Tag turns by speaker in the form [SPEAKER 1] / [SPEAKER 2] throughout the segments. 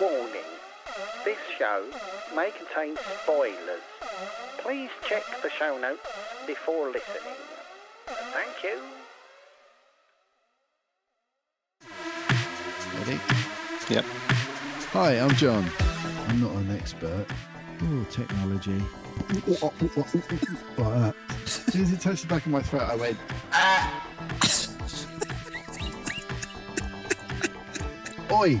[SPEAKER 1] Warning This show may contain spoilers. Please check the show notes before listening. Thank you.
[SPEAKER 2] Ready?
[SPEAKER 3] Yep.
[SPEAKER 2] Hi, I'm John. I'm not an expert. Oh, technology. like that. As soon as it touched the back of my throat, I went, ah! Oi!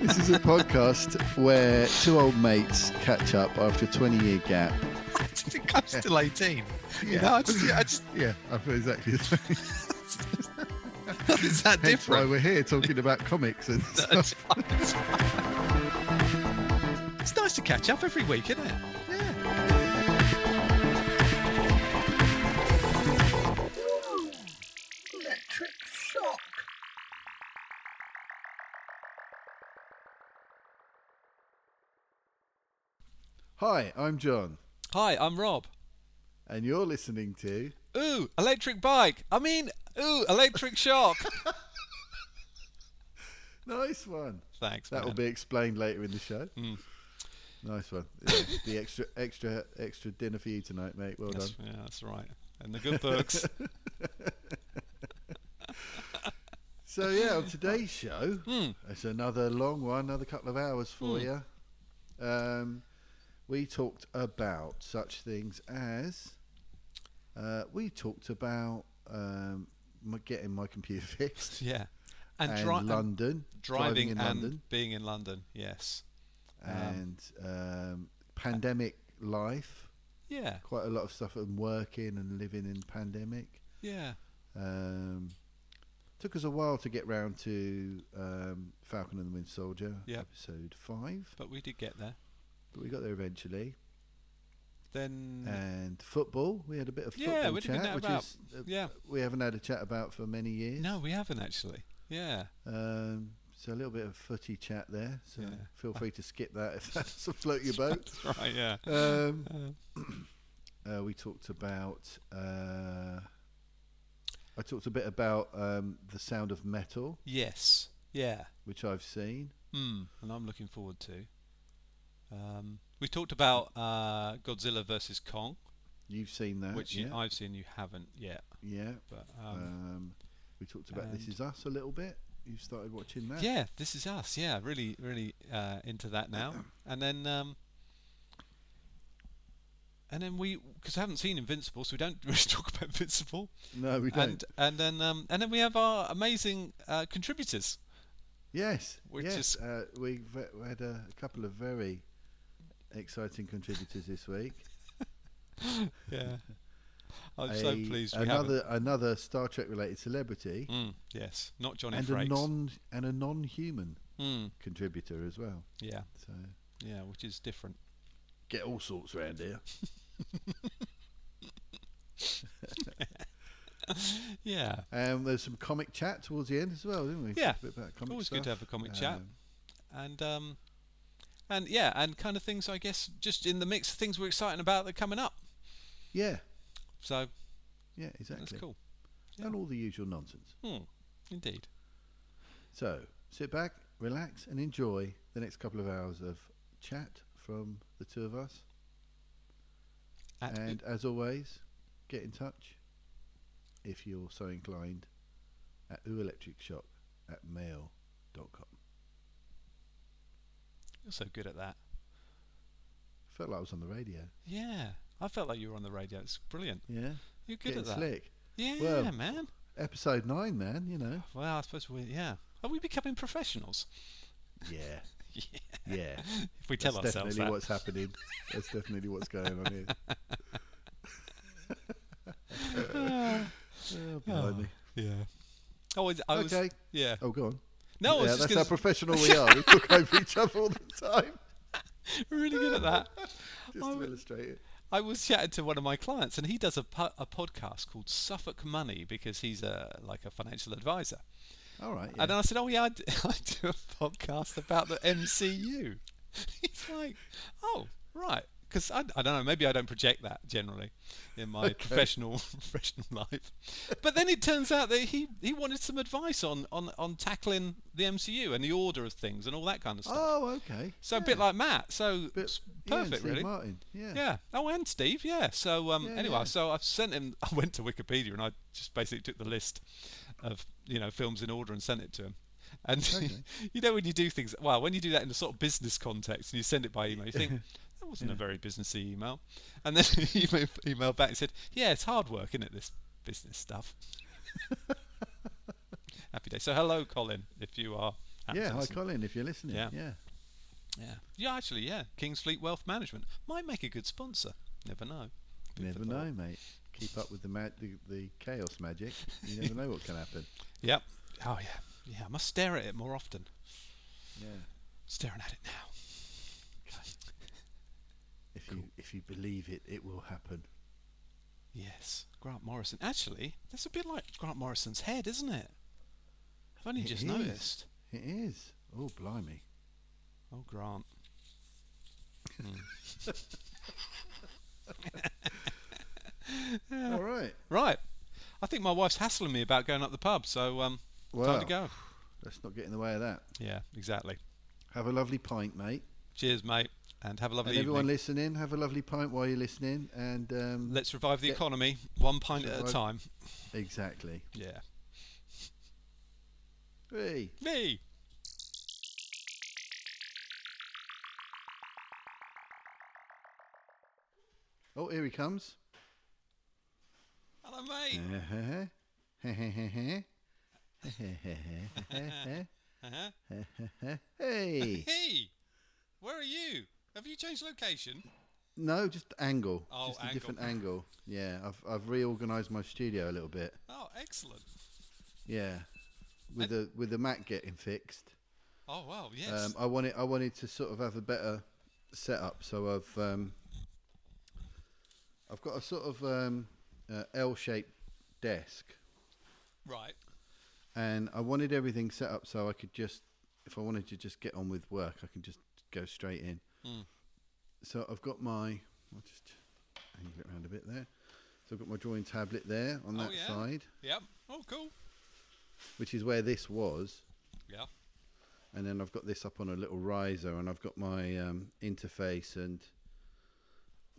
[SPEAKER 2] This is a podcast where two old mates catch up after a 20 year gap.
[SPEAKER 3] I think I'm still 18. You know, I just, I just
[SPEAKER 2] Yeah, I feel exactly the same.
[SPEAKER 3] nothing's
[SPEAKER 2] That's
[SPEAKER 3] that
[SPEAKER 2] why
[SPEAKER 3] different.
[SPEAKER 2] we're here talking about comics and stuff.
[SPEAKER 3] it's nice to catch up every week, isn't it?
[SPEAKER 2] Yeah.
[SPEAKER 1] Electric shock.
[SPEAKER 2] Hi, I'm John,
[SPEAKER 3] Hi, I'm Rob.
[SPEAKER 2] and you're listening to.
[SPEAKER 3] Ooh, electric bike. I mean, ooh, electric shock.
[SPEAKER 2] Nice one.
[SPEAKER 3] Thanks.
[SPEAKER 2] That will
[SPEAKER 3] man.
[SPEAKER 2] be explained later in the show.
[SPEAKER 3] Hmm.
[SPEAKER 2] Nice one. Yeah, the extra, extra, extra dinner for you tonight, mate. Well
[SPEAKER 3] That's,
[SPEAKER 2] done.
[SPEAKER 3] yeah, that's right. And the good books.
[SPEAKER 2] So yeah, on today's show,
[SPEAKER 3] Hmm.
[SPEAKER 2] it's another long one, another couple of hours for you. Um, we talked about such things as uh, we talked about um, my- getting my computer fixed
[SPEAKER 3] yeah. And,
[SPEAKER 2] and,
[SPEAKER 3] dri- and
[SPEAKER 2] London,
[SPEAKER 3] driving,
[SPEAKER 2] in
[SPEAKER 3] and
[SPEAKER 2] London,
[SPEAKER 3] being in London. Yes.
[SPEAKER 2] and um, pandemic life.
[SPEAKER 3] Yeah.
[SPEAKER 2] Quite a lot of stuff and working and living in pandemic.
[SPEAKER 3] Yeah.
[SPEAKER 2] Um, took us a while to get round to um, Falcon and the Wind Soldier,
[SPEAKER 3] Yep.
[SPEAKER 2] episode five,
[SPEAKER 3] But we did get there.
[SPEAKER 2] but we got there eventually.
[SPEAKER 3] Then.
[SPEAKER 2] And football, we had a bit of
[SPEAKER 3] Mm. Yeah,
[SPEAKER 2] football
[SPEAKER 3] we didn't
[SPEAKER 2] chat,
[SPEAKER 3] get
[SPEAKER 2] which
[SPEAKER 3] about-
[SPEAKER 2] is uh,
[SPEAKER 3] yeah.
[SPEAKER 2] we haven't had a chat about for many years.
[SPEAKER 3] No, we haven't actually. Yeah.
[SPEAKER 2] Um, so a little bit of footy chat there. So
[SPEAKER 3] Yeah.
[SPEAKER 2] feel free to skip that if that doesn't float your boat.
[SPEAKER 3] That's right. Yeah.
[SPEAKER 2] Um,
[SPEAKER 3] Uh,
[SPEAKER 2] uh, we talked about. Uh, I talked a bit about um, the sound of metal,
[SPEAKER 3] yes. Yeah.
[SPEAKER 2] which I've seen.
[SPEAKER 3] Mm. And I'm looking forward to. Um, we talked about uh, Godzilla versus Kong,
[SPEAKER 2] You've seen that,
[SPEAKER 3] which
[SPEAKER 2] Uh, yeah.
[SPEAKER 3] you, I've seen you haven't yet.
[SPEAKER 2] Yeah.
[SPEAKER 3] But
[SPEAKER 2] Um,
[SPEAKER 3] um,
[SPEAKER 2] we talked about This
[SPEAKER 3] and-
[SPEAKER 2] Is Us a little bit. You've started watching that.
[SPEAKER 3] yeah, this is us. Yeah, really, really uh, into that now. And then, um, and then we, because I haven't seen Invincible, so we don't really talk about Invincible.
[SPEAKER 2] No, we don't.
[SPEAKER 3] And and then um, and then we have our amazing uh, contributors.
[SPEAKER 2] yes.
[SPEAKER 3] Which
[SPEAKER 2] yes.
[SPEAKER 3] is-
[SPEAKER 2] Uh, we've we had a, couple of very exciting contributors this week.
[SPEAKER 3] Yeah, I'm so
[SPEAKER 2] A-
[SPEAKER 3] pleased we have
[SPEAKER 2] Another another Star Trek related celebrity
[SPEAKER 3] Mm, yes, not Johnny
[SPEAKER 2] and a
[SPEAKER 3] Frakes.
[SPEAKER 2] non and a non human
[SPEAKER 3] mm,
[SPEAKER 2] contributor as well.
[SPEAKER 3] yeah,
[SPEAKER 2] So
[SPEAKER 3] yeah, which is different.
[SPEAKER 2] get all sorts round here.
[SPEAKER 3] Yeah,
[SPEAKER 2] Um, there's some comic chat towards the end as well, didn't we?
[SPEAKER 3] Yeah.
[SPEAKER 2] A bit about comic
[SPEAKER 3] always good to
[SPEAKER 2] stuff.
[SPEAKER 3] have a comic chat.
[SPEAKER 2] Um,
[SPEAKER 3] and um, and yeah, and kind of things I guess just in the mix of things we're excited about that are coming up.
[SPEAKER 2] yeah.
[SPEAKER 3] So
[SPEAKER 2] Yeah. Exactly.
[SPEAKER 3] that's cool.
[SPEAKER 2] And all the usual nonsense.
[SPEAKER 3] Hmm, indeed.
[SPEAKER 2] So sit back, relax, and enjoy the next couple of hours of chat from the two of us.
[SPEAKER 3] At-
[SPEAKER 2] and as always, get in touch if you're so inclined at ooelectricshock at mail.com.
[SPEAKER 3] you're so good at that.
[SPEAKER 2] Felt like I was on the radio.
[SPEAKER 3] Yeah, I felt like you were on the radio. It's brilliant.
[SPEAKER 2] Yeah.
[SPEAKER 3] You're good
[SPEAKER 2] Getting
[SPEAKER 3] at that.
[SPEAKER 2] slick.
[SPEAKER 3] Yeah,
[SPEAKER 2] Well-
[SPEAKER 3] man.
[SPEAKER 2] Episode 9, man, you know.
[SPEAKER 3] Well, I suppose we. Yeah, are we becoming professionals?
[SPEAKER 2] Yeah.
[SPEAKER 3] Yeah.
[SPEAKER 2] Yeah.
[SPEAKER 3] If we tell
[SPEAKER 2] That's
[SPEAKER 3] ourselves
[SPEAKER 2] definitely
[SPEAKER 3] that.
[SPEAKER 2] what's happening. That's definitely what's going on here. oh, blimey.
[SPEAKER 3] yeah. Oh, I, I was.
[SPEAKER 2] Okay.
[SPEAKER 3] Yeah.
[SPEAKER 2] Oh, go on.
[SPEAKER 3] No, I was
[SPEAKER 2] yeah,
[SPEAKER 3] just
[SPEAKER 2] that's
[SPEAKER 3] gonna
[SPEAKER 2] how
[SPEAKER 3] s-
[SPEAKER 2] professional we are. We talk over each other all the time.
[SPEAKER 3] We're really good at that.
[SPEAKER 2] Just
[SPEAKER 3] I
[SPEAKER 2] to
[SPEAKER 3] would-
[SPEAKER 2] illustrate it.
[SPEAKER 3] I was chatting to one of my clients, and he does a, po- a podcast called Suffolk Money because he's a like a financial advisor.
[SPEAKER 2] All right.
[SPEAKER 3] And
[SPEAKER 2] Yeah.
[SPEAKER 3] I said, "Oh yeah, I d- I do a podcast about the MCU." He's like, "Oh right," because I, I don't know. Maybe I don't project that generally in my professional professional life. But then it turns out that he, he wanted some advice on, on, on tackling the MCU and the order of things and all that kind of stuff.
[SPEAKER 2] Oh, okay.
[SPEAKER 3] so a bit like Matt. So
[SPEAKER 2] Bit-
[SPEAKER 3] it's
[SPEAKER 2] yeah, and
[SPEAKER 3] perfect,
[SPEAKER 2] Steve
[SPEAKER 3] really.
[SPEAKER 2] Martin. Yeah.
[SPEAKER 3] Yeah. Oh, and Steve. Yeah. So um,
[SPEAKER 2] Yeah,
[SPEAKER 3] anyway,
[SPEAKER 2] yeah.
[SPEAKER 3] so I've sent him. I went to Wikipedia and I just basically took the list of you know films in order and sent it to him. And you know when you do things, well, when you do that in a sort of business context and you send it by email, you think that wasn't a very businessy email. And then he emailed- emailed back and said, "Yeah, it's hard work, isn't it? This business stuff." Happy day. So hello, Colin, if you are. happy to
[SPEAKER 2] Yeah. Hi,
[SPEAKER 3] listen.
[SPEAKER 2] Colin, if you're listening.
[SPEAKER 3] Yeah.
[SPEAKER 2] Yeah.
[SPEAKER 3] Yeah. Yeah, actually, yeah. Kingsfleet Wealth Management might make a good sponsor. Never know. Food
[SPEAKER 2] Never
[SPEAKER 3] for thought.
[SPEAKER 2] know, mate. Keep up with the, ma- the the chaos magic. You never know what can happen.
[SPEAKER 3] Yep. Oh yeah. Yeah, I must stare at it more often.
[SPEAKER 2] Yeah.
[SPEAKER 3] Staring at it now.
[SPEAKER 2] If you if you believe it, it will happen.
[SPEAKER 3] Yes. Grant Morrison. Actually, that's a bit like Grant Morrison's head, isn't it? I've only
[SPEAKER 2] It
[SPEAKER 3] just
[SPEAKER 2] is.
[SPEAKER 3] noticed.
[SPEAKER 2] It is. Oh, blimey.
[SPEAKER 3] Oh, Grant.
[SPEAKER 2] All right.
[SPEAKER 3] Right. I think my wife's hassling me about going up the pub, so um, time
[SPEAKER 2] Well.
[SPEAKER 3] to go.
[SPEAKER 2] Let's not get in the way of that.
[SPEAKER 3] Yeah, exactly.
[SPEAKER 2] Have a lovely pint, mate.
[SPEAKER 3] Cheers, mate, and have a lovely
[SPEAKER 2] and everyone
[SPEAKER 3] evening.
[SPEAKER 2] listening, have a lovely pint while you're listening. And um,
[SPEAKER 3] Let's revive the
[SPEAKER 2] get-
[SPEAKER 3] economy, one pint at a
[SPEAKER 2] Survive.
[SPEAKER 3] time.
[SPEAKER 2] exactly.
[SPEAKER 3] Yeah.
[SPEAKER 2] Hey.
[SPEAKER 3] Me.
[SPEAKER 2] Oh, here he comes.
[SPEAKER 3] Hello, mate.
[SPEAKER 2] hey.
[SPEAKER 3] Uh-huh. Hey, where are you? Have you changed location?
[SPEAKER 2] No, just angle.
[SPEAKER 3] Oh,
[SPEAKER 2] just a
[SPEAKER 3] angle.
[SPEAKER 2] different angle. Yeah, I've I've reorganised my studio a little bit.
[SPEAKER 3] Oh, excellent.
[SPEAKER 2] Yeah. With the with the mat getting fixed.
[SPEAKER 3] Oh, wow, yes.
[SPEAKER 2] Um, I wanted I wanted to sort of have a better setup, so I've um, I've got a sort of um, uh, L-shaped desk,
[SPEAKER 3] right.
[SPEAKER 2] and I wanted everything set up so I could just, if I wanted to just get on with work, I can just go straight in.
[SPEAKER 3] Hmm.
[SPEAKER 2] So I've got my, I'll just angle it around a bit there. So I've got my drawing tablet there on
[SPEAKER 3] Oh,
[SPEAKER 2] that
[SPEAKER 3] yeah.
[SPEAKER 2] side,
[SPEAKER 3] Yep. Oh, cool.
[SPEAKER 2] which is where this was.
[SPEAKER 3] Yeah.
[SPEAKER 2] and then I've got this up on a little riser, and I've got my um, interface and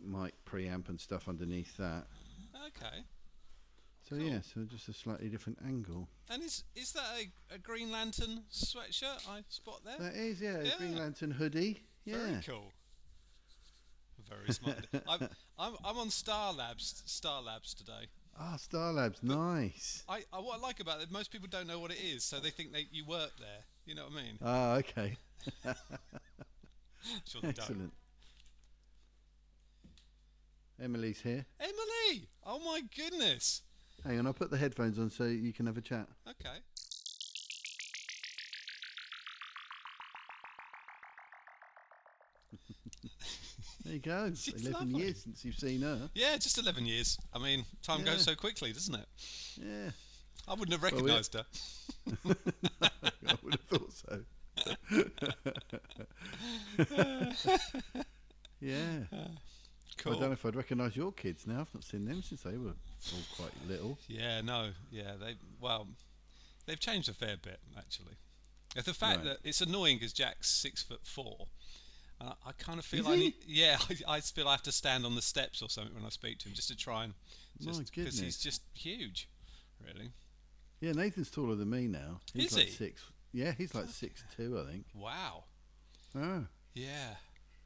[SPEAKER 2] mic preamp and stuff underneath that.
[SPEAKER 3] Okay.
[SPEAKER 2] So yeah, so just a slightly different angle.
[SPEAKER 3] And is is that a, a Green Lantern sweatshirt I spot there?
[SPEAKER 2] That is, yeah, a Green
[SPEAKER 3] Yeah.
[SPEAKER 2] Lantern hoodie. Uh, Yeah,
[SPEAKER 3] Very cool. Very smart. I'm, I'm I'm on Star Labs Star Labs today.
[SPEAKER 2] ah, Star Labs, nice.
[SPEAKER 3] I, I what I like about it, most people don't know what it is, so they think they you work there. You know what I mean?
[SPEAKER 2] Ah, okay,
[SPEAKER 3] I'm Sure they don't.
[SPEAKER 2] Oh, excellent. Emily's here.
[SPEAKER 3] Emily! Oh my goodness.
[SPEAKER 2] Hang on, I'll put the headphones on so you can have a chat.
[SPEAKER 3] Okay.
[SPEAKER 2] There you go.
[SPEAKER 3] She's
[SPEAKER 2] Eleven
[SPEAKER 3] lovely.
[SPEAKER 2] years since you've seen her.
[SPEAKER 3] Yeah, just 11 years. I mean, time goes
[SPEAKER 2] Yeah.
[SPEAKER 3] so quickly, doesn't it?
[SPEAKER 2] Yeah,
[SPEAKER 3] I wouldn't have
[SPEAKER 2] we-
[SPEAKER 3] recognised her.
[SPEAKER 2] I would have thought so. yeah. I don't know
[SPEAKER 3] Cool.
[SPEAKER 2] if I'd recognise your kids now. I've not seen them since they were all quite little.
[SPEAKER 3] Yeah, no, yeah, they well, they've changed a fair bit actually. Uh, The fact
[SPEAKER 2] Right.
[SPEAKER 3] that it's annoying because Jack's six foot four, and I, I kind of feel
[SPEAKER 2] Is
[SPEAKER 3] I
[SPEAKER 2] he?
[SPEAKER 3] need, yeah, I, I feel I have to stand on the steps or something when I speak to him just to try and
[SPEAKER 2] My
[SPEAKER 3] just because he's
[SPEAKER 2] goodness.
[SPEAKER 3] just huge, really.
[SPEAKER 2] Yeah, Nathan's taller than me now. He's
[SPEAKER 3] Is
[SPEAKER 2] like
[SPEAKER 3] he?
[SPEAKER 2] six. Yeah, he's like six two, I think.
[SPEAKER 3] Wow.
[SPEAKER 2] Ah,
[SPEAKER 3] Yeah.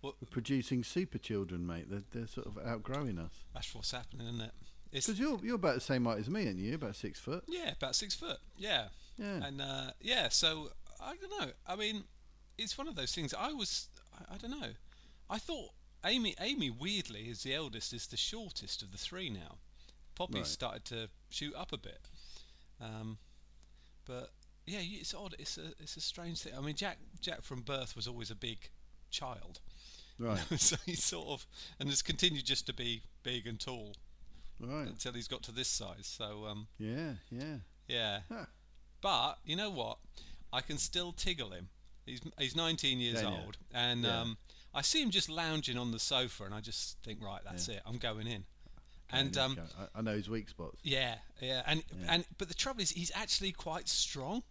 [SPEAKER 3] Well,
[SPEAKER 2] we're producing super children, mate. They're, they're sort of outgrowing us.
[SPEAKER 3] that's what's happening, isn't it? It's
[SPEAKER 2] Because you're you're about the same height as me, aren't you? About six foot.
[SPEAKER 3] yeah, about six foot. Yeah.
[SPEAKER 2] Yeah.
[SPEAKER 3] And uh, yeah, so I don't know. I mean, it's one of those things. I was, I, I don't know. I thought Amy, Amy weirdly is the eldest, is the shortest of the three now. Poppy
[SPEAKER 2] Right.
[SPEAKER 3] started to shoot up a bit, um, but yeah, you- it's odd. It's a it's a strange thing. I mean, Jack Jack from birth was always a big child,
[SPEAKER 2] Right.
[SPEAKER 3] so he sort of and has continued just to be big and tall
[SPEAKER 2] Right.
[SPEAKER 3] until he's got to this size. So um,
[SPEAKER 2] Yeah. Yeah.
[SPEAKER 3] yeah,
[SPEAKER 2] Huh.
[SPEAKER 3] but you know what? I can still tickle him. He's he's 19 years
[SPEAKER 2] Can you?
[SPEAKER 3] old, and
[SPEAKER 2] Yeah.
[SPEAKER 3] um, I see him just lounging on the sofa, and I just think, right, that's it. I'm going in. And um,
[SPEAKER 2] Okay, I, I know his weak spots.
[SPEAKER 3] yeah, yeah, and and but the trouble is, he's actually quite strong.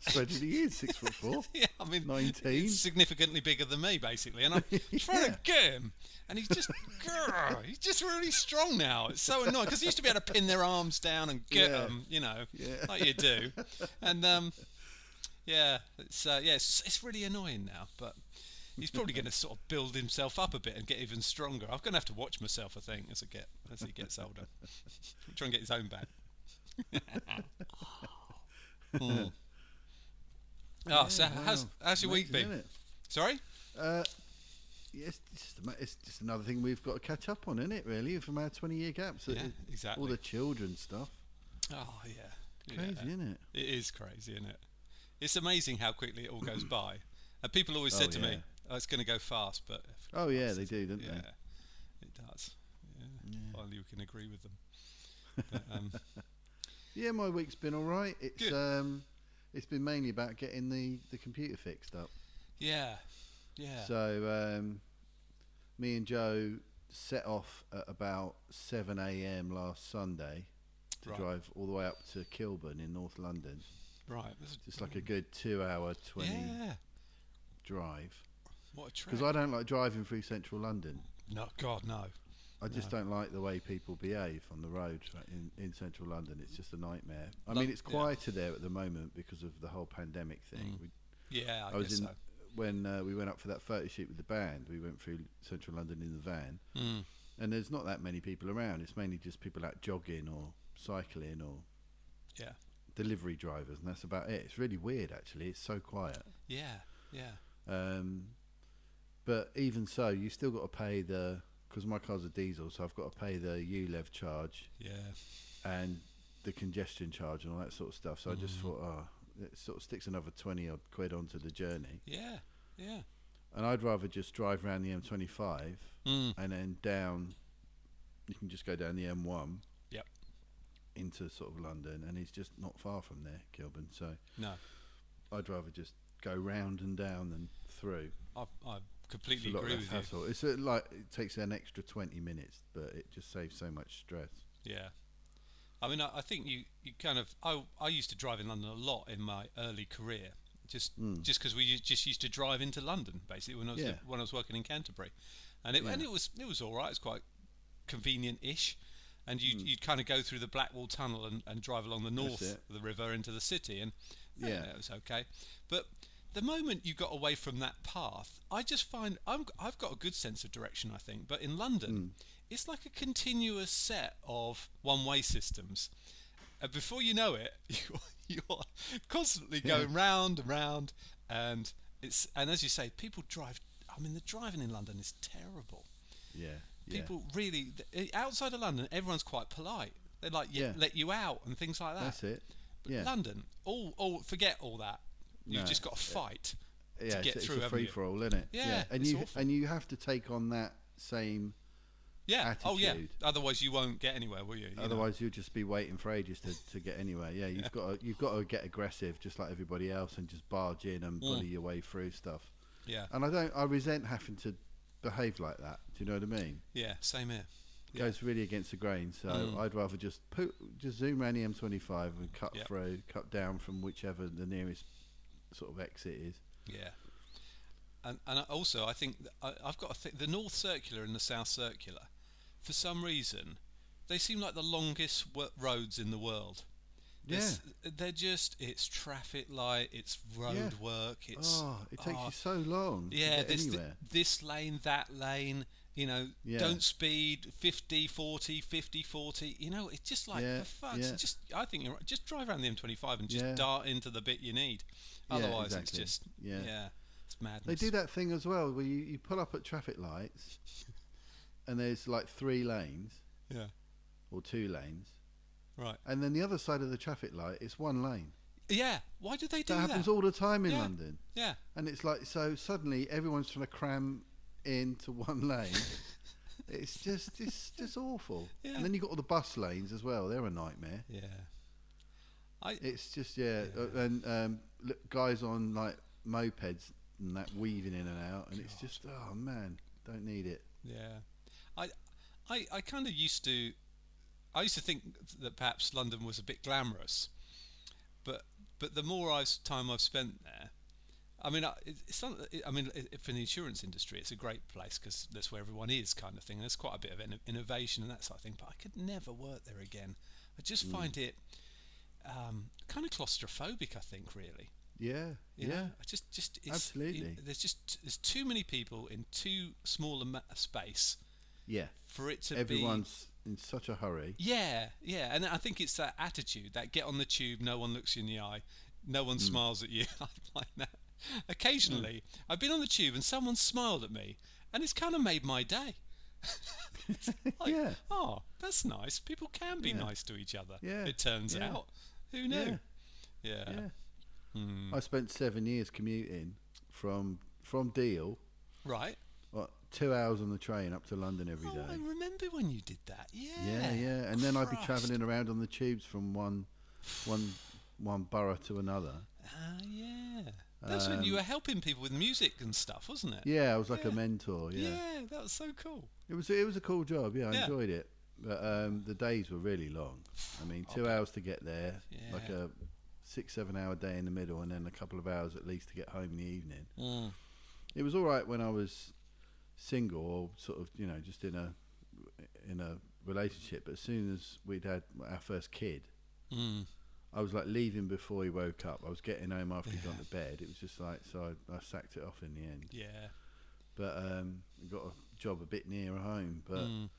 [SPEAKER 2] So did he is six foot four.
[SPEAKER 3] Yeah, I mean,
[SPEAKER 2] 19.
[SPEAKER 3] he's significantly bigger than me, basically, and I'm trying
[SPEAKER 2] Yeah.
[SPEAKER 3] to get him, and he's just, grr, he's just really strong now. It's so annoying because he used to be able to pin their arms down and get
[SPEAKER 2] Yeah.
[SPEAKER 3] them, you know,
[SPEAKER 2] Yeah.
[SPEAKER 3] like you do, and um, yeah, it's uh, yeah, it's, it's really annoying now, but. He's probably going to sort of build himself up a bit and get even stronger. I'm going to have to watch myself, I think, as I get as he gets older. Try and get his own back. Hmm. Oh, so how's,
[SPEAKER 2] Wow.
[SPEAKER 3] how's your week
[SPEAKER 2] Amazing,
[SPEAKER 3] been?
[SPEAKER 2] isn't
[SPEAKER 3] Sorry?
[SPEAKER 2] it? Uh, yeah, it's, just, ama- it's just another thing we've got to catch up on, isn't it? Really, from our twenty-year gap. So
[SPEAKER 3] Yeah,
[SPEAKER 2] it-
[SPEAKER 3] exactly.
[SPEAKER 2] All the children stuff.
[SPEAKER 3] Oh, yeah.
[SPEAKER 2] Crazy,
[SPEAKER 3] Yeah.
[SPEAKER 2] isn't it?
[SPEAKER 3] It is crazy, isn't it? It's amazing how quickly it all goes by. And people always said
[SPEAKER 2] Oh,
[SPEAKER 3] to
[SPEAKER 2] yeah.
[SPEAKER 3] me, oh, it's going to go fast, but
[SPEAKER 2] Oh yeah, they do, don't
[SPEAKER 3] yeah,
[SPEAKER 2] they?
[SPEAKER 3] it does. Yeah. Finally, we can agree with them. But, um,
[SPEAKER 2] Yeah, my week's been all right. It's
[SPEAKER 3] Good.
[SPEAKER 2] um, it's been mainly about getting the the computer fixed up.
[SPEAKER 3] yeah. Yeah.
[SPEAKER 2] So um, me and Joe set off at about seven a.m. last Sunday to
[SPEAKER 3] Right.
[SPEAKER 2] drive all the way up to Kilburn in North London.
[SPEAKER 3] right. This is-
[SPEAKER 2] Just like a good two-hour twenty
[SPEAKER 3] Mm. yeah.
[SPEAKER 2] drive
[SPEAKER 3] What a trip.
[SPEAKER 2] because I don't like driving through central London.
[SPEAKER 3] no, God, no.
[SPEAKER 2] I just don't like the way people behave on the road in, in central London. It's just a nightmare. I
[SPEAKER 3] Lo-
[SPEAKER 2] mean, it's
[SPEAKER 3] yeah. Mm.
[SPEAKER 2] quieter there at the moment because of the whole pandemic thing. We
[SPEAKER 3] Yeah, I,
[SPEAKER 2] I was
[SPEAKER 3] guess
[SPEAKER 2] in
[SPEAKER 3] so.
[SPEAKER 2] when uh, we went up for that photo shoot with the band. We went through central London in the van,
[SPEAKER 3] Hmm.
[SPEAKER 2] and there's not that many people around. It's mainly just people out jogging or cycling or
[SPEAKER 3] Yeah.
[SPEAKER 2] delivery drivers, and that's about it. It's really weird, actually. It's so quiet.
[SPEAKER 3] Yeah. Yeah.
[SPEAKER 2] Um, but even so, you still got to pay the because my car's a diesel, so I've got to pay the ULEV charge
[SPEAKER 3] Yeah.
[SPEAKER 2] and the congestion charge and all that sort of stuff. So I
[SPEAKER 3] Mm.
[SPEAKER 2] just thought, oh, it sort of sticks another twenty odd quid onto the journey.
[SPEAKER 3] Yeah. Yeah.
[SPEAKER 2] and I'd rather just drive around the M25
[SPEAKER 3] Mm.
[SPEAKER 2] and then down. You can just go down the M1
[SPEAKER 3] Yep.
[SPEAKER 2] into sort of London, and it's just not far from there, Kilburn. So
[SPEAKER 3] No.
[SPEAKER 2] I'd rather just go round and down than through.
[SPEAKER 3] I, I
[SPEAKER 2] It's a
[SPEAKER 3] completely
[SPEAKER 2] lot
[SPEAKER 3] agree
[SPEAKER 2] less
[SPEAKER 3] with you.
[SPEAKER 2] hassle. It's a, like it takes an extra 20 minutes, but it just saves so much stress.
[SPEAKER 3] Yeah. I mean, I, I think you, you kind of. I, I used to drive in London a lot in my early career, just just because we u- just used to drive into London basically when I was
[SPEAKER 2] Hmm. Yeah.
[SPEAKER 3] li- when I was working in Canterbury, and it and it was it was all right. It's quite convenient-ish, and you you'd kind of go through the Blackwall Tunnel and, and drive along the north
[SPEAKER 2] Hmm. it.
[SPEAKER 3] of the river into the city, and yeah,
[SPEAKER 2] Yeah.
[SPEAKER 3] it was okay. But the moment you got away from that path, I just find I'm, I've got a good sense of direction, I think. But in
[SPEAKER 2] Hmm.
[SPEAKER 3] London, it's like a continuous set of one-way systems. And before you know it, you're, you're constantly going round and round, and it's and as you say, people drive. I mean, the driving in London is terrible.
[SPEAKER 2] Yeah. yeah.
[SPEAKER 3] People really th- outside of London, everyone's quite polite. They like you,
[SPEAKER 2] Yeah.
[SPEAKER 3] let you out and things like that.
[SPEAKER 2] That's it. Yeah.
[SPEAKER 3] London, all, all forget all that. You've
[SPEAKER 2] No,
[SPEAKER 3] just got to fight
[SPEAKER 2] yeah,
[SPEAKER 3] to
[SPEAKER 2] it's,
[SPEAKER 3] get
[SPEAKER 2] it's
[SPEAKER 3] through.
[SPEAKER 2] a
[SPEAKER 3] haven't
[SPEAKER 2] free
[SPEAKER 3] you?
[SPEAKER 2] for all, isn't it?
[SPEAKER 3] Yeah,
[SPEAKER 2] And
[SPEAKER 3] it's
[SPEAKER 2] you
[SPEAKER 3] awful.
[SPEAKER 2] and you have to take on that same
[SPEAKER 3] yeah. Oh yeah.
[SPEAKER 2] attitude.
[SPEAKER 3] Otherwise, you won't get anywhere, will you? You know?
[SPEAKER 2] Otherwise, you'll just be waiting for ages to, to get anywhere. Yeah, you've got to, you've got to get aggressive, just like everybody else, and just barge in
[SPEAKER 3] Mm.
[SPEAKER 2] and bully your way through stuff.
[SPEAKER 3] yeah.
[SPEAKER 2] And I don't, I resent having to behave like that. Do you know what I mean?
[SPEAKER 3] Yeah. Mm. Same here.
[SPEAKER 2] It Goes really against the grain. So I'd rather just poo just zoom around the M25 and cut
[SPEAKER 3] Yep.
[SPEAKER 2] through, cut down from whichever the nearest sort of exit is.
[SPEAKER 3] Yeah. And and I- also, I think th- I, I've got a th- the North Circular and the South Circular. For some reason, they seem like the longest wo- roads in the world. There's- They're just it's traffic light, it's road work, it's
[SPEAKER 2] Oh, it takes
[SPEAKER 3] oh,
[SPEAKER 2] you so long.
[SPEAKER 3] yeah,
[SPEAKER 2] to get
[SPEAKER 3] this,
[SPEAKER 2] anywhere.
[SPEAKER 3] this lane, that lane, you know,
[SPEAKER 2] Yeah.
[SPEAKER 3] don't speed 50, 40, 50, 40. You know, it's just like,
[SPEAKER 2] Yeah,
[SPEAKER 3] for fuck's
[SPEAKER 2] yeah.
[SPEAKER 3] sake, just, I think you're right. Just drive around the M25 and just
[SPEAKER 2] Yeah.
[SPEAKER 3] dart into the bit you need.
[SPEAKER 2] Yeah,
[SPEAKER 3] Otherwise,
[SPEAKER 2] exactly.
[SPEAKER 3] it's just, yeah.
[SPEAKER 2] Yeah.
[SPEAKER 3] it's madness.
[SPEAKER 2] They do that thing as well where you, you pull up at traffic lights and there's like three lanes
[SPEAKER 3] Yeah,
[SPEAKER 2] or two lanes,
[SPEAKER 3] right.
[SPEAKER 2] and then the other side of the traffic light it's one lane.
[SPEAKER 3] Yeah, why do they do
[SPEAKER 2] That
[SPEAKER 3] that?
[SPEAKER 2] happens all the time in
[SPEAKER 3] Yeah.
[SPEAKER 2] London.
[SPEAKER 3] yeah,
[SPEAKER 2] And it's like so suddenly everyone's trying to cram into one lane. it's just it's just awful.
[SPEAKER 3] Yeah.
[SPEAKER 2] And then you got all the bus lanes as well. They're a nightmare.
[SPEAKER 3] Yeah. I
[SPEAKER 2] It's just yeah, uh, and um, l- guys on like mopeds and that weaving in and out, and it's just oh man, don't need it.
[SPEAKER 3] yeah. I I I kind of used to I used to think that perhaps London was a bit glamorous. But but the more I've, time I've spent there, I mean, I- it's it's not, I mean, i- i- for the insurance industry, it's a great place because that's where everyone is, kind of thing. And there's quite a bit of inno- innovation and that sort of thing. But I could never work there again. I just
[SPEAKER 2] Mm.
[SPEAKER 3] find it um, kind of claustrophobic. I think really.
[SPEAKER 2] Yeah, yeah,
[SPEAKER 3] You know, I just just it's, you-
[SPEAKER 2] Absolutely.
[SPEAKER 3] there's just there's too many people in too small a ma- a space
[SPEAKER 2] yeah.
[SPEAKER 3] for it to be.
[SPEAKER 2] Everyone's in such a hurry.
[SPEAKER 3] Yeah, yeah, and I think it's that attitude that get on the tube, no one looks you in the eye, no
[SPEAKER 2] Mm.
[SPEAKER 3] one smiles at you. I find that occasionally I've been on the tube and someone smiled at me, and it's kind of made my day. It's like,
[SPEAKER 2] Yeah.
[SPEAKER 3] Oh, that's nice. People can be
[SPEAKER 2] Yeah.
[SPEAKER 3] nice to each other.
[SPEAKER 2] Yeah,
[SPEAKER 3] It turns
[SPEAKER 2] yeah.
[SPEAKER 3] out. Who knew? Yeah.
[SPEAKER 2] Yeah.
[SPEAKER 3] Mm.
[SPEAKER 2] I spent seven years commuting from from Deal,
[SPEAKER 3] Right.
[SPEAKER 2] uh, two hours on the train up to London every
[SPEAKER 3] Oh,
[SPEAKER 2] day.
[SPEAKER 3] I remember when you did that. Yeah.
[SPEAKER 2] yeah, yeah, and then I'd be
[SPEAKER 3] Christ.
[SPEAKER 2] travelling around on the tubes from one one one borough to another.
[SPEAKER 3] Ah, yeah. That's when you were helping people with music and stuff, wasn't it?
[SPEAKER 2] Um, Yeah, I was like a mentor. Yeah.
[SPEAKER 3] Yeah, that was so cool.
[SPEAKER 2] it was it was a cool job. Yeah, I
[SPEAKER 3] Yeah.
[SPEAKER 2] enjoyed it, but um, the days were really long. I mean, two hours to get there, like
[SPEAKER 3] Yeah.
[SPEAKER 2] a six seven hour day in the middle, and then a couple of hours at least to get home in the evening. It was all right when I was single or sort of you know just in a in a relationship, but as soon as we'd had our first kid. mm. I was like leaving before he woke up. I was getting home after he'd gone to bed. It was just like so I, I sacked it off in the end
[SPEAKER 3] Yeah.
[SPEAKER 2] but um, I got a job a bit nearer home. But
[SPEAKER 3] Mm.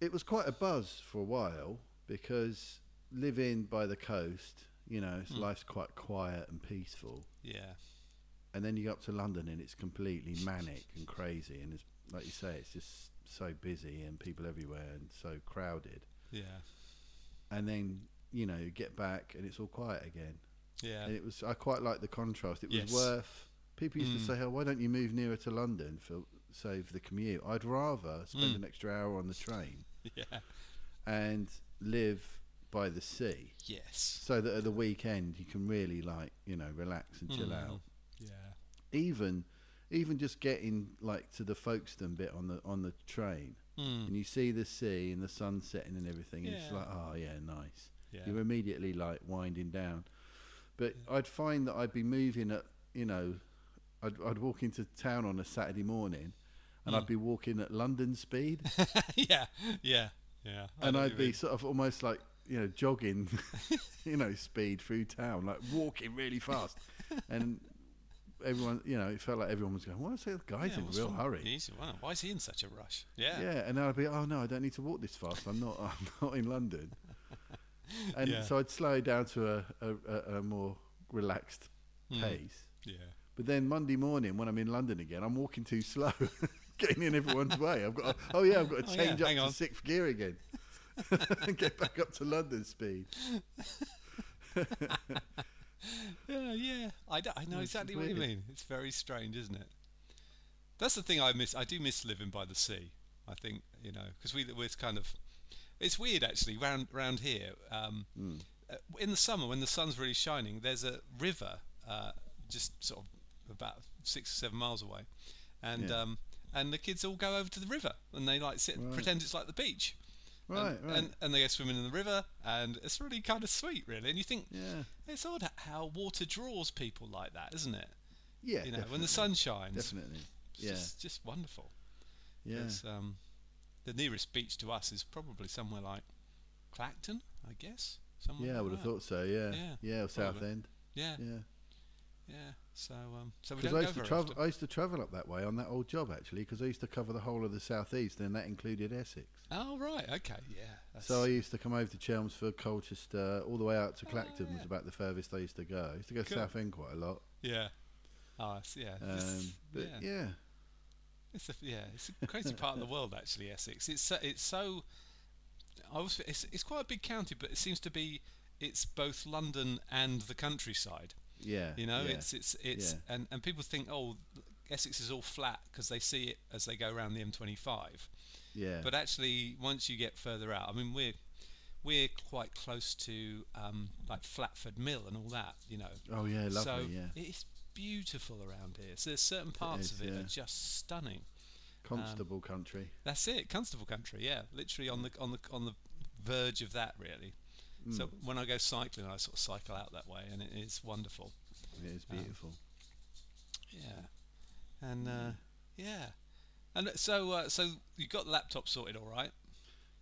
[SPEAKER 2] it was quite a buzz for a while because living by the coast, you know, it's, life's quite quiet and peaceful.
[SPEAKER 3] Yeah.
[SPEAKER 2] And then you go up to London and it's completely manic and crazy. And it's like you say, it's just so busy and people everywhere and so crowded.
[SPEAKER 3] Yeah.
[SPEAKER 2] And then you know you get back and it's all quiet again.
[SPEAKER 3] Yeah.
[SPEAKER 2] And it was I quite like the contrast. It was
[SPEAKER 3] Yes. Mm.
[SPEAKER 2] worth. People used to say, "Oh, why don't you move nearer to London for save the commute?" I'd rather
[SPEAKER 3] Mm.
[SPEAKER 2] spend an extra hour on the train
[SPEAKER 3] Yeah.
[SPEAKER 2] and live by the sea,
[SPEAKER 3] Yes.
[SPEAKER 2] so that at the weekend you can really like you know relax and chill
[SPEAKER 3] Mm.
[SPEAKER 2] out.
[SPEAKER 3] Yeah.
[SPEAKER 2] Even even just getting like to the Folkestone bit on the on the train, and you see the sea and the sun setting and everything. And it's
[SPEAKER 3] Hmm. Yeah.
[SPEAKER 2] like, oh yeah, nice
[SPEAKER 3] Yeah.
[SPEAKER 2] you're immediately like winding down. But I'd find that I'd be moving at you know, I'd I'd walk into town on a Saturday morning, and
[SPEAKER 3] Hmm.
[SPEAKER 2] I'd be walking at London speed,
[SPEAKER 3] yeah. Yeah. Yeah. I
[SPEAKER 2] and
[SPEAKER 3] know
[SPEAKER 2] I'd
[SPEAKER 3] you
[SPEAKER 2] be
[SPEAKER 3] mean.
[SPEAKER 2] sort of almost like you know jogging, you know, speed through town, like walking really fast, and everyone you know it felt like everyone was going, why is that guy's
[SPEAKER 3] Yeah,
[SPEAKER 2] in a
[SPEAKER 3] what's
[SPEAKER 2] real
[SPEAKER 3] wrong?
[SPEAKER 2] hurry?
[SPEAKER 3] He's, wow, why is he in such a rush? Yeah.
[SPEAKER 2] Yeah, and I'd be, oh no, I don't need to walk this fast. I'm not, I'm not in London. And
[SPEAKER 3] Yeah.
[SPEAKER 2] so I'd slow down to a, a, a, a more relaxed
[SPEAKER 3] Hmm.
[SPEAKER 2] pace.
[SPEAKER 3] Yeah.
[SPEAKER 2] But then Monday morning, when I'm in London again, I'm walking too slow, getting in everyone's way. I've got, to, oh yeah, I've got
[SPEAKER 3] Oh,
[SPEAKER 2] to
[SPEAKER 3] yeah,
[SPEAKER 2] change
[SPEAKER 3] hang
[SPEAKER 2] up
[SPEAKER 3] on.
[SPEAKER 2] to sixth gear again and get back up to London speed.
[SPEAKER 3] Yeah. yeah. I, d- I know
[SPEAKER 2] it's
[SPEAKER 3] exactly what you
[SPEAKER 2] weird.
[SPEAKER 3] mean. It's very strange, isn't it? That's the thing I miss. I do miss living by the sea. I think you know because we we're kind of it's weird actually round round here. Um,
[SPEAKER 2] Hmm.
[SPEAKER 3] uh, in the summer when the sun's really shining, there's a river uh, just sort of about six or seven miles away, and
[SPEAKER 2] Yeah.
[SPEAKER 3] um, and the kids all go over to the river and they like sit and pretend it's like the beach.
[SPEAKER 2] Right,
[SPEAKER 3] and,
[SPEAKER 2] right.
[SPEAKER 3] And, and they go swimming in the river, and it's really kind of sweet, really. And you think,
[SPEAKER 2] Yeah.
[SPEAKER 3] it's odd h- how water draws people like that, isn't it?
[SPEAKER 2] Yeah,
[SPEAKER 3] you know,
[SPEAKER 2] definitely,
[SPEAKER 3] when the sun shines,
[SPEAKER 2] definitely.
[SPEAKER 3] it's
[SPEAKER 2] Yeah,
[SPEAKER 3] just, just wonderful.
[SPEAKER 2] yeah.
[SPEAKER 3] It's, um, the nearest beach to us is probably somewhere like Clacton, I guess. Somewhere
[SPEAKER 2] Yeah, I
[SPEAKER 3] like
[SPEAKER 2] would have
[SPEAKER 3] that.
[SPEAKER 2] thought so. Yeah,
[SPEAKER 3] oh, Yeah,
[SPEAKER 2] yeah, or South
[SPEAKER 3] probably.
[SPEAKER 2] End.
[SPEAKER 3] Yeah, yeah.
[SPEAKER 2] Yeah.
[SPEAKER 3] So, um, so we
[SPEAKER 2] Because I
[SPEAKER 3] don't go
[SPEAKER 2] used to
[SPEAKER 3] very
[SPEAKER 2] travel,
[SPEAKER 3] often.
[SPEAKER 2] I used to travel up that way on that old job actually, because I used to cover the whole of the southeast, and that included Essex.
[SPEAKER 3] Oh right, okay, yeah.
[SPEAKER 2] So I
[SPEAKER 3] that's-
[SPEAKER 2] used to come over to Chelmsford, Colchester, all the way out to
[SPEAKER 3] Oh,
[SPEAKER 2] Clacton
[SPEAKER 3] yeah.
[SPEAKER 2] was about the furthest I used to go. I used to go
[SPEAKER 3] Cool.
[SPEAKER 2] South End quite a lot,
[SPEAKER 3] yeah. Oh, it's- yeah.
[SPEAKER 2] um,
[SPEAKER 3] it's,
[SPEAKER 2] but
[SPEAKER 3] yeah.
[SPEAKER 2] yeah.
[SPEAKER 3] It's a, yeah, it's a crazy part of the world actually, Essex. It's so, it's so I was it's, it's quite a big county, but it seems to be it's both London and the countryside.
[SPEAKER 2] yeah,
[SPEAKER 3] You know,
[SPEAKER 2] yeah.
[SPEAKER 3] it's it's it's
[SPEAKER 2] yeah.
[SPEAKER 3] and and people think oh Essex is all flat because they see it as they go around the M25.
[SPEAKER 2] Yeah.
[SPEAKER 3] But actually, once you get further out, I mean, we're we're quite close to um, like Flatford Mill and all that, you know.
[SPEAKER 2] oh yeah, lovely.
[SPEAKER 3] uh, so um,
[SPEAKER 2] yeah.
[SPEAKER 3] it's beautiful around here. So there's certain parts
[SPEAKER 2] is,
[SPEAKER 3] of it
[SPEAKER 2] yeah.
[SPEAKER 3] are just stunning.
[SPEAKER 2] Constable country.
[SPEAKER 3] That's it, Constable Country. Yeah, literally on the on the on the verge of that, really.
[SPEAKER 2] Mm.
[SPEAKER 3] So when I go cycling, I sort of cycle out that way, and it is wonderful.
[SPEAKER 2] It is
[SPEAKER 3] um,
[SPEAKER 2] beautiful.
[SPEAKER 3] Yeah, and
[SPEAKER 2] Mm.
[SPEAKER 3] uh, yeah, and so uh, so you got the laptop sorted, all right?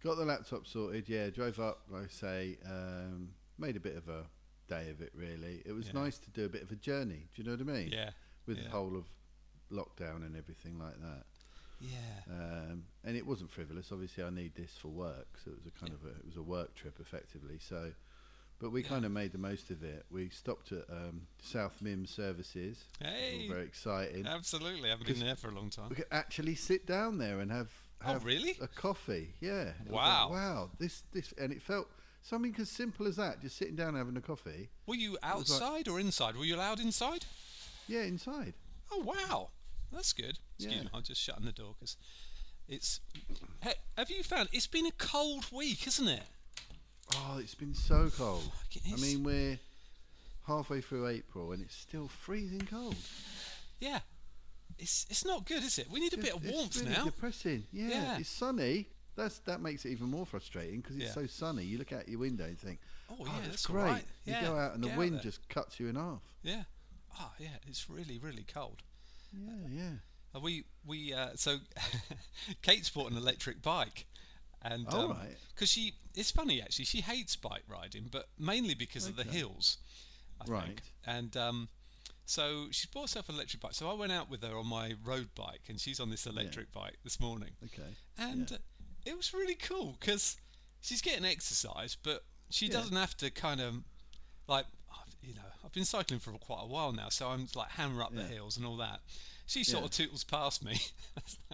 [SPEAKER 2] Got the laptop sorted. Yeah, drove up. Like I say, um, made a bit of a day of it. Really, it was
[SPEAKER 3] Yeah.
[SPEAKER 2] nice to do a bit of a journey. Do you know what I mean?
[SPEAKER 3] Yeah,
[SPEAKER 2] With
[SPEAKER 3] yeah.
[SPEAKER 2] the whole of lockdown and everything like that.
[SPEAKER 3] yeah,
[SPEAKER 2] Um, and it wasn't frivolous. Obviously, I need this for work, so it was a kind of a, it was a work trip effectively. So, but we kind of made the most of it. We stopped at um, South Mim Services. which was all
[SPEAKER 3] Hey.
[SPEAKER 2] very exciting.
[SPEAKER 3] absolutely. I haven't been there for a long time.
[SPEAKER 2] we could actually sit down there and have,
[SPEAKER 3] Oh,
[SPEAKER 2] have
[SPEAKER 3] really?
[SPEAKER 2] a coffee. Yeah. It was like,
[SPEAKER 3] Wow.
[SPEAKER 2] wow. This this and it felt something as simple as that. Just sitting down and having a coffee.
[SPEAKER 3] Were you
[SPEAKER 2] was like-
[SPEAKER 3] outside or inside? Were you allowed inside?
[SPEAKER 2] Yeah, inside.
[SPEAKER 3] Oh wow, that's good. Excuse
[SPEAKER 2] Yeah.
[SPEAKER 3] me, I'm just shutting the door because it's. Hey, have you found it's been a cold week, isn't it?
[SPEAKER 2] Oh, it's been so cold.
[SPEAKER 3] Fuck, it
[SPEAKER 2] I
[SPEAKER 3] is.
[SPEAKER 2] mean, we're halfway through April and it's still freezing cold.
[SPEAKER 3] Yeah, it's it's not good, is it? We need a bit of
[SPEAKER 2] It's
[SPEAKER 3] warmth
[SPEAKER 2] really
[SPEAKER 3] now.
[SPEAKER 2] Depressing. Yeah,
[SPEAKER 3] Yeah.
[SPEAKER 2] It's sunny. That's that makes it even more frustrating because it's
[SPEAKER 3] Yeah.
[SPEAKER 2] so sunny. You look out your window and think,
[SPEAKER 3] Oh,
[SPEAKER 2] "Oh,
[SPEAKER 3] yeah,
[SPEAKER 2] that's,
[SPEAKER 3] that's all
[SPEAKER 2] great."
[SPEAKER 3] right.
[SPEAKER 2] You
[SPEAKER 3] Yeah,
[SPEAKER 2] go out and the
[SPEAKER 3] get out
[SPEAKER 2] wind
[SPEAKER 3] there.
[SPEAKER 2] just cuts you in half.
[SPEAKER 3] yeah. Oh yeah, it's really really cold.
[SPEAKER 2] Yeah, yeah.
[SPEAKER 3] Uh, we we uh, so Kate's bought an electric bike, and because
[SPEAKER 2] All right.
[SPEAKER 3] she it's funny actually she hates bike riding, but mainly because of the hills, I think.
[SPEAKER 2] Right.
[SPEAKER 3] And um, so she's bought herself an electric bike. So I went out with her on my road bike, and she's on this electric bike this morning,
[SPEAKER 2] Okay.
[SPEAKER 3] and uh it was really cool because she's getting exercise, but she doesn't have to kind of like I've- you know I've been cycling for quite a while now, so I'm like hammer up the
[SPEAKER 2] Yeah.
[SPEAKER 3] hills and all that. She sort
[SPEAKER 2] Yeah.
[SPEAKER 3] of tootles past me.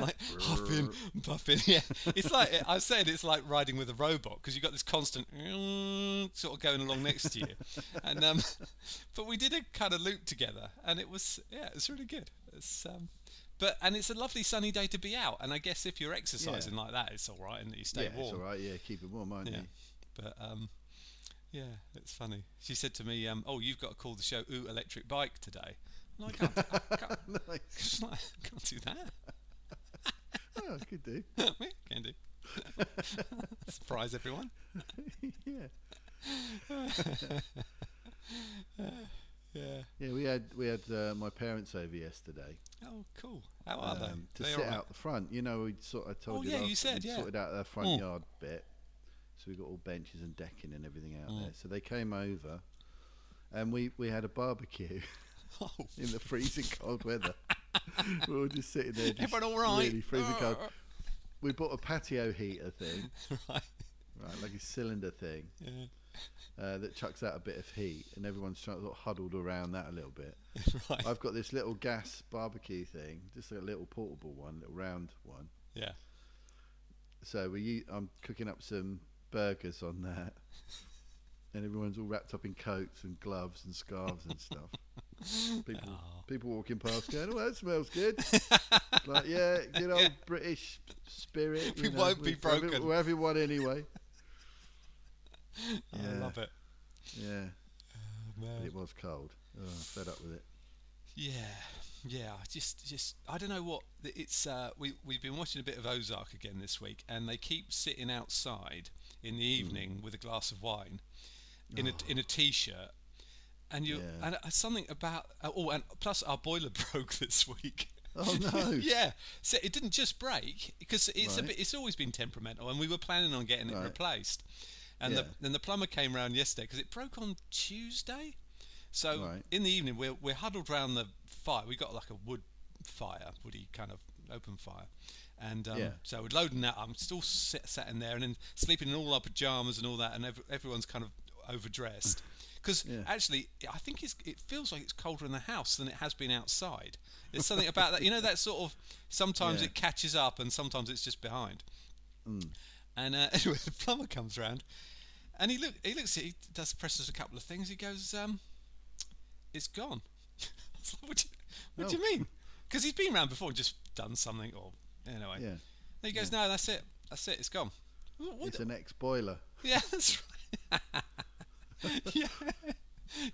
[SPEAKER 3] like huffing, puffing. Yeah, it's like I said, it's like riding with a robot because you've got this constant sort of going along next to you. And um, but we did a kind of loop together, and it was yeah, it was really good. It's um, but and it's a lovely sunny day to be out. And I guess if you're exercising like that, it's all right, and you stay
[SPEAKER 2] yeah,
[SPEAKER 3] warm.
[SPEAKER 2] it's all right. Yeah, keep it warm, aren't
[SPEAKER 3] Yeah.
[SPEAKER 2] you?
[SPEAKER 3] But um, yeah, it's funny. She said to me, um, "Oh, you've got to call the show Ooh Electric Bike today." I'm like, I can't, I can't,
[SPEAKER 2] nice.
[SPEAKER 3] it's like, I can't do that.
[SPEAKER 2] Oh, could do.
[SPEAKER 3] Yeah, Can do. Surprise everyone.
[SPEAKER 2] yeah.
[SPEAKER 3] Yeah.
[SPEAKER 2] Yeah, we had we had uh, my parents over yesterday
[SPEAKER 3] Oh, cool. How are
[SPEAKER 2] um,
[SPEAKER 3] they?
[SPEAKER 2] to
[SPEAKER 3] They
[SPEAKER 2] sit
[SPEAKER 3] all right?
[SPEAKER 2] out the front. You know, we sort of told
[SPEAKER 3] Oh,
[SPEAKER 2] you
[SPEAKER 3] yeah,
[SPEAKER 2] last
[SPEAKER 3] you said,
[SPEAKER 2] we'd
[SPEAKER 3] yeah.
[SPEAKER 2] sorted out their front
[SPEAKER 3] Mm.
[SPEAKER 2] yard bit, so we got all benches and decking and everything out
[SPEAKER 3] Hmm.
[SPEAKER 2] there. So they came over, and we we had a barbecue
[SPEAKER 3] Oh,
[SPEAKER 2] in the freezing cold weather. we were all just sitting there, just
[SPEAKER 3] everyone all right?
[SPEAKER 2] really freezing cold.
[SPEAKER 3] Arr.
[SPEAKER 2] We bought a patio heater thing,
[SPEAKER 3] right.
[SPEAKER 2] right, like a cylinder thing.
[SPEAKER 3] Yeah.
[SPEAKER 2] uh, that chucks out a bit of heat, and everyone's trying, sort of huddled around that a little bit.
[SPEAKER 3] Right.
[SPEAKER 2] I've got this little gas barbecue thing, just a little portable one, little round one.
[SPEAKER 3] Yeah.
[SPEAKER 2] So we, u- I'm cooking up some burgers on that, and everyone's all wrapped up in coats and gloves and scarves and stuff. People, people walking past going, "Oh, that smells good." It's like, yeah, good old British spirit.
[SPEAKER 3] We
[SPEAKER 2] you know,
[SPEAKER 3] won't be
[SPEAKER 2] we're every-
[SPEAKER 3] broken.
[SPEAKER 2] We're everyone anyway.
[SPEAKER 3] I
[SPEAKER 2] Yeah.
[SPEAKER 3] love it. uh,
[SPEAKER 2] Yeah, but
[SPEAKER 3] Man.
[SPEAKER 2] it was cold. Oh, fed up with it.
[SPEAKER 3] Yeah. Yeah. I Just, just, I don't know what it's. Uh, we we've been watching a bit of Ozark again this week, and they keep sitting outside in the evening with a glass of wine, in a in a t-shirt, and you
[SPEAKER 2] Yeah.
[SPEAKER 3] and uh, something about oh, and plus our boiler broke this week.
[SPEAKER 2] Oh no!
[SPEAKER 3] yeah, so it didn't just break because it's a
[SPEAKER 2] Right.
[SPEAKER 3] bit. It's always been temperamental, and we were planning on getting it
[SPEAKER 2] Right.
[SPEAKER 3] replaced. And
[SPEAKER 2] Yeah.
[SPEAKER 3] the and the plumber came round yesterday because it broke on Tuesday. So
[SPEAKER 2] Right.
[SPEAKER 3] in the evening, we're we're huddled round the fire. We got like a wood fire, woody kind of open fire, and um,
[SPEAKER 2] Yeah.
[SPEAKER 3] so we're loading that. I'm still sit, sat in there and then sleeping in all our pajamas and all that, and ev- everyone's kind of overdressed. Because
[SPEAKER 2] Yeah.
[SPEAKER 3] actually, I think it's, it feels like it's colder in the house than it has been outside. There's something about that. You know, that sort of sometimes
[SPEAKER 2] Yeah. Mm.
[SPEAKER 3] it catches up and sometimes it's just behind. And uh, anyway, the plumber comes round and he look he looks at he does presses a couple of things. He goes, um, "It's gone." I was like, what, do you, What do you
[SPEAKER 2] Oh.
[SPEAKER 3] mean? Because he's been round before, and just done something, or anyway.
[SPEAKER 2] Yeah,
[SPEAKER 3] He goes, no, that's it. That's it. It's gone. What, what
[SPEAKER 2] it's an ex boiler.
[SPEAKER 3] Yeah, that's right. yeah.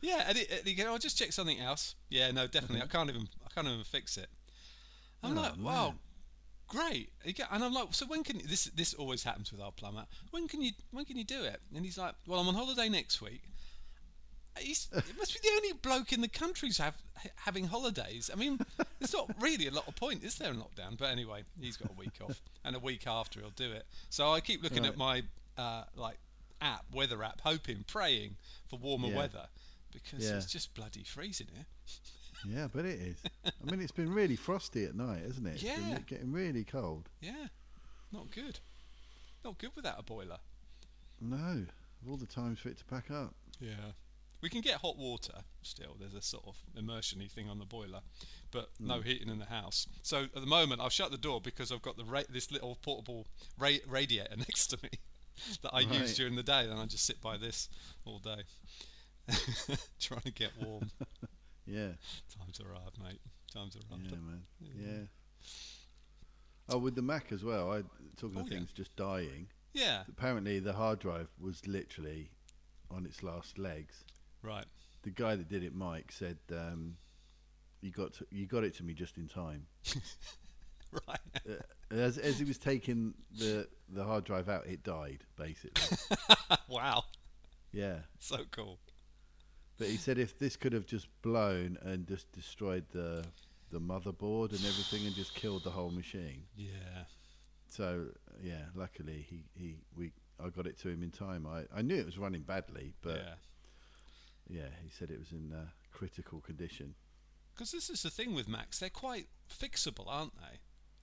[SPEAKER 3] Yeah, and, it, and you go, I'll just check something else. Yeah, no, definitely. I can't even I can't even fix it. I'm
[SPEAKER 2] Mm-hmm. Oh,
[SPEAKER 3] like, wow,
[SPEAKER 2] man.
[SPEAKER 3] great. You go- And I'm like, so when can this this always happens with our plumber? When can you when can you do it? And he's like, well, I'm on holiday next week. He's, it must be the only bloke in the country who's have, ha- having holidays. I mean, there's not really a lot of point, is there, in lockdown? But anyway, he's got a week off, and a week after he'll do it. So I keep looking at my uh, like app, weather app, hoping, praying for warmer
[SPEAKER 2] Yeah.
[SPEAKER 3] weather because
[SPEAKER 2] Yeah.
[SPEAKER 3] it's just bloody freezing here.
[SPEAKER 2] Yeah, but it is. I mean, it's been really frosty at night, isn't it? It's been
[SPEAKER 3] Yeah.
[SPEAKER 2] re- getting really cold.
[SPEAKER 3] Yeah, not good. Not good without a boiler.
[SPEAKER 2] No, of all the times for it to pack up.
[SPEAKER 3] Yeah. We can get hot water still. There's a sort of immersiony thing on the boiler, but no heating in the house. So at the moment, I've shut the door because I've got the ra- this little portable ra- radiator next to me that I use
[SPEAKER 2] Right.
[SPEAKER 3] during the day, and I just sit by this all day, trying to get warm.
[SPEAKER 2] Yeah,
[SPEAKER 3] Times are hard, mate. Times are hard.
[SPEAKER 2] yeah, man. Yeah. Oh, with the Mac as well. I talking
[SPEAKER 3] Oh,
[SPEAKER 2] of
[SPEAKER 3] yeah.
[SPEAKER 2] things just dying.
[SPEAKER 3] yeah.
[SPEAKER 2] Apparently, the hard drive was literally on its last legs.
[SPEAKER 3] Right.
[SPEAKER 2] the guy that did it, Mike, said um, you got to, you got it to me just in time.
[SPEAKER 3] Right.
[SPEAKER 2] Uh, as, as he was taking the the hard drive out, it died basically.
[SPEAKER 3] wow.
[SPEAKER 2] yeah,
[SPEAKER 3] So cool.
[SPEAKER 2] but he said if this could have just blown and just destroyed the the motherboard and everything and just killed the whole machine.
[SPEAKER 3] Yeah.
[SPEAKER 2] So yeah, luckily he, he we I got it to him in time. I, I knew it was running badly, but
[SPEAKER 3] yeah.
[SPEAKER 2] yeah, he said it was in uh, critical condition.
[SPEAKER 3] Because this is the thing with Macs, they're quite fixable, aren't they?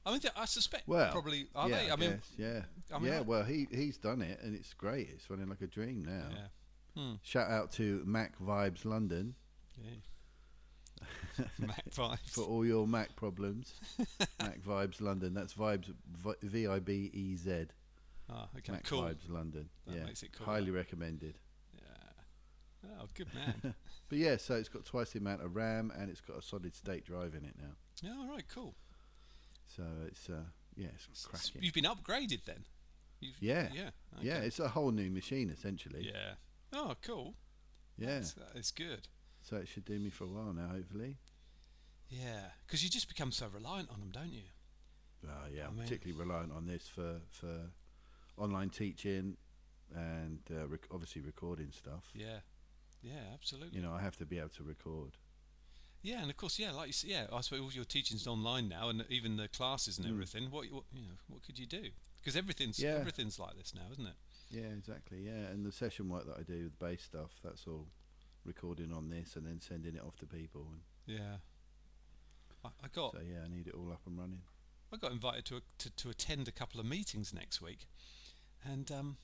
[SPEAKER 3] I mean, they- I suspect
[SPEAKER 2] Well,
[SPEAKER 3] probably are
[SPEAKER 2] yeah,
[SPEAKER 3] they?
[SPEAKER 2] I
[SPEAKER 3] I mean,
[SPEAKER 2] guess, yeah,
[SPEAKER 3] I mean,
[SPEAKER 2] yeah.
[SPEAKER 3] I-
[SPEAKER 2] Well, he he's done it, and it's great. It's running like a dream now.
[SPEAKER 3] yeah,
[SPEAKER 2] Shout out to Mac Vibes London
[SPEAKER 3] yeah. Mac vibes.
[SPEAKER 2] for all your Mac problems. Mac Vibes London. That's Vibes V- V I B E Z.
[SPEAKER 3] Ah, okay,
[SPEAKER 2] Mac
[SPEAKER 3] cool.
[SPEAKER 2] Vibes London.
[SPEAKER 3] That
[SPEAKER 2] yeah,
[SPEAKER 3] makes it cool.
[SPEAKER 2] highly recommended.
[SPEAKER 3] Yeah. Oh, good man.
[SPEAKER 2] But yeah, so it's got twice the amount of RAM, and it's got a solid state drive in it now.
[SPEAKER 3] yeah, all right, cool.
[SPEAKER 2] So it's uh, yeah, it's
[SPEAKER 3] S-
[SPEAKER 2] cracking.
[SPEAKER 3] You've been upgraded then. You've,
[SPEAKER 2] Yeah,
[SPEAKER 3] Yeah.
[SPEAKER 2] yeah.
[SPEAKER 3] okay.
[SPEAKER 2] It's a whole new machine essentially.
[SPEAKER 3] Yeah. Oh, cool.
[SPEAKER 2] yeah.
[SPEAKER 3] That's, that is good.
[SPEAKER 2] So it should do me for a while now, hopefully.
[SPEAKER 3] Yeah, because you just become so reliant on them, don't you?
[SPEAKER 2] Uh, yeah,
[SPEAKER 3] I
[SPEAKER 2] I'm
[SPEAKER 3] mean-
[SPEAKER 2] particularly reliant on this for, for online teaching and uh, rec- obviously recording stuff.
[SPEAKER 3] Yeah. Yeah, absolutely.
[SPEAKER 2] You know, I have to be able to record.
[SPEAKER 3] Yeah, and of course, yeah, like you s yeah, I suppose all your teaching's online now, and even the classes and everything. What, what you know, what could you do? Because everything's
[SPEAKER 2] Hmm. Yeah.
[SPEAKER 3] everything's like this now, isn't it?
[SPEAKER 2] Yeah, exactly. Yeah, and the session work that I do with bass stuff, that's all recording on this and then sending it off to people. And
[SPEAKER 3] Yeah. I, I got
[SPEAKER 2] So yeah, I need it all up and running.
[SPEAKER 3] I got invited to, a, to to attend a couple of meetings next week, and um,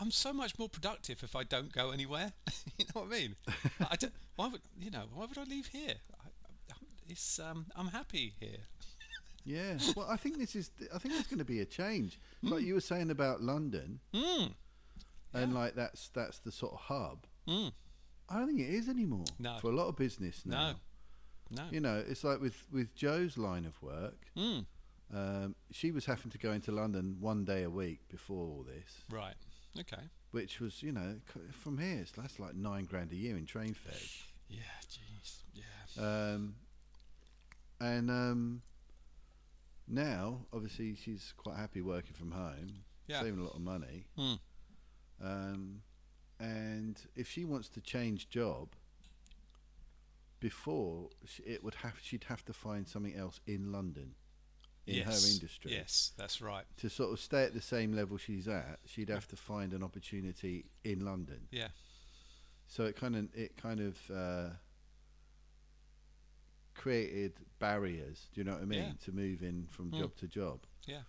[SPEAKER 3] I'm so much more productive if I don't go anywhere. you know what I mean? I I don't, why would you know? Why would I leave here? I, I, it's um, I'm happy here.
[SPEAKER 2] Yeah. well, I think this is. Th- I think there's going to be a change.
[SPEAKER 3] Hmm.
[SPEAKER 2] Like you were saying about London,
[SPEAKER 3] Mm.
[SPEAKER 2] and like that's that's the sort of hub.
[SPEAKER 3] Mm.
[SPEAKER 2] I don't think it is anymore
[SPEAKER 3] No.
[SPEAKER 2] for a lot of business now.
[SPEAKER 3] No. No.
[SPEAKER 2] you know, it's like with with Joe's line of work.
[SPEAKER 3] Mm.
[SPEAKER 2] Um, she was having to go into London one day a week before all this,
[SPEAKER 3] Right. Okay.
[SPEAKER 2] which was, you know, c- from here it's, that's like nine grand a year in train fares.
[SPEAKER 3] Yeah. Jeez. Yeah.
[SPEAKER 2] Um, and um, now, obviously, she's quite happy working from home,
[SPEAKER 3] Yeah.
[SPEAKER 2] saving a lot of money.
[SPEAKER 3] Hmm.
[SPEAKER 2] Um, and if she wants to change job, before sh- it would have, she'd have to find something else in London, in her industry.
[SPEAKER 3] Yes, that's right.
[SPEAKER 2] to sort of stay at the same level she's at, she'd have to find an opportunity in London.
[SPEAKER 3] Yeah,
[SPEAKER 2] So it kind of it kind of uh, created barriers. Do you know what I mean?
[SPEAKER 3] Yeah.
[SPEAKER 2] To moving from
[SPEAKER 3] Mm.
[SPEAKER 2] job to job.
[SPEAKER 3] yeah,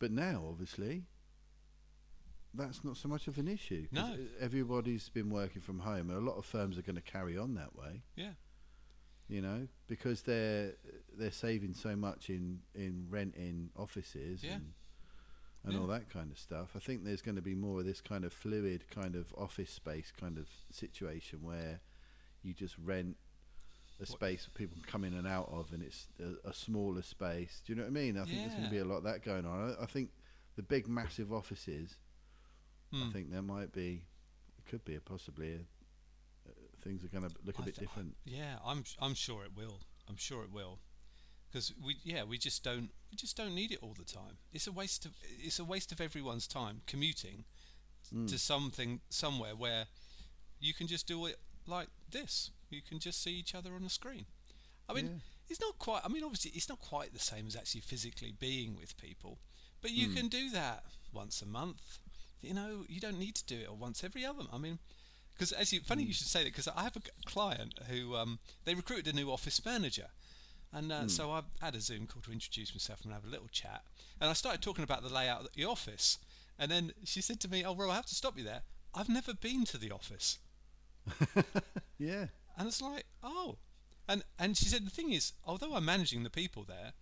[SPEAKER 2] But now, obviously, that's not so much of an issue. 'cause
[SPEAKER 3] No.
[SPEAKER 2] everybody's been working from home, and a lot of firms are going to carry on that way.
[SPEAKER 3] yeah,
[SPEAKER 2] You know, because they're they're saving so much in in rent in offices
[SPEAKER 3] Yeah.
[SPEAKER 2] and and
[SPEAKER 3] Yeah.
[SPEAKER 2] all that kind of stuff. I think there's going to be more of this kind of fluid kind of office space kind of situation where you just rent a space people can come in and out of, and it's a, a smaller space. Do you know what I mean? I think there's going
[SPEAKER 3] Yeah.
[SPEAKER 2] to be a lot of that going on. I, I think the big, massive offices. I
[SPEAKER 3] Mm.
[SPEAKER 2] think there might be, it could be a possibly. A, uh, things are going to look a
[SPEAKER 3] I
[SPEAKER 2] bit
[SPEAKER 3] th- I-
[SPEAKER 2] different.
[SPEAKER 3] yeah, I'm s- I'm sure it will. I'm sure it will. Because we yeah we just don't we just don't need it all the time. It's a waste of it's a waste of everyone's time commuting to something somewhere where you can just do it like this. You can just see each other on the screen. I mean,
[SPEAKER 2] Yeah.
[SPEAKER 3] it's not quite. I mean, obviously, it's not quite the same as actually physically being with people, but you can do that once a month. You know, you don't need to do it or once every other. I mean, because as you, funny you should say that because I have a c- client who um, they recruited a new office manager, and
[SPEAKER 2] Hmm.
[SPEAKER 3] uh, so I had a Zoom call to introduce myself and have a little chat, and I started talking about the layout of the office, and then she said to me, "Oh, well, I have to stop you there. I've never been to the office."
[SPEAKER 2] Yeah.
[SPEAKER 3] And it's like, oh, and and she said the thing is, although I'm managing the people there,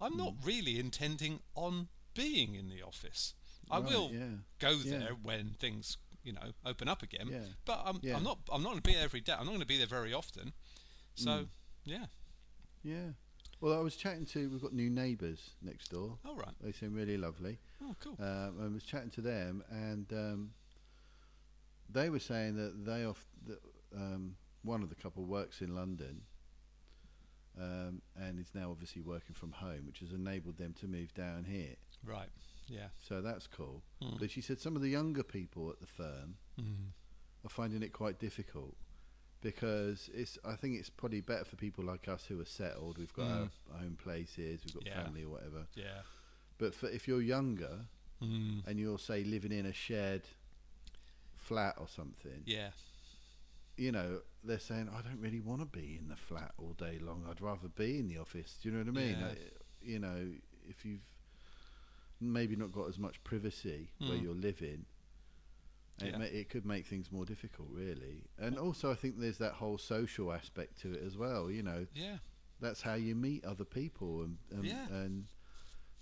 [SPEAKER 3] I'm not
[SPEAKER 2] Hmm.
[SPEAKER 3] really intending on being in the office. I
[SPEAKER 2] Right,
[SPEAKER 3] will
[SPEAKER 2] yeah,
[SPEAKER 3] go
[SPEAKER 2] yeah.
[SPEAKER 3] there when things you know open up again.
[SPEAKER 2] Yeah,
[SPEAKER 3] But I'm
[SPEAKER 2] yeah.
[SPEAKER 3] I'm not I'm not going to be there every day. I'm not going to be there very often. So
[SPEAKER 2] Hmm.
[SPEAKER 3] yeah,
[SPEAKER 2] Yeah. Well, I was chatting to. We've got new neighbours next door.
[SPEAKER 3] all right.
[SPEAKER 2] They seem really lovely.
[SPEAKER 3] Oh, cool.
[SPEAKER 2] Um, I was chatting to them, and um, they were saying that they off that, um, one of the couple works in London, um, and is now obviously working from home, which has enabled them to move down here.
[SPEAKER 3] right. Yeah.
[SPEAKER 2] So that's cool.
[SPEAKER 3] Mm.
[SPEAKER 2] But she said some of the younger people at the firm
[SPEAKER 3] Mm.
[SPEAKER 2] are finding it quite difficult because it's. I think it's probably better for people like us who are settled. We've got
[SPEAKER 3] Mm.
[SPEAKER 2] our home places, we've got
[SPEAKER 3] Yeah.
[SPEAKER 2] family or whatever.
[SPEAKER 3] Yeah.
[SPEAKER 2] But for, if you're younger,
[SPEAKER 3] Mm.
[SPEAKER 2] and you're say living in a shared flat or something,
[SPEAKER 3] Yeah.
[SPEAKER 2] you know, they're saying I don't really want to be in the flat all day long. I'd rather be in the office. Do you know what I mean?
[SPEAKER 3] Yeah.
[SPEAKER 2] Uh, you know, if you've maybe not got as much privacy where
[SPEAKER 3] Mm.
[SPEAKER 2] you're living. It,
[SPEAKER 3] Yeah.
[SPEAKER 2] ma- it could make things more difficult, really. And also, I think there's that whole social aspect to it as well. You know,
[SPEAKER 3] Yeah.
[SPEAKER 2] that's how you meet other people and and,
[SPEAKER 3] Yeah.
[SPEAKER 2] and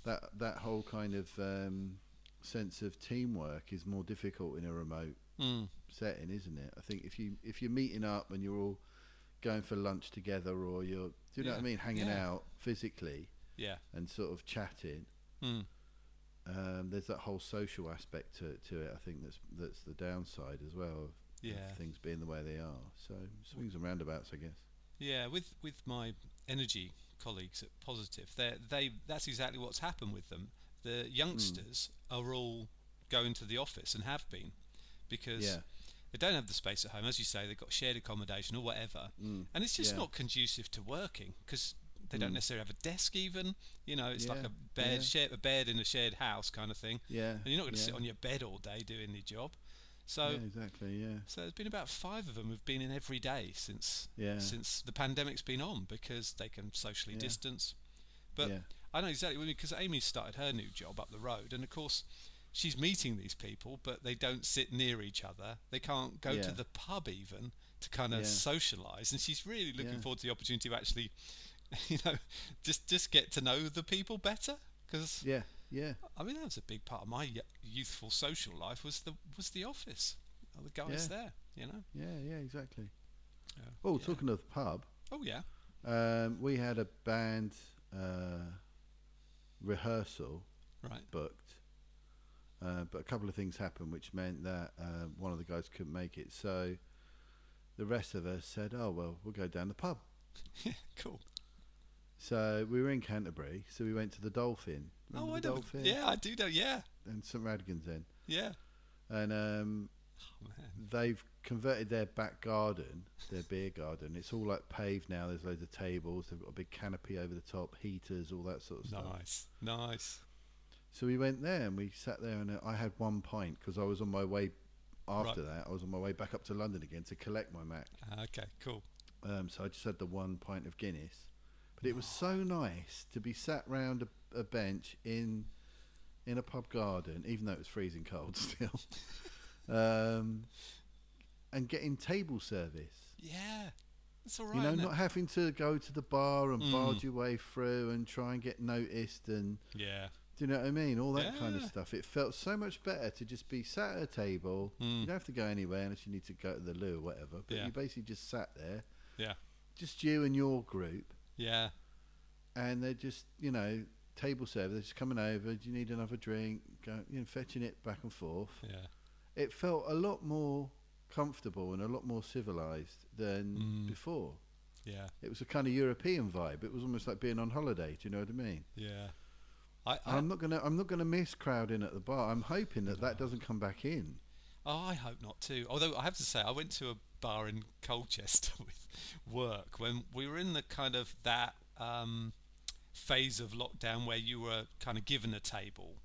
[SPEAKER 2] that that whole kind of um, sense of teamwork is more difficult in a remote
[SPEAKER 3] Mm.
[SPEAKER 2] setting, isn't it? I think if you if you're meeting up and you're all going for lunch together or you're do you know what I
[SPEAKER 3] Yeah.
[SPEAKER 2] mean hanging
[SPEAKER 3] Yeah.
[SPEAKER 2] out physically
[SPEAKER 3] Yeah.
[SPEAKER 2] and sort of chatting Hmm.
[SPEAKER 3] Mm.
[SPEAKER 2] um, there's that whole social aspect to, to it I think that's that's the downside as well of,
[SPEAKER 3] Yeah.
[SPEAKER 2] of things being the way they are so swings and roundabouts I guess
[SPEAKER 3] Yeah, with with my energy colleagues at Positive, they they that's exactly what's happened with them. The youngsters
[SPEAKER 2] Hmm.
[SPEAKER 3] are all going to the office and have been because
[SPEAKER 2] Yeah.
[SPEAKER 3] they don't have the space at home, as you say. They've got shared accommodation or whatever, and it's just
[SPEAKER 2] Hmm. yeah. Hmm.
[SPEAKER 3] not conducive to working because they don't necessarily have a desk. Even you know, it's like
[SPEAKER 2] Yeah,
[SPEAKER 3] a bed,
[SPEAKER 2] yeah.
[SPEAKER 3] share, a bed in a shared house kind of thing.
[SPEAKER 2] yeah
[SPEAKER 3] And you're not going to
[SPEAKER 2] yeah.
[SPEAKER 3] sit on your bed all day doing your job. So
[SPEAKER 2] yeah, exactly yeah
[SPEAKER 3] so there's been about five of them who've been in every day since
[SPEAKER 2] Yeah.
[SPEAKER 3] since the pandemic's been on because they can socially
[SPEAKER 2] Yeah.
[SPEAKER 3] distance. But
[SPEAKER 2] Yeah.
[SPEAKER 3] I know exactly because Amy's started her new job up the road, and of course she's meeting these people, but they don't sit near each other. They can't go
[SPEAKER 2] Yeah.
[SPEAKER 3] to the pub even to kind of
[SPEAKER 2] Yeah.
[SPEAKER 3] socialise, and she's really looking
[SPEAKER 2] Yeah.
[SPEAKER 3] forward to the opportunity to actually, you know, just just get to know the people better because.
[SPEAKER 2] yeah yeah
[SPEAKER 3] I mean, that was a big part of my y- youthful social life was the was the office, Oh, the guys
[SPEAKER 2] Yeah.
[SPEAKER 3] there, you know.
[SPEAKER 2] Yeah, yeah, exactly.
[SPEAKER 3] Yeah.
[SPEAKER 2] Oh, talking of the pub,
[SPEAKER 3] Oh yeah.
[SPEAKER 2] um, we had a band uh, rehearsal
[SPEAKER 3] Right.
[SPEAKER 2] booked, uh, but a couple of things happened, which meant that uh, one of the guys couldn't make it. So the rest of us said, "Oh well, we'll go down the pub."
[SPEAKER 3] cool.
[SPEAKER 2] So we were in Canterbury, so we went to the Dolphin. Remember
[SPEAKER 3] oh, I
[SPEAKER 2] the
[SPEAKER 3] know.
[SPEAKER 2] Dolphin?
[SPEAKER 3] Yeah, I do know. Yeah.
[SPEAKER 2] And St Radgan's End,
[SPEAKER 3] Yeah.
[SPEAKER 2] and um,
[SPEAKER 3] Oh, man.
[SPEAKER 2] they've converted their back garden, their beer garden. It's all like paved now. There's loads of tables. They've got a big canopy over the top, heaters, all that sort of stuff.
[SPEAKER 3] Nice. Nice.
[SPEAKER 2] So we went there and we sat there and uh, I had one pint because I was on my way. After that, I was on my way back up to London again to collect my Mac.
[SPEAKER 3] Ah, Okay. Cool.
[SPEAKER 2] Um, so I just had the one pint of Guinness, but it was so nice to be sat round a, a bench in in a pub garden, even though it was freezing cold still, um, and getting table service.
[SPEAKER 3] Yeah. That's all right.
[SPEAKER 2] you know,
[SPEAKER 3] isn't it?
[SPEAKER 2] not having to go to the bar and barge your way through and try and get noticed and
[SPEAKER 3] Yeah.
[SPEAKER 2] do you know what I mean? All that kind of
[SPEAKER 3] Yeah.
[SPEAKER 2] stuff. It felt so much better to just be sat at a table. You don't have to go anywhere unless you need to go to the loo or whatever. But
[SPEAKER 3] Hmm. Yeah.
[SPEAKER 2] you basically just sat there
[SPEAKER 3] Yeah.
[SPEAKER 2] just you and your group,
[SPEAKER 3] Yeah.
[SPEAKER 2] and they're just you know table service. They're just coming over. Do you need another drink? Go, you know, fetching it back and forth.
[SPEAKER 3] Yeah.
[SPEAKER 2] It felt a lot more comfortable and a lot more civilized than
[SPEAKER 3] Hmm.
[SPEAKER 2] before.
[SPEAKER 3] Yeah.
[SPEAKER 2] It was a kind of European vibe. It was almost like being on holiday. Do you know what I mean?
[SPEAKER 3] Yeah. I, I
[SPEAKER 2] I'm not gonna. I'm not gonna miss crowding at the bar. I'm hoping that that doesn't come back in.
[SPEAKER 3] Oh, I hope not too. Although I have to say, I went to a bar in Colchester with work when we were in the kind of that um, phase of lockdown where you were kind of given a table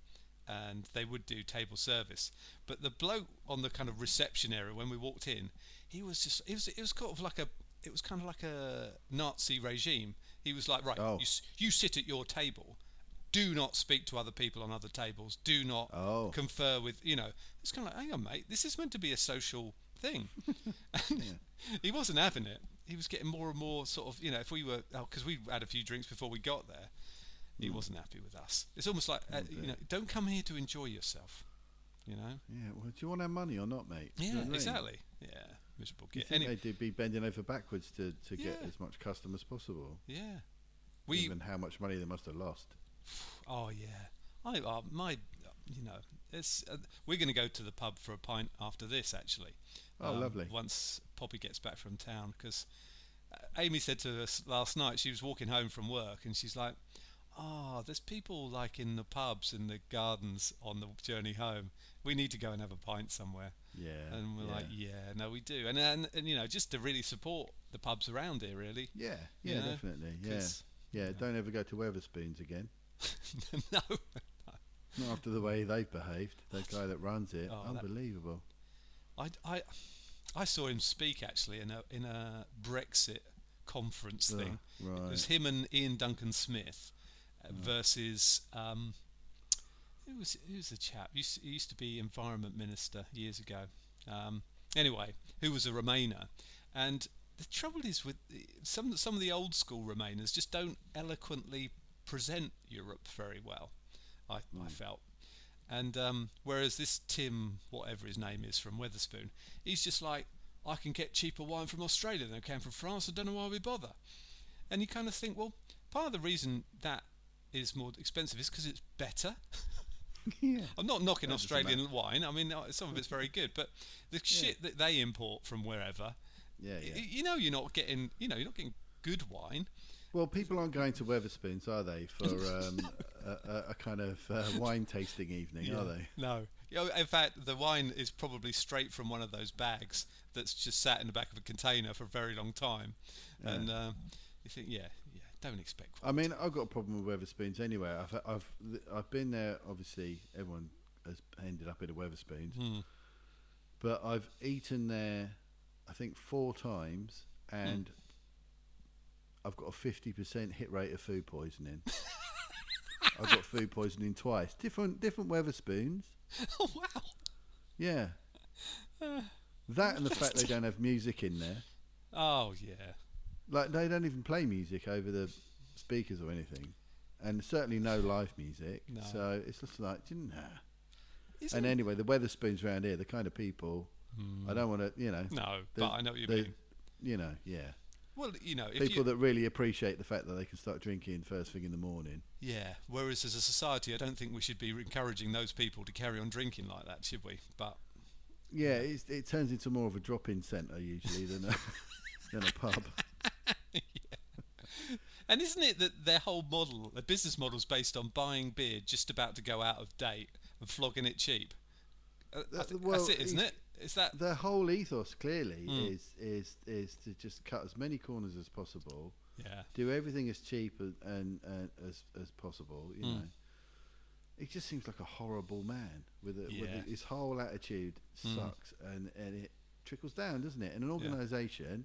[SPEAKER 3] and they would do table service. But the bloke on the kind of reception area when we walked in, he was just it was it was kind of like a it was kind of like a Nazi regime. He was like, right,
[SPEAKER 2] Oh.
[SPEAKER 3] you you, you sit at your table. Do not speak to other people on other tables. Do not
[SPEAKER 2] Oh.
[SPEAKER 3] confer with you know it's kind of like hang on mate this is meant to be a social thing And he wasn't having it he was getting more and more sort of you know if we were because we had a few drinks before we got there he
[SPEAKER 2] Mm.
[SPEAKER 3] wasn't happy with us it's almost like uh, you know don't come here to enjoy yourself you know
[SPEAKER 2] Yeah. Well, do you want our money or not, mate? Do you know
[SPEAKER 3] yeah
[SPEAKER 2] what I mean?
[SPEAKER 3] exactly yeah miserable
[SPEAKER 2] You
[SPEAKER 3] git
[SPEAKER 2] think
[SPEAKER 3] anyway
[SPEAKER 2] they'd be bending over backwards to, to get
[SPEAKER 3] Yeah.
[SPEAKER 2] as much custom as possible,
[SPEAKER 3] yeah we
[SPEAKER 2] even how much money they must have lost.
[SPEAKER 3] Oh yeah, I uh, my, you know, it's uh, we're going to go to the pub for a pint after this actually. Um,
[SPEAKER 2] Oh, lovely.
[SPEAKER 3] Once Poppy gets back from town, because Amy said to us last night she was walking home from work and she's like, "Ah, there's people like in the pubs in the gardens on the journey home. We need to go and have a pint somewhere."
[SPEAKER 2] Yeah.
[SPEAKER 3] And we're
[SPEAKER 2] yeah.
[SPEAKER 3] like, "Yeah, no, we do." And, and and you know, just to really support the pubs around here, really.
[SPEAKER 2] yeah,
[SPEAKER 3] you
[SPEAKER 2] yeah,
[SPEAKER 3] know,
[SPEAKER 2] definitely, yeah,
[SPEAKER 3] 'cause-
[SPEAKER 2] yeah. Don't ever go to Weatherspoons again.
[SPEAKER 3] no.
[SPEAKER 2] Not after the way they've behaved. That guy that runs it,
[SPEAKER 3] Oh, that-
[SPEAKER 2] unbelievable.
[SPEAKER 3] I, I, I saw him speak actually in a in a Brexit conference
[SPEAKER 2] Ah,
[SPEAKER 3] thing. It was
[SPEAKER 2] right.
[SPEAKER 3] him and Ian Duncan Smith uh, versus um, who was who was the chap? Used he used to be Environment Minister years ago. Um, anyway, who was a Remainer, and the trouble is with the- some some of the old school Remainers just don't eloquently present Europe very well. I, I felt. And um, whereas this Tim, whatever his name is from Weatherspoon, he's just like, I can get cheaper wine from Australia than I can from France. I don't know why we bother. And you kind of think, well, part of the reason that is more expensive is because it's better.
[SPEAKER 2] yeah.
[SPEAKER 3] I'm not knocking
[SPEAKER 2] That doesn't
[SPEAKER 3] Australian wine. I mean, uh, some of it's very good, but the shit that they import from wherever,
[SPEAKER 2] Yeah,
[SPEAKER 3] y-
[SPEAKER 2] yeah.
[SPEAKER 3] you know, you're not getting, you know, you're not getting good wine.
[SPEAKER 2] Well, people aren't going to Weatherspoons, are they, for um, a, a, a kind of uh, wine tasting evening, are they?
[SPEAKER 3] No. You know, in fact, the wine is probably straight from one of those bags that's just sat in the back of a container for a very long time. And um, you think, yeah, yeah, don't expect
[SPEAKER 2] I mean, I've got a problem with Weatherspoons anyway. I've I've I've been there. Obviously, everyone has ended up in a Weatherspoons, but I've eaten there, I think four times, and I've got a fifty percent hit rate of food poisoning. I've got food poisoning twice. Different different Weatherspoons.
[SPEAKER 3] Oh, wow.
[SPEAKER 2] Yeah. That and the fact they don't have music in there.
[SPEAKER 3] Oh, yeah.
[SPEAKER 2] Like they don't even play music over the speakers or anything, and certainly no live music.
[SPEAKER 3] No.
[SPEAKER 2] So it's just like, nah.
[SPEAKER 3] Isn't
[SPEAKER 2] And anyway, the Weatherspoons around here, the kind of people I don't want to, you know.
[SPEAKER 3] Hmm. No,
[SPEAKER 2] the-
[SPEAKER 3] but I know what you
[SPEAKER 2] the-
[SPEAKER 3] mean.
[SPEAKER 2] You know, yeah.
[SPEAKER 3] Well, you know, if
[SPEAKER 2] people
[SPEAKER 3] you,
[SPEAKER 2] that really appreciate the fact that they can start drinking first thing in the morning.
[SPEAKER 3] yeah. Whereas as a society, I don't think we should be encouraging those people to carry on drinking like that, should we? But
[SPEAKER 2] Yeah, it's, it turns into more of a drop-in centre usually than a than a pub.
[SPEAKER 3] And isn't it that their whole model, their business model, is based on buying beer just about to go out of date and flogging it cheap? Uh, I
[SPEAKER 2] That-
[SPEAKER 3] think
[SPEAKER 2] well,
[SPEAKER 3] that's it, isn't
[SPEAKER 2] it's-
[SPEAKER 3] it? Is that
[SPEAKER 2] The whole ethos clearly is is is to just cut as many corners as possible.
[SPEAKER 3] yeah?
[SPEAKER 2] do everything as cheap and, and, and as as possible. You know, he just seems like a horrible man with, a, with
[SPEAKER 3] Yeah.
[SPEAKER 2] his whole attitude sucks, and and it trickles down, doesn't it? In an organisation,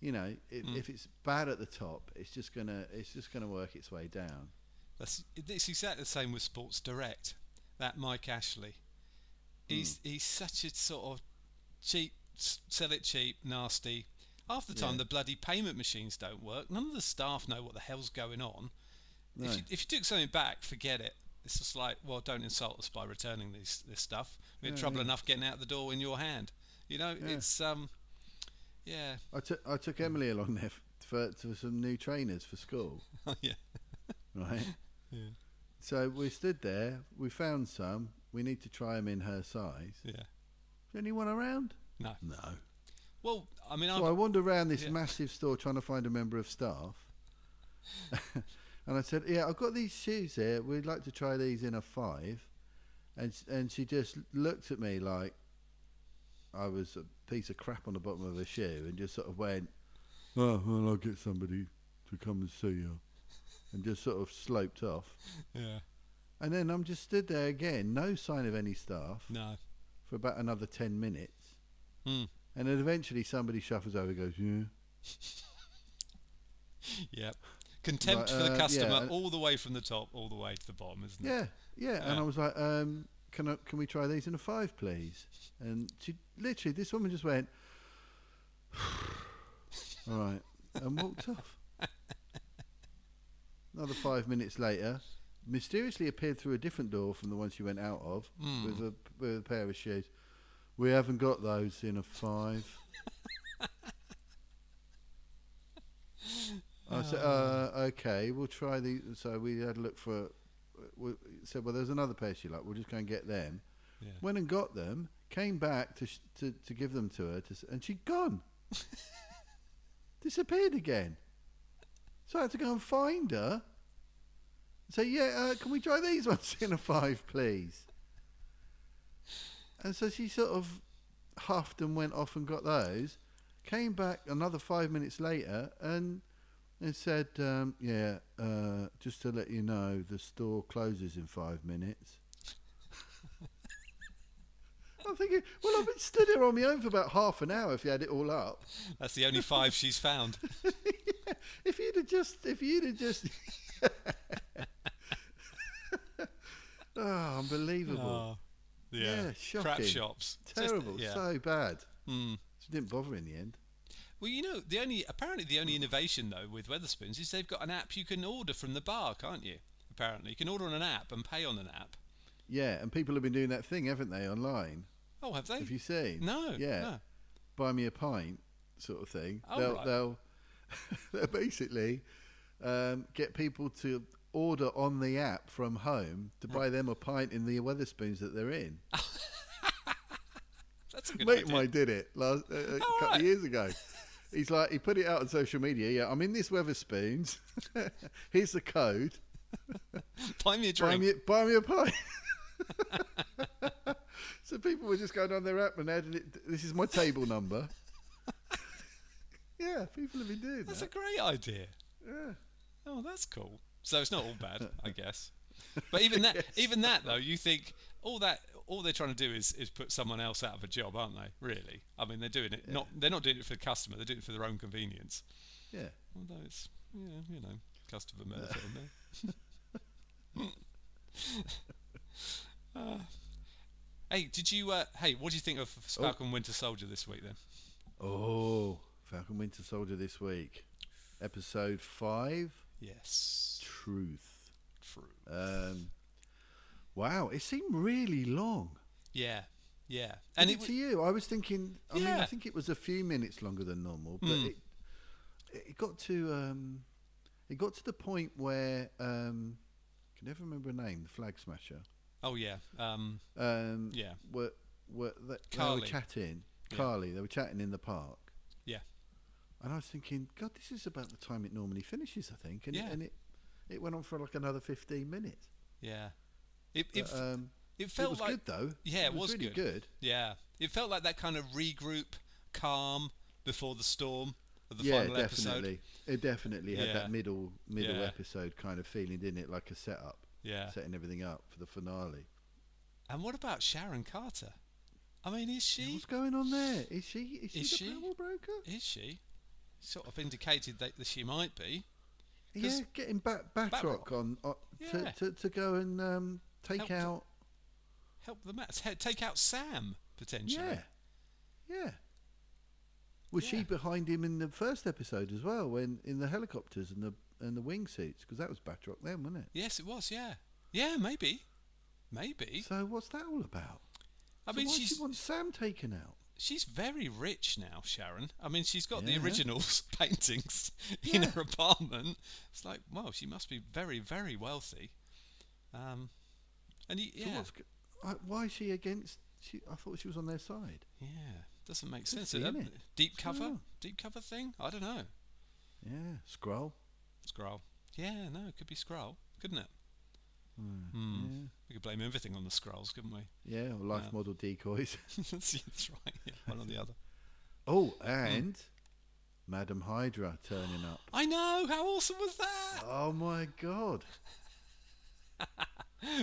[SPEAKER 2] you know, if, if it's bad at the top, it's just gonna it's just gonna work its way down.
[SPEAKER 3] That's it's exactly the same with Sports Direct. That Mike Ashley, he's
[SPEAKER 2] Hmm.
[SPEAKER 3] he's such a sort of cheap, s- sell it cheap, nasty. Half the time
[SPEAKER 2] Yeah.
[SPEAKER 3] the bloody payment machines don't work. None of the staff know what the hell's going on.
[SPEAKER 2] No.
[SPEAKER 3] If, you, if you took something back, forget it. It's just like, well, don't insult us by returning this this stuff. We had trouble enough getting out the door in your hand. You know, it's um, yeah,
[SPEAKER 2] I took I took Emily along there f- for, for some new trainers for school,
[SPEAKER 3] Oh, yeah.
[SPEAKER 2] right?
[SPEAKER 3] Yeah.
[SPEAKER 2] So we stood there. We found some. We need to try them in her size.
[SPEAKER 3] Yeah.
[SPEAKER 2] Is anyone around?
[SPEAKER 3] No.
[SPEAKER 2] No.
[SPEAKER 3] Well, I mean,
[SPEAKER 2] So I
[SPEAKER 3] I'm,
[SPEAKER 2] wander around this
[SPEAKER 3] yeah.
[SPEAKER 2] massive store trying to find a member of staff. and I said, Yeah, I've got these shoes here. We'd like to try these in a five. And, s- and she just looked at me like I was a piece of crap on the bottom of a shoe and just sort of went, Oh, well, I'll get somebody to come and see you. And just sort of sloped off.
[SPEAKER 3] yeah.
[SPEAKER 2] And then I'm just stood there again, no sign of any staff
[SPEAKER 3] No.
[SPEAKER 2] for about another 10 minutes.
[SPEAKER 3] Hmm.
[SPEAKER 2] And then eventually somebody shuffles over and goes, Yeah.
[SPEAKER 3] Yep. Contempt for
[SPEAKER 2] uh,
[SPEAKER 3] the
[SPEAKER 2] yeah,
[SPEAKER 3] customer
[SPEAKER 2] and-
[SPEAKER 3] all the way from the top, all the way to the bottom, isn't it?
[SPEAKER 2] Yeah, yeah. And
[SPEAKER 3] Yeah.
[SPEAKER 2] I was like, um, can I, can we try these in a five, please? And she literally, this woman just went, all right, and walked off. Another five minutes later, mysteriously appeared through a different door from the one she went out of
[SPEAKER 3] Hmm.
[SPEAKER 2] with, a, with a pair of shoes. We haven't got those in a five. I said,
[SPEAKER 3] Oh.
[SPEAKER 2] uh, okay, we'll try these. So we had a look for. We said, well, there's another pair she liked. We'll just go and get them.
[SPEAKER 3] Yeah.
[SPEAKER 2] Went and got them. Came back to sh- to, to give them to her, to, s- and she'd gone. Disappeared again. So I had to go and find her. and Say, yeah, uh, can we try these ones in a five, please? And so she sort of huffed and went off and got those. Came back another five minutes later and and said, um, yeah, uh, just to let you know, the store closes in five minutes. I'm thinking, well, I've been stood here on my own for about half an hour if you had it all up.
[SPEAKER 3] That's the only five she's found.
[SPEAKER 2] If you'd have just, if you'd have just. oh, unbelievable.
[SPEAKER 3] Oh, yeah.
[SPEAKER 2] Yeah,
[SPEAKER 3] Crap
[SPEAKER 2] shocking.
[SPEAKER 3] shops. Just-
[SPEAKER 2] Terrible.
[SPEAKER 3] yeah.
[SPEAKER 2] So bad.
[SPEAKER 3] Hmm.
[SPEAKER 2] She didn't bother in the end.
[SPEAKER 3] Well, you know, the only apparently the only innovation though with Weatherspoons is they've got an app you can order from the bar, can't you? Apparently, you can order on an app and pay on an app.
[SPEAKER 2] Yeah, and people have been doing that thing, haven't they, online?
[SPEAKER 3] Oh, have they?
[SPEAKER 2] Have you seen?
[SPEAKER 3] no.
[SPEAKER 2] Yeah.
[SPEAKER 3] no.
[SPEAKER 2] Buy me a pint, sort of thing.
[SPEAKER 3] Oh,
[SPEAKER 2] they'll,
[SPEAKER 3] right.
[SPEAKER 2] they'll, they'll basically um, get people to order on the app from home
[SPEAKER 3] Mm.
[SPEAKER 2] to buy them a pint in the Weatherspoons that they're in.
[SPEAKER 3] That's a good
[SPEAKER 2] Mate
[SPEAKER 3] idea. Oh,
[SPEAKER 2] of mine did it last uh, a couple
[SPEAKER 3] right.
[SPEAKER 2] of years ago. He's like, he put it out on social media. Yeah, I'm in this Weatherspoons. Here's the code.
[SPEAKER 3] Buy me a
[SPEAKER 2] Buy
[SPEAKER 3] drink.
[SPEAKER 2] me, buy me a pie. so people were just going on their app and adding it. This is my table number. yeah, people have been doing
[SPEAKER 3] That's a
[SPEAKER 2] that.
[SPEAKER 3] great idea.
[SPEAKER 2] Yeah.
[SPEAKER 3] Oh, that's cool. So it's not all bad, I guess. But even that, even that though, you think all that, all they're trying to do is is put someone else out of a job, aren't they? Really? I mean, they're doing it not they're not doing it for the customer. They're doing it for their own convenience.
[SPEAKER 2] Yeah.
[SPEAKER 3] Although it's yeah, you know, customer benefit in there. Uh, hey, did you? Uh, hey, what do you think of Falcon Winter Soldier this week then?
[SPEAKER 2] Oh, Falcon Winter Soldier this week, episode five,
[SPEAKER 3] Yes,
[SPEAKER 2] Truth.
[SPEAKER 3] true.
[SPEAKER 2] Um, wow, it seemed really long.
[SPEAKER 3] Yeah, yeah,
[SPEAKER 2] And
[SPEAKER 3] and it
[SPEAKER 2] to you, I was thinking. I mean,
[SPEAKER 3] Yeah. Hmm.
[SPEAKER 2] I think it was a few minutes longer than normal, but it it got to um, it got to the point where um, I can never remember her name, the flag smasher.
[SPEAKER 3] Oh yeah, um,
[SPEAKER 2] Um,
[SPEAKER 3] Yeah.
[SPEAKER 2] were were they, they were
[SPEAKER 3] Carly.
[SPEAKER 2] chatting?
[SPEAKER 3] Yeah.
[SPEAKER 2] Carly, they were chatting in the park,
[SPEAKER 3] yeah,
[SPEAKER 2] and I was thinking, God, this is about the time it normally finishes, I think, and,
[SPEAKER 3] Yeah.
[SPEAKER 2] it, and it it went on for like another fifteen minutes.
[SPEAKER 3] yeah. It it,
[SPEAKER 2] But, um,
[SPEAKER 3] it felt
[SPEAKER 2] it was
[SPEAKER 3] like
[SPEAKER 2] good though.
[SPEAKER 3] yeah, it was
[SPEAKER 2] really
[SPEAKER 3] good.
[SPEAKER 2] good.
[SPEAKER 3] yeah, it felt like that kind of regroup, calm before the storm of the final episode.
[SPEAKER 2] definitely. It definitely had
[SPEAKER 3] Yeah.
[SPEAKER 2] that middle middle
[SPEAKER 3] Yeah.
[SPEAKER 2] episode kind of feeling, didn't it? Like a setup,
[SPEAKER 3] Yeah,
[SPEAKER 2] setting everything up for the finale.
[SPEAKER 3] and what about Sharon Carter? I mean, is she?
[SPEAKER 2] What's going on there? Is she is she
[SPEAKER 3] Is
[SPEAKER 2] the
[SPEAKER 3] she?
[SPEAKER 2] power broker?
[SPEAKER 3] Is she? Sort of indicated that, that she might be.
[SPEAKER 2] Yeah,
[SPEAKER 3] 'Cause-
[SPEAKER 2] getting back Batroc
[SPEAKER 3] Batroc.
[SPEAKER 2] on, on
[SPEAKER 3] Yeah.
[SPEAKER 2] to, to to go and um, take
[SPEAKER 3] Help-
[SPEAKER 2] out.
[SPEAKER 3] Help the Mets he- take out Sam potentially.
[SPEAKER 2] Yeah, yeah. Was she
[SPEAKER 3] Yeah.
[SPEAKER 2] behind him in the first episode as well? When in the helicopters and the and the wingsuits, because that was Batroc then, wasn't it?
[SPEAKER 3] Yes, it was. Yeah. Yeah, maybe. Maybe.
[SPEAKER 2] So what's that all about?
[SPEAKER 3] I
[SPEAKER 2] So
[SPEAKER 3] mean,
[SPEAKER 2] why
[SPEAKER 3] she's
[SPEAKER 2] she wants Sam taken out?
[SPEAKER 3] she's very rich now, Sharon. I mean, she's got
[SPEAKER 2] Yeah.
[SPEAKER 3] the originals paintings in her apartment. It's like, wow, she must be very, very wealthy. Um, and you,
[SPEAKER 2] So
[SPEAKER 3] yeah,
[SPEAKER 2] what's, g- I, why is she against? She, I thought she was on their side.
[SPEAKER 3] yeah, doesn't make sense.
[SPEAKER 2] be,
[SPEAKER 3] Is that
[SPEAKER 2] innit?
[SPEAKER 3] deep cover,
[SPEAKER 2] Yeah.
[SPEAKER 3] deep cover thing. I don't know.
[SPEAKER 2] Yeah, scroll.
[SPEAKER 3] Scroll. Yeah, no, it could be scroll, couldn't it? Hmm. We could blame everything on the scrolls, couldn't we?
[SPEAKER 2] Yeah, yeah or life
[SPEAKER 3] Yeah.
[SPEAKER 2] model decoys.
[SPEAKER 3] that's, that's right. Yeah, one or the other.
[SPEAKER 2] Oh, and Madam Hydra turning up.
[SPEAKER 3] I know. How awesome was that?
[SPEAKER 2] Oh my god!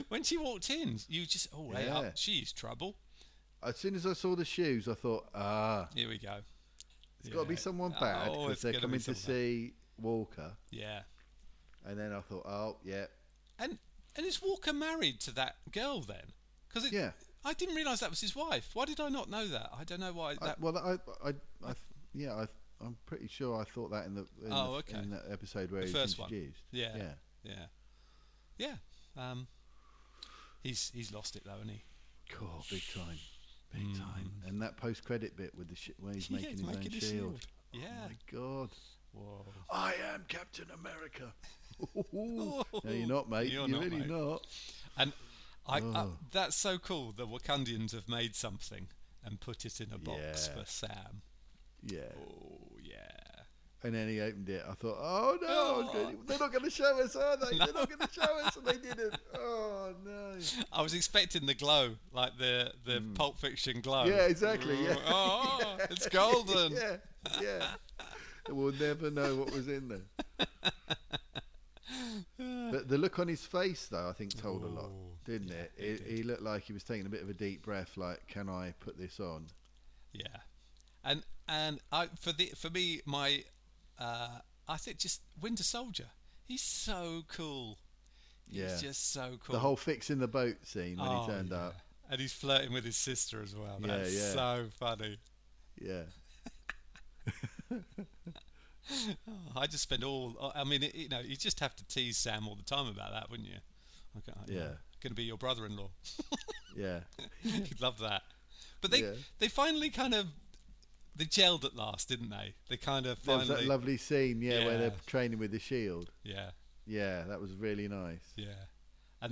[SPEAKER 3] When she walked in, you just oh, hey
[SPEAKER 2] Yeah.
[SPEAKER 3] up, she's trouble.
[SPEAKER 2] As soon as I saw the shoes, I thought, ah,
[SPEAKER 3] Here we go.
[SPEAKER 2] it's got to be
[SPEAKER 3] Yeah.
[SPEAKER 2] someone bad
[SPEAKER 3] Oh,
[SPEAKER 2] because
[SPEAKER 3] it's
[SPEAKER 2] they're
[SPEAKER 3] gotta be
[SPEAKER 2] coming to
[SPEAKER 3] someone bad.
[SPEAKER 2] see Walker.
[SPEAKER 3] Yeah,
[SPEAKER 2] And then I thought, oh yeah,
[SPEAKER 3] and and is Walker married to that girl then? Because
[SPEAKER 2] yeah.
[SPEAKER 3] I didn't realise that was his wife. Why did I not know that? I don't know why.
[SPEAKER 2] I,
[SPEAKER 3] That
[SPEAKER 2] well, I, I, I, yeah, I, I'm pretty sure I thought that in the in,
[SPEAKER 3] Oh,
[SPEAKER 2] the,
[SPEAKER 3] okay.
[SPEAKER 2] in that episode where
[SPEAKER 3] The
[SPEAKER 2] he was
[SPEAKER 3] first one.
[SPEAKER 2] introduced.
[SPEAKER 3] Yeah.
[SPEAKER 2] yeah.
[SPEAKER 3] yeah, yeah. Um, he's he's lost it though, isn't he?
[SPEAKER 2] God, big time, big time. And that post-credit bit with the sh- where he's
[SPEAKER 3] Mm. Yeah,
[SPEAKER 2] making his own
[SPEAKER 3] he's making his
[SPEAKER 2] shield.
[SPEAKER 3] shield. Yeah.
[SPEAKER 2] Oh my God.
[SPEAKER 3] Whoa.
[SPEAKER 2] I am Captain America. no, you're not, mate. You're,
[SPEAKER 3] You're not,
[SPEAKER 2] really
[SPEAKER 3] mate.
[SPEAKER 2] not.
[SPEAKER 3] And I, I,
[SPEAKER 2] Oh.
[SPEAKER 3] that's so cool. The Wakandians have made something and put it in a box
[SPEAKER 2] Yeah.
[SPEAKER 3] for Sam.
[SPEAKER 2] Yeah.
[SPEAKER 3] Oh yeah.
[SPEAKER 2] And then he opened it. I thought, oh no, I was
[SPEAKER 3] Oh.
[SPEAKER 2] going they're not going to show us, are they? They're not going to show us, and they didn't. Oh no.
[SPEAKER 3] I was expecting the glow, like the the Pulp Fiction glow.
[SPEAKER 2] Mm. Yeah, exactly. Yeah.
[SPEAKER 3] Oh, it's golden.
[SPEAKER 2] yeah, yeah. we'll never know what was in there. But the look on his face, though, I think told a lot,
[SPEAKER 3] Oh,
[SPEAKER 2] didn't it? He- He looked like he was taking a bit of a deep breath, like, "Can I put this on?"
[SPEAKER 3] Yeah, and and I for the for me my, uh, I think just Winter Soldier. He's so cool. He's
[SPEAKER 2] Yeah.
[SPEAKER 3] just so cool.
[SPEAKER 2] The whole fixing the boat scene when
[SPEAKER 3] Oh,
[SPEAKER 2] he turned
[SPEAKER 3] yeah.
[SPEAKER 2] up.
[SPEAKER 3] and he's flirting with his sister as well.
[SPEAKER 2] Yeah,
[SPEAKER 3] That's
[SPEAKER 2] yeah.
[SPEAKER 3] so funny.
[SPEAKER 2] Yeah,
[SPEAKER 3] Oh, I just spend all. I mean, it, you know, you just have to tease Sam all the time about that, wouldn't you? Okay,
[SPEAKER 2] Yeah.
[SPEAKER 3] Going to be your brother-in-law.
[SPEAKER 2] yeah,
[SPEAKER 3] You'd love that. But they
[SPEAKER 2] Yeah.
[SPEAKER 3] they finally kind of they gelled at last, didn't they? They kind of
[SPEAKER 2] there was
[SPEAKER 3] finally
[SPEAKER 2] that lovely scene, yeah, where they're
[SPEAKER 3] Yeah.
[SPEAKER 2] training with the shield.
[SPEAKER 3] Yeah,
[SPEAKER 2] Yeah, that was really nice.
[SPEAKER 3] yeah. And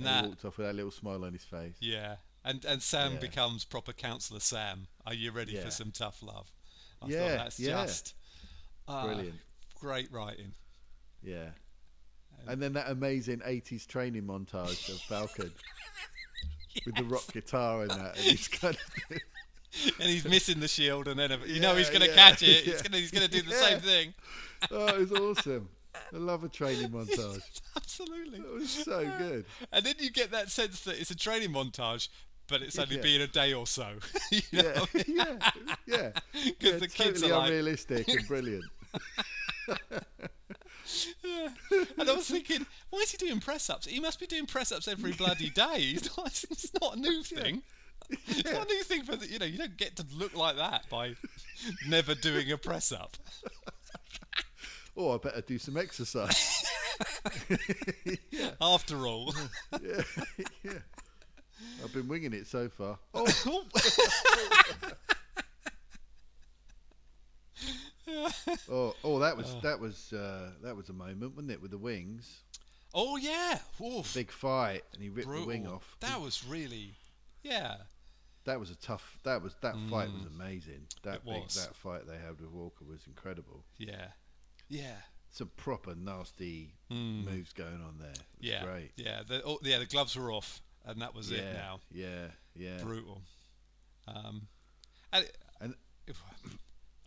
[SPEAKER 2] And he
[SPEAKER 3] that
[SPEAKER 2] walked off with that little smile on his face.
[SPEAKER 3] yeah. And and Sam
[SPEAKER 2] Yeah.
[SPEAKER 3] becomes proper counselor Sam. Are you ready
[SPEAKER 2] Yeah.
[SPEAKER 3] for some tough love? I
[SPEAKER 2] Yeah,
[SPEAKER 3] thought that's
[SPEAKER 2] yeah.
[SPEAKER 3] just ah,
[SPEAKER 2] Brilliant.
[SPEAKER 3] Great writing.
[SPEAKER 2] Yeah. And then that amazing 80s training montage of Falcon with the rock guitar and that. And he's kind of,
[SPEAKER 3] And he's missing the shield and then you know
[SPEAKER 2] Yeah,
[SPEAKER 3] he's gonna
[SPEAKER 2] yeah,
[SPEAKER 3] catch
[SPEAKER 2] yeah.
[SPEAKER 3] it. He's gonna he's gonna do the
[SPEAKER 2] Yeah.
[SPEAKER 3] same thing.
[SPEAKER 2] oh, it was awesome. I love a training montage.
[SPEAKER 3] Absolutely.
[SPEAKER 2] It was so good.
[SPEAKER 3] And then you get that sense that it's a training montage, but it's only
[SPEAKER 2] Yeah.
[SPEAKER 3] been a day or so. you know?
[SPEAKER 2] Yeah, yeah, yeah.
[SPEAKER 3] Because
[SPEAKER 2] Yeah,
[SPEAKER 3] the kids
[SPEAKER 2] totally
[SPEAKER 3] are like,
[SPEAKER 2] unrealistic and brilliant.
[SPEAKER 3] and I was thinking, why is he doing press ups? He must be doing press ups every bloody day. He's not, it's not a new thing. It's not a new thing for the, you know. You don't get to look like that by never doing a press up.
[SPEAKER 2] Oh, I better do some exercise.
[SPEAKER 3] After all,
[SPEAKER 2] Yeah, yeah. I've been winging it so far. Oh, oh, oh that was that was uh, that was a moment, wasn't it? With the wings,
[SPEAKER 3] oh yeah, Oof,
[SPEAKER 2] big fight, and he ripped
[SPEAKER 3] brutal.
[SPEAKER 2] the wing off.
[SPEAKER 3] That was really, yeah,
[SPEAKER 2] That was a tough. That was that fight was amazing. That
[SPEAKER 3] Mm. It
[SPEAKER 2] big,
[SPEAKER 3] was.
[SPEAKER 2] that fight they had with Walker was incredible.
[SPEAKER 3] yeah, yeah. Mm,
[SPEAKER 2] Some proper nasty moves going on there. It was
[SPEAKER 3] Yeah,
[SPEAKER 2] Mm. great.
[SPEAKER 3] yeah. The, oh, yeah, the gloves were off, and that was it. Now,
[SPEAKER 2] yeah, yeah.
[SPEAKER 3] brutal. Um, and it-
[SPEAKER 2] And
[SPEAKER 3] it-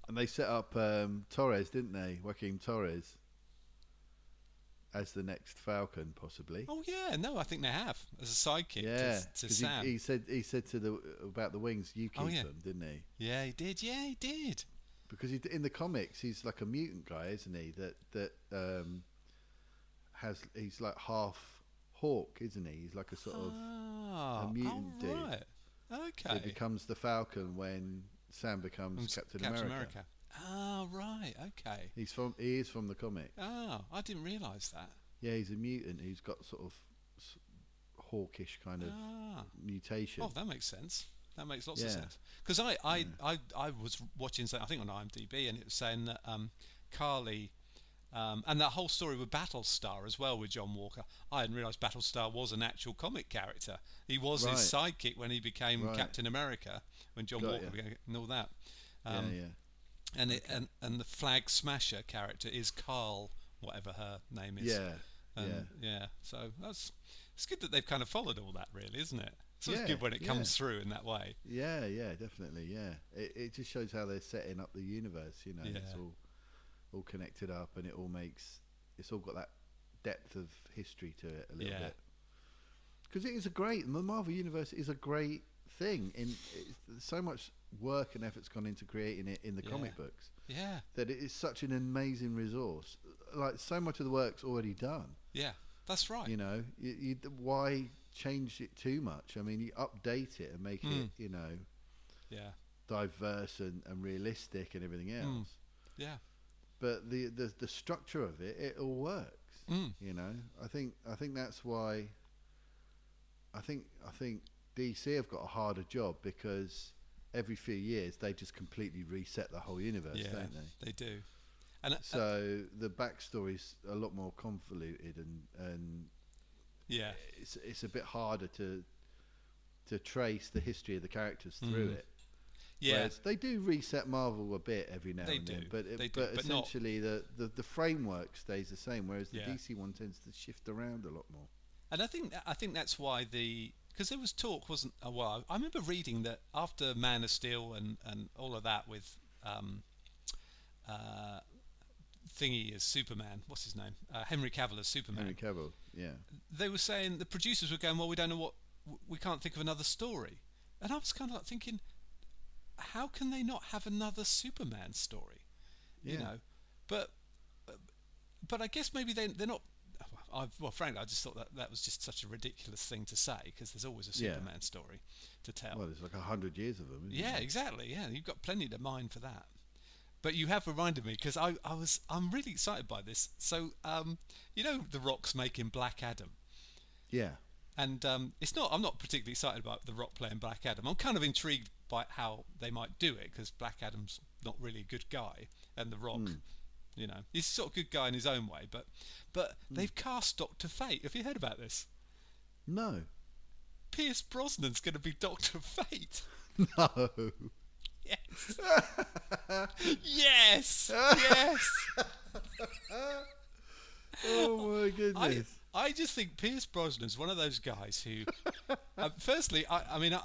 [SPEAKER 2] and they set up um, Torres, didn't they? Joaquin Torres as the next Falcon, possibly.
[SPEAKER 3] oh yeah, no, I think they have as a sidekick
[SPEAKER 2] yeah,
[SPEAKER 3] to, to
[SPEAKER 2] 'cause
[SPEAKER 3] Sam.
[SPEAKER 2] he, he said he said to the about the wings, you keep
[SPEAKER 3] Oh, yeah.
[SPEAKER 2] them, didn't he?
[SPEAKER 3] yeah, he did. Yeah, he did.
[SPEAKER 2] Because he, in the comics, he's like a mutant guy, isn't he? That that um, has he's like half hawk, isn't he? He's like a sort of
[SPEAKER 3] Ah, all
[SPEAKER 2] mutant dude.
[SPEAKER 3] right.
[SPEAKER 2] He
[SPEAKER 3] Okay.
[SPEAKER 2] becomes the Falcon when Sam becomes
[SPEAKER 3] Becomes
[SPEAKER 2] Captain, America.
[SPEAKER 3] Ah, right. Okay.
[SPEAKER 2] He's from he is from the comic.
[SPEAKER 3] Oh, I didn't realise that.
[SPEAKER 2] Yeah, he's a mutant who's got sort of s- hawkish kind of
[SPEAKER 3] Ah.
[SPEAKER 2] mutation.
[SPEAKER 3] Oh, that makes sense. That makes lots of
[SPEAKER 2] Yeah. Mm.
[SPEAKER 3] sense. Because I, I, I, I was watching something, I think on IMDb, and it was saying that um, Carly, um, and that whole story with Battlestar as well with John Walker. I hadn't realised Battlestar was an actual comic character. He was his sidekick when he became
[SPEAKER 2] Right.
[SPEAKER 3] Captain America, when John
[SPEAKER 2] Got
[SPEAKER 3] Walker
[SPEAKER 2] ya.
[SPEAKER 3] became, and all that.
[SPEAKER 2] Yeah,
[SPEAKER 3] Um,
[SPEAKER 2] yeah.
[SPEAKER 3] And it, and and the Flag Smasher character is Carl, whatever her name is.
[SPEAKER 2] Yeah.
[SPEAKER 3] Um,
[SPEAKER 2] yeah.
[SPEAKER 3] yeah. So that's it's good that they've kind of followed all that, really, isn't it? So
[SPEAKER 2] Yeah,
[SPEAKER 3] it's good when it
[SPEAKER 2] yeah.
[SPEAKER 3] comes through in that way.
[SPEAKER 2] Yeah, yeah, definitely, yeah. It, it just shows how they're setting up the universe, you know. It's
[SPEAKER 3] Yeah.
[SPEAKER 2] all all connected up and it all makes it's all got that depth of history to it a little
[SPEAKER 3] Yeah.
[SPEAKER 2] bit. Cuz it is a great the Marvel universe is a great thing in it's, there's so much work and effort's gone into creating it in the
[SPEAKER 3] Yeah.
[SPEAKER 2] comic books
[SPEAKER 3] Yeah.
[SPEAKER 2] that it is such an amazing resource. Like so much of the work's already done.
[SPEAKER 3] Yeah. That's right.
[SPEAKER 2] You know, you, you, th- why change it too much? I mean, you update it and make it,
[SPEAKER 3] Hmm.
[SPEAKER 2] you know,
[SPEAKER 3] Yeah.
[SPEAKER 2] diverse and, and realistic and everything else.
[SPEAKER 3] Yeah.
[SPEAKER 2] But the, the the structure of it, it all works.
[SPEAKER 3] Mm.
[SPEAKER 2] You know, I think I think that's why. I think I think DC have got a harder job because every few years they just completely reset the whole universe,
[SPEAKER 3] Yeah.
[SPEAKER 2] don't they?
[SPEAKER 3] They do. And uh,
[SPEAKER 2] eh? So the backstory's a lot more convoluted and and
[SPEAKER 3] yeah.
[SPEAKER 2] it's it's a bit harder to to trace the history of the characters through it.
[SPEAKER 3] Yeah.
[SPEAKER 2] Whereas they do reset Marvel a bit every now
[SPEAKER 3] They
[SPEAKER 2] and then,
[SPEAKER 3] do,
[SPEAKER 2] but it,
[SPEAKER 3] they do,
[SPEAKER 2] but,
[SPEAKER 3] but not-
[SPEAKER 2] essentially the, the, the framework stays the same, whereas the
[SPEAKER 3] Yeah.
[SPEAKER 2] DC one tends to shift around a lot more.
[SPEAKER 3] And I think I think that's why the because there was talk, wasn't? uh, Well, I remember reading that after Man of Steel and and all of that with um, uh, thingy as Superman. What's his name? Uh, Henry Cavill as Superman.
[SPEAKER 2] Henry Cavill, yeah,
[SPEAKER 3] they were saying the producers were going, well, we don't know what, w- we can't think of another story, and I was kind of like thinking, how can they not have another Superman story? You
[SPEAKER 2] Yeah.
[SPEAKER 3] know, but but I guess maybe they they're not. I've, well, frankly, I just thought that that was just such a ridiculous thing to say because there's always a
[SPEAKER 2] Yeah.
[SPEAKER 3] Superman story to tell.
[SPEAKER 2] well, there's like a hundred years of them. Isn't
[SPEAKER 3] Yeah,
[SPEAKER 2] there?
[SPEAKER 3] exactly. Yeah, you've got plenty to mine for that. But you have reminded me because I, I was I'm really excited by this. So um, you know, The Rock's making Black Adam,
[SPEAKER 2] yeah,
[SPEAKER 3] and um, it's not I'm not particularly excited about The Rock playing Black Adam. I'm kind of intrigued by how they might do it because Black Adam's not really a good guy, and The Rock, you know, he's sort of a good guy in his own way. But but they've cast Doctor Fate. Have you heard about this?
[SPEAKER 2] no,
[SPEAKER 3] Pierce Brosnan's going to be Doctor Fate.
[SPEAKER 2] no,
[SPEAKER 3] Yes. yes. Yes.
[SPEAKER 2] oh my
[SPEAKER 3] I,
[SPEAKER 2] goodness,
[SPEAKER 3] I just think Pierce Brosnan's one of those guys who, uh, firstly, I, I mean, I,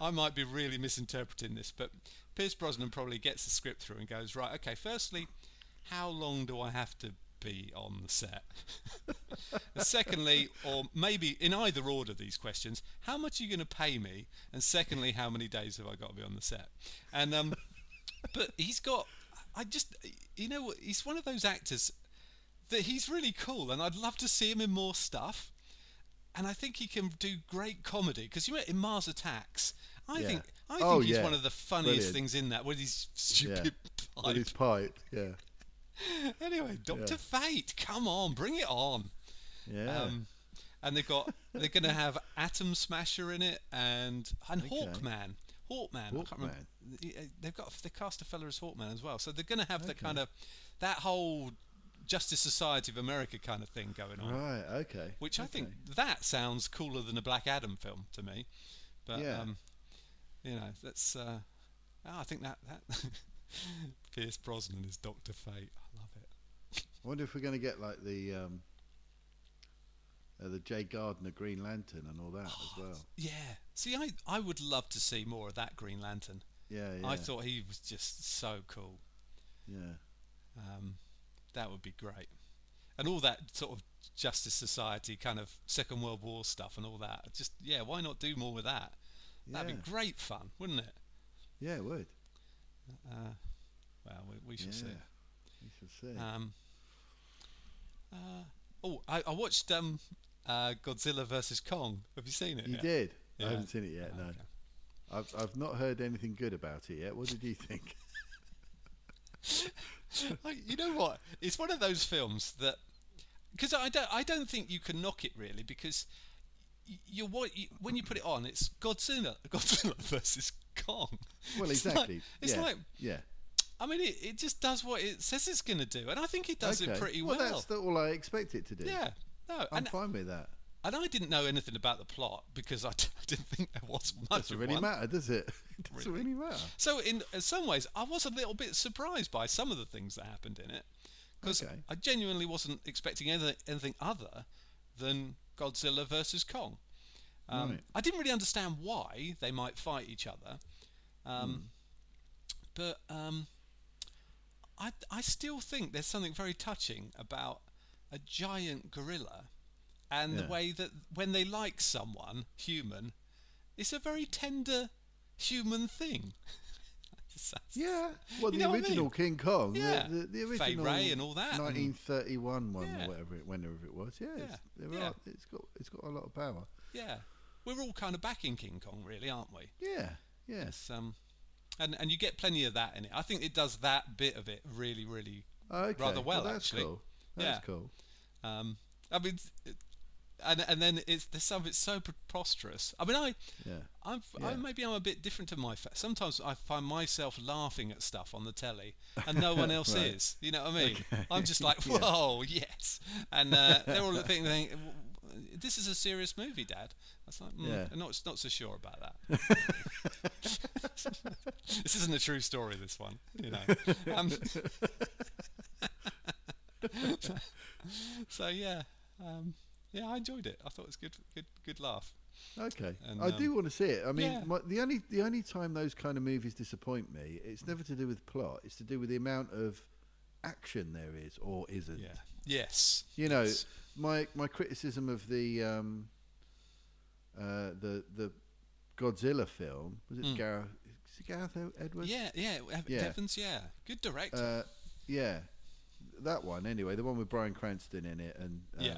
[SPEAKER 3] I might be really misinterpreting this, but Pierce Brosnan probably gets the script through and goes, right, okay, firstly, how long do I have to be on the set? and secondly, or maybe in either order, these questions, how much are you going to pay me? And secondly, how many days have I got to be on the set? And, um, but he's got i just you know he's one of those actors that he's really cool and i'd love to see him in more stuff and i think he can do great comedy because you met in mars attacks i
[SPEAKER 2] Yeah.
[SPEAKER 3] think i think
[SPEAKER 2] Oh,
[SPEAKER 3] he's
[SPEAKER 2] yeah.
[SPEAKER 3] one of the funniest
[SPEAKER 2] Brilliant.
[SPEAKER 3] things in that with his stupid pipe.
[SPEAKER 2] with his pipe, yeah,
[SPEAKER 3] anyway dr fate come on bring it on
[SPEAKER 2] yeah,
[SPEAKER 3] um, and they've got they're going to have Atom Smasher in it and and Hawkman. Hawkman. I can't remember. They've got they cast a fella as Hawkman as well. So they're going to have the kind of that whole Justice Society of America kind of thing going on,
[SPEAKER 2] right, okay,
[SPEAKER 3] which I think
[SPEAKER 2] okay.
[SPEAKER 3] that sounds cooler than a Black Adam film to me. But
[SPEAKER 2] Yeah.
[SPEAKER 3] um, you know, that's uh, oh, I think that that Pierce Brosnan is Doctor Fate. I love it.
[SPEAKER 2] I wonder if we're going to get like the um, uh, the Jay Gardner Green Lantern and all that as well.
[SPEAKER 3] Yeah. See, I, I would love to see more of that Green Lantern.
[SPEAKER 2] Yeah, yeah,
[SPEAKER 3] I thought he was just so cool.
[SPEAKER 2] yeah.
[SPEAKER 3] Um, that would be great. And all that sort of Justice Society kind of Second World War stuff and all that. Just, yeah, why not do more with that? That'd
[SPEAKER 2] Yeah.
[SPEAKER 3] be great fun, wouldn't it?
[SPEAKER 2] Yeah, it would.
[SPEAKER 3] Uh, well, we, we shall
[SPEAKER 2] yeah.
[SPEAKER 3] see.
[SPEAKER 2] We shall see.
[SPEAKER 3] Um, uh, oh, I, I watched um, uh, Godzilla versus Kong. Have you seen it?
[SPEAKER 2] you
[SPEAKER 3] yet?
[SPEAKER 2] did.
[SPEAKER 3] Yeah.
[SPEAKER 2] I haven't seen it yet. No,
[SPEAKER 3] okay.
[SPEAKER 2] I've I've not heard anything good about it yet. What did you think?
[SPEAKER 3] I, you know what? It's one of those films that because I don't I don't think you can knock it really because you, what you, when you put it on, it's Godzilla, Godzilla versus Kong.
[SPEAKER 2] Well,
[SPEAKER 3] It's
[SPEAKER 2] exactly.
[SPEAKER 3] Like, it's
[SPEAKER 2] yeah.
[SPEAKER 3] like
[SPEAKER 2] yeah.
[SPEAKER 3] I mean, it, it just does what it says it's going to do, and I think it does it
[SPEAKER 2] Okay.
[SPEAKER 3] pretty
[SPEAKER 2] well.
[SPEAKER 3] well.
[SPEAKER 2] that's the, all I expect it to do.
[SPEAKER 3] yeah, no,
[SPEAKER 2] I'm
[SPEAKER 3] and,
[SPEAKER 2] fine with that.
[SPEAKER 3] and I didn't know anything about the plot because I, d- I didn't think there was much.
[SPEAKER 2] Doesn't
[SPEAKER 3] of
[SPEAKER 2] really
[SPEAKER 3] one.
[SPEAKER 2] matter, does it? it doesn't really matter.
[SPEAKER 3] So in in some ways, I was a little bit surprised by some of the things that happened in it because
[SPEAKER 2] Okay.
[SPEAKER 3] I genuinely wasn't expecting anything, anything other than Godzilla versus Kong. Um,
[SPEAKER 2] Right.
[SPEAKER 3] I didn't really understand why they might fight each other,
[SPEAKER 2] Hmm.
[SPEAKER 3] um, but um, I I still think there's something very touching about a giant gorilla and the
[SPEAKER 2] Yeah.
[SPEAKER 3] way that when they like someone human, it's a very tender human thing. That's-
[SPEAKER 2] Yeah. Well, the
[SPEAKER 3] You know what I
[SPEAKER 2] original
[SPEAKER 3] mean?
[SPEAKER 2] King Kong. the-
[SPEAKER 3] Yeah.
[SPEAKER 2] The, the,
[SPEAKER 3] Fay
[SPEAKER 2] original.
[SPEAKER 3] Wray and all that and-
[SPEAKER 2] 1931 one
[SPEAKER 3] Yeah.
[SPEAKER 2] or whatever it, whenever it was. Yeah.
[SPEAKER 3] Yeah.
[SPEAKER 2] It's, there
[SPEAKER 3] Yeah.
[SPEAKER 2] Are, it's got it's got a lot of power.
[SPEAKER 3] Yeah, we're all kind of backing King Kong, really, aren't we?
[SPEAKER 2] Yeah. Yes.
[SPEAKER 3] It's, um, and and you get plenty of that in it. I think it does that bit of it really, really.
[SPEAKER 2] Okay.
[SPEAKER 3] Rather well,
[SPEAKER 2] that's
[SPEAKER 3] actually.
[SPEAKER 2] Cool. That's
[SPEAKER 3] Yeah.
[SPEAKER 2] cool.
[SPEAKER 3] Um, I mean, it's- it- and and then it's there's some of it's so preposterous. I mean, I.
[SPEAKER 2] Yeah.
[SPEAKER 3] I've, I,
[SPEAKER 2] Yeah.
[SPEAKER 3] maybe I'm a bit different to my. Fa- Sometimes I find myself laughing at stuff on the telly, and no one else
[SPEAKER 2] Right.
[SPEAKER 3] is. You know what I mean? I'm just like, whoa, yes. And uh, they're all thinking, thinking, this is a serious movie, Dad. I was like, mm,
[SPEAKER 2] Yeah.
[SPEAKER 3] I'm not not so sure about that. this isn't a true story. This one, you know. Um, so yeah, um, yeah, I enjoyed it. I thought it was good, good, good laugh.
[SPEAKER 2] Okay,
[SPEAKER 3] And, um,
[SPEAKER 2] I do want to see it. I mean,
[SPEAKER 3] yeah.
[SPEAKER 2] my, the only the only time those kind of movies disappoint me, it's never to do with plot. It's to do with the amount of action there is or isn't.
[SPEAKER 3] Yeah. Yes.
[SPEAKER 2] You know,
[SPEAKER 3] Yes.
[SPEAKER 2] my my criticism of the um, uh, the the Godzilla film was it
[SPEAKER 3] Hmm.
[SPEAKER 2] Gareth? Is it Gareth Ed- Edwards?
[SPEAKER 3] Yeah, yeah, Ev-
[SPEAKER 2] Yeah.
[SPEAKER 3] Evans, yeah, good
[SPEAKER 2] Uh,
[SPEAKER 3] director.
[SPEAKER 2] yeah, that one anyway. The one with Brian Cranston in it and um,
[SPEAKER 3] Yeah.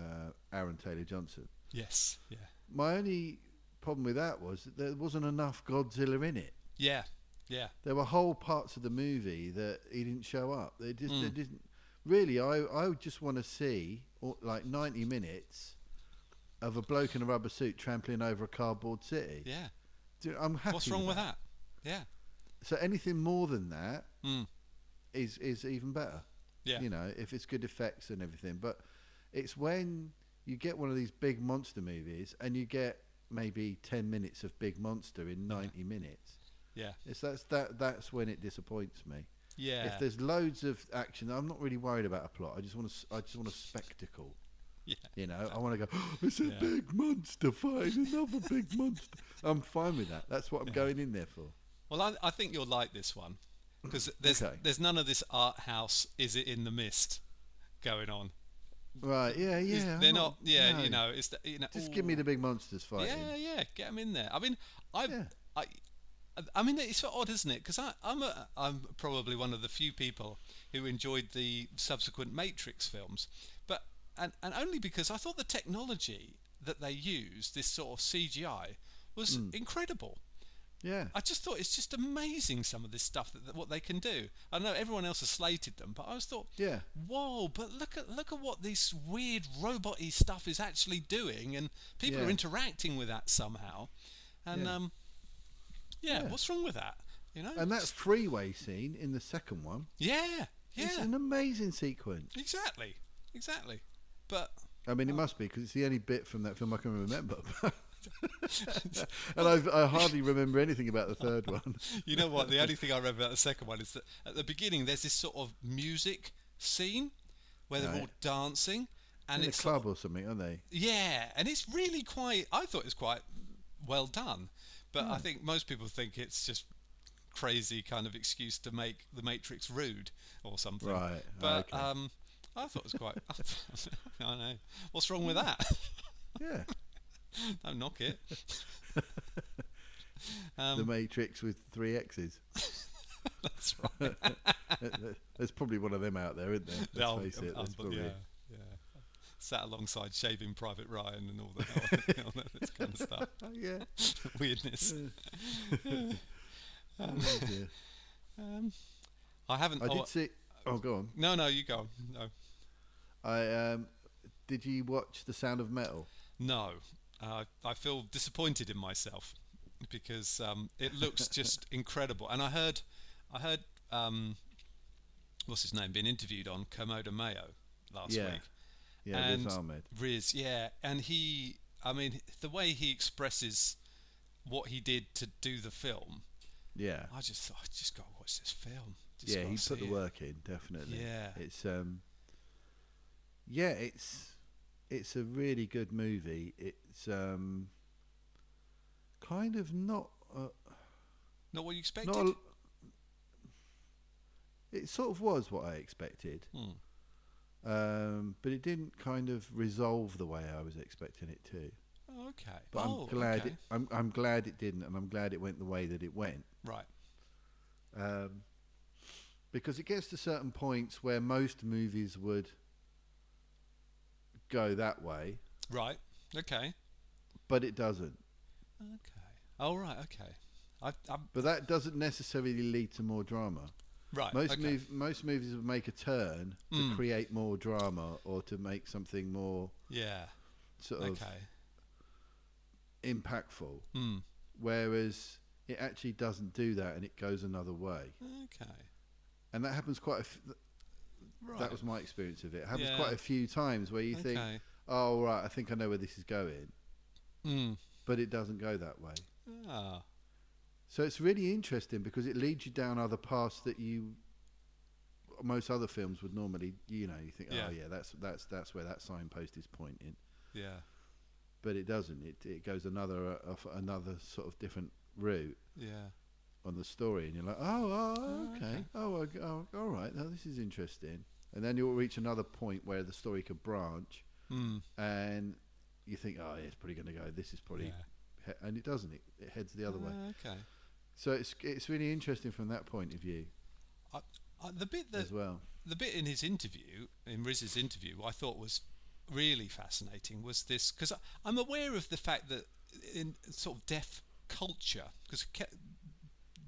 [SPEAKER 2] uh, Aaron Taylor Johnson.
[SPEAKER 3] yes, yeah,
[SPEAKER 2] My only problem with that was that there wasn't enough Godzilla in it.
[SPEAKER 3] yeah, yeah,
[SPEAKER 2] There were whole parts of the movie that he didn't show up. They just
[SPEAKER 3] Hmm.
[SPEAKER 2] they didn't. Really, I I would just want to see or, like ninety minutes of a bloke in a rubber suit trampling over a cardboard city.
[SPEAKER 3] yeah.
[SPEAKER 2] Do- I'm happy.
[SPEAKER 3] What's wrong with that? Yeah,
[SPEAKER 2] So anything more than that is
[SPEAKER 3] Mm.
[SPEAKER 2] is even better.
[SPEAKER 3] yeah,
[SPEAKER 2] You know, if it's good effects and everything. But it's when you get one of these big monster movies and you get maybe ten minutes of big monster in ninety minutes.
[SPEAKER 3] yeah,
[SPEAKER 2] It's that's that that's when it disappoints me.
[SPEAKER 3] yeah,
[SPEAKER 2] If there's loads of action, I'm not really worried about a plot. I just want to. I just want a spectacle.
[SPEAKER 3] yeah,
[SPEAKER 2] You know, I want to go. "Oh, it's a
[SPEAKER 3] Yeah.
[SPEAKER 2] big monster fighting another big monster. I'm fine with that. That's what I'm going in there for.
[SPEAKER 3] Well, I, I think you'll like this one because there's
[SPEAKER 2] Okay.
[SPEAKER 3] there's none of this art house. Is it in the mist? Going on.
[SPEAKER 2] Right? Yeah,
[SPEAKER 3] Is-
[SPEAKER 2] yeah. I'm
[SPEAKER 3] they're not. Yeah,
[SPEAKER 2] no.
[SPEAKER 3] you know. It's the, you know.
[SPEAKER 2] Just give me
[SPEAKER 3] ooh.
[SPEAKER 2] the big monsters fighting.
[SPEAKER 3] Yeah, yeah, get them in there. I mean, I,
[SPEAKER 2] Yeah.
[SPEAKER 3] I, I mean, it's so odd, isn't it? Because I'm a, I'm probably one of the few people who enjoyed the subsequent Matrix films, but and and only because I thought the technology that they used, this sort of CGI, was incredible.
[SPEAKER 2] yeah.
[SPEAKER 3] I just thought it's just amazing some of this stuff that, that what they can do. I know everyone else has slated them, but I just thought,
[SPEAKER 2] Yeah.
[SPEAKER 3] whoa! But look at look at what this weird roboty stuff is actually doing, and people
[SPEAKER 2] Yeah.
[SPEAKER 3] are interacting with that somehow. And
[SPEAKER 2] Yeah.
[SPEAKER 3] um, yeah,
[SPEAKER 2] Yeah.
[SPEAKER 3] what's wrong with that? You know?
[SPEAKER 2] And that freeway scene in the second one
[SPEAKER 3] yeah,
[SPEAKER 2] is
[SPEAKER 3] yeah,
[SPEAKER 2] an amazing sequence.
[SPEAKER 3] exactly, exactly. But
[SPEAKER 2] I
[SPEAKER 3] Oh.
[SPEAKER 2] mean, it must be because it's the only bit from that film I can remember. and I've, I hardly remember anything about the third one.
[SPEAKER 3] you know what? The only thing I remember about the second one is that at the beginning there's this sort of music scene where they're all
[SPEAKER 2] Right.
[SPEAKER 3] dancing, and
[SPEAKER 2] in a
[SPEAKER 3] it's sort of-
[SPEAKER 2] club or something, aren't they?
[SPEAKER 3] Yeah, and it's really quite. I thought it was quite well done, but
[SPEAKER 2] Hmm.
[SPEAKER 3] I think most people think it's just crazy kind of excuse to make the Matrix rude or something.
[SPEAKER 2] Right,
[SPEAKER 3] But
[SPEAKER 2] okay.
[SPEAKER 3] um, I thought it was quite. I, th- I know. What's wrong with that?
[SPEAKER 2] Yeah,
[SPEAKER 3] Don't knock it. Um,
[SPEAKER 2] The Matrix with three X's.
[SPEAKER 3] that's right.
[SPEAKER 2] There's probably one of them out there, isn't there? Let's
[SPEAKER 3] They'll-
[SPEAKER 2] face it.
[SPEAKER 3] um,
[SPEAKER 2] There's
[SPEAKER 3] but
[SPEAKER 2] probably.
[SPEAKER 3] yeah, yeah. Sat alongside Shaving Private Ryan and all that, all that kind of stuff.
[SPEAKER 2] Oh, yeah.
[SPEAKER 3] Weirdness.
[SPEAKER 2] Hmm. Oh, dear.
[SPEAKER 3] Um, I haven't.
[SPEAKER 2] I
[SPEAKER 3] oh,
[SPEAKER 2] did see. Oh, go on.
[SPEAKER 3] No, no, you go. No.
[SPEAKER 2] I um, did you watch The Sound of Metal?
[SPEAKER 3] No, uh, I feel disappointed in myself because um, it looks just incredible. And I heard, I heard, um, what's his name, being interviewed on Komodo Mayo last
[SPEAKER 2] Yeah.
[SPEAKER 3] week.
[SPEAKER 2] Yeah,
[SPEAKER 3] and
[SPEAKER 2] Riz Ahmed.
[SPEAKER 3] Riz, yeah, and he, I mean, the way he expresses what he did to do the film,
[SPEAKER 2] Yeah.
[SPEAKER 3] I just thought, I just got to watch this film. Just
[SPEAKER 2] yeah,
[SPEAKER 3] gotta
[SPEAKER 2] he
[SPEAKER 3] see
[SPEAKER 2] put the
[SPEAKER 3] it."
[SPEAKER 2] work in, definitely.
[SPEAKER 3] Yeah.
[SPEAKER 2] It's um Yeah, it's it's a really good movie. It's um kind of not uh,
[SPEAKER 3] Not what you expected.
[SPEAKER 2] not a- It sort of was what I expected.
[SPEAKER 3] Hmm.
[SPEAKER 2] Um, but it didn't kind of resolve the way I was expecting it to.
[SPEAKER 3] Oh, okay.
[SPEAKER 2] But
[SPEAKER 3] Oh,
[SPEAKER 2] I'm glad
[SPEAKER 3] okay.
[SPEAKER 2] it, I'm I'm glad it didn't, and I'm glad it went the way that it went.
[SPEAKER 3] Right.
[SPEAKER 2] um, because it gets to certain points where most movies would go that way,
[SPEAKER 3] Right. Okay.
[SPEAKER 2] but it doesn't.
[SPEAKER 3] Okay. Oh, right. Okay. I, I'm,
[SPEAKER 2] But that doesn't necessarily lead to more drama.
[SPEAKER 3] right.
[SPEAKER 2] Most
[SPEAKER 3] okay.
[SPEAKER 2] mov- most movies would make a turn to
[SPEAKER 3] Mm.
[SPEAKER 2] create more drama or to make something more
[SPEAKER 3] Yeah.
[SPEAKER 2] sort of
[SPEAKER 3] Okay.
[SPEAKER 2] impactful,
[SPEAKER 3] Hmm.
[SPEAKER 2] whereas it actually doesn't do that and it goes another way.
[SPEAKER 3] Okay.
[SPEAKER 2] And that happens quite. A f-
[SPEAKER 3] Right.
[SPEAKER 2] That was my experience of it. It happens
[SPEAKER 3] Yeah.
[SPEAKER 2] quite a few times where you
[SPEAKER 3] okay.
[SPEAKER 2] think, "Oh right, I think I know where this is going."
[SPEAKER 3] Hmm.
[SPEAKER 2] but it doesn't go that way.
[SPEAKER 3] Ah.
[SPEAKER 2] So it's really interesting because it leads you down other paths that you most other films would normally, you know, you think,
[SPEAKER 3] Yeah.
[SPEAKER 2] oh yeah, that's that's that's where that signpost is pointing,
[SPEAKER 3] Yeah.
[SPEAKER 2] but it doesn't. It it goes another uh, off another sort of different route
[SPEAKER 3] Yeah.
[SPEAKER 2] on the story, and you're like, oh, oh
[SPEAKER 3] Oh,
[SPEAKER 2] okay,
[SPEAKER 3] okay.
[SPEAKER 2] oh, okay. oh, all right, now this is interesting, and then you'll reach another point where the story could branch,
[SPEAKER 3] Hmm.
[SPEAKER 2] and you think, oh, yeah, it's probably going to go. This is probably,
[SPEAKER 3] Yeah.
[SPEAKER 2] he-" and it doesn't. It, it heads the other way.
[SPEAKER 3] Ah, okay.
[SPEAKER 2] So it's it's really interesting from that point of view
[SPEAKER 3] I, I, the bit that
[SPEAKER 2] as well.
[SPEAKER 3] the bit in his interview, in Riz's interview, I thought was really fascinating was this because I'm aware of the fact that in sort of deaf culture, because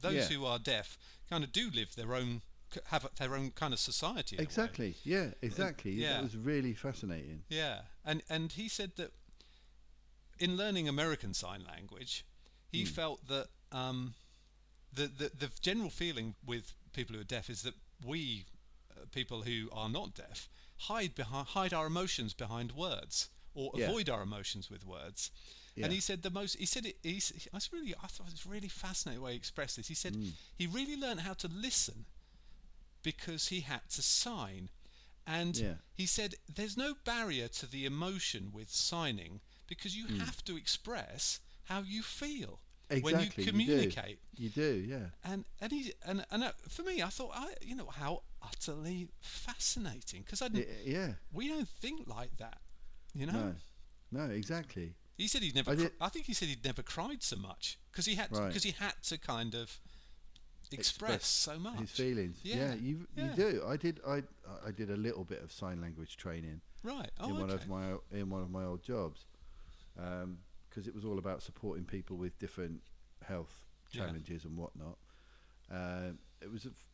[SPEAKER 3] those
[SPEAKER 2] Yeah.
[SPEAKER 3] who are deaf kind of do live their own, c- have a- their own kind of society. in a way.
[SPEAKER 2] Exactly. Yeah. Exactly.
[SPEAKER 3] yeah.
[SPEAKER 2] That was really fascinating.
[SPEAKER 3] Yeah, and and he said that in learning American Sign Language, he
[SPEAKER 2] Hmm.
[SPEAKER 3] felt that um, the, the the general feeling with people who are deaf is that we uh, people who are not deaf hide behind hide our emotions behind words or
[SPEAKER 2] Yeah.
[SPEAKER 3] avoid our emotions with words.
[SPEAKER 2] Yeah.
[SPEAKER 3] And he said the most. He said it. He, s- I was really. I thought it was really fascinating way he expressed this. He said
[SPEAKER 2] Hmm.
[SPEAKER 3] he really learned how to listen because he had to sign. And
[SPEAKER 2] Yeah.
[SPEAKER 3] he said there's no barrier to the emotion with signing because you
[SPEAKER 2] Hmm.
[SPEAKER 3] have to express how you feel when
[SPEAKER 2] Exactly.
[SPEAKER 3] you communicate.
[SPEAKER 2] You do. You do yeah.
[SPEAKER 3] and and he and and uh, for me, I thought, I you know how utterly fascinating because I
[SPEAKER 2] Y- yeah.
[SPEAKER 3] we don't think like that, you know.
[SPEAKER 2] No. No. Exactly.
[SPEAKER 3] He said he'd never.
[SPEAKER 2] I
[SPEAKER 3] I,
[SPEAKER 2] did-
[SPEAKER 3] I think he said he'd never cried so much because he had
[SPEAKER 2] Right.
[SPEAKER 3] because he had to kind of express,
[SPEAKER 2] Express
[SPEAKER 3] so much
[SPEAKER 2] His feelings. Yeah.
[SPEAKER 3] Yeah,
[SPEAKER 2] you
[SPEAKER 3] yeah.
[SPEAKER 2] you do. I did. I I did a little bit of sign language training
[SPEAKER 3] Right. Oh,
[SPEAKER 2] in one
[SPEAKER 3] okay.
[SPEAKER 2] of my o- in one of my old jobs, because it was all about supporting people with different health
[SPEAKER 3] Yeah.
[SPEAKER 2] challenges and whatnot. Um it was a f-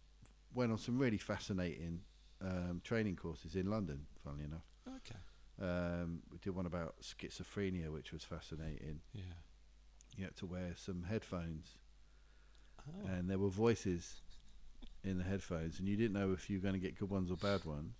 [SPEAKER 2] went on some really fascinating um, training courses in London. Funnily enough,
[SPEAKER 3] okay.
[SPEAKER 2] um, we did one about schizophrenia, which was fascinating.
[SPEAKER 3] Yeah.
[SPEAKER 2] You had to wear some headphones,
[SPEAKER 3] Oh.
[SPEAKER 2] and there were voices in the headphones, and you didn't know if you were going to get good ones or bad ones.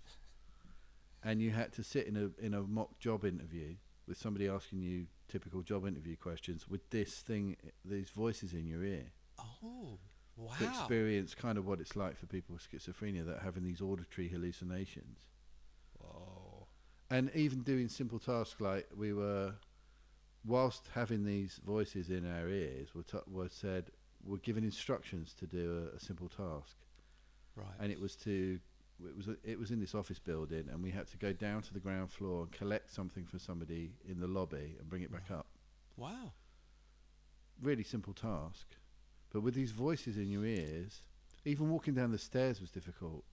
[SPEAKER 2] And you had to sit in a in a mock job interview with somebody asking you typical job interview questions with this thing, these voices in your ear
[SPEAKER 3] oh. Wow.
[SPEAKER 2] to experience kind of what it's like for people with schizophrenia that are having these auditory hallucinations.
[SPEAKER 3] Whoa.
[SPEAKER 2] and even doing simple tasks like we were whilst having these voices in our ears were, t- were said were given instructions to do a, a simple task
[SPEAKER 3] Right.
[SPEAKER 2] and it was to it was it was in this office building and we had to go down to the ground floor and collect something for somebody in the lobby and bring it back up
[SPEAKER 3] wow.
[SPEAKER 2] really simple task but with these voices in your ears even walking down the stairs was difficult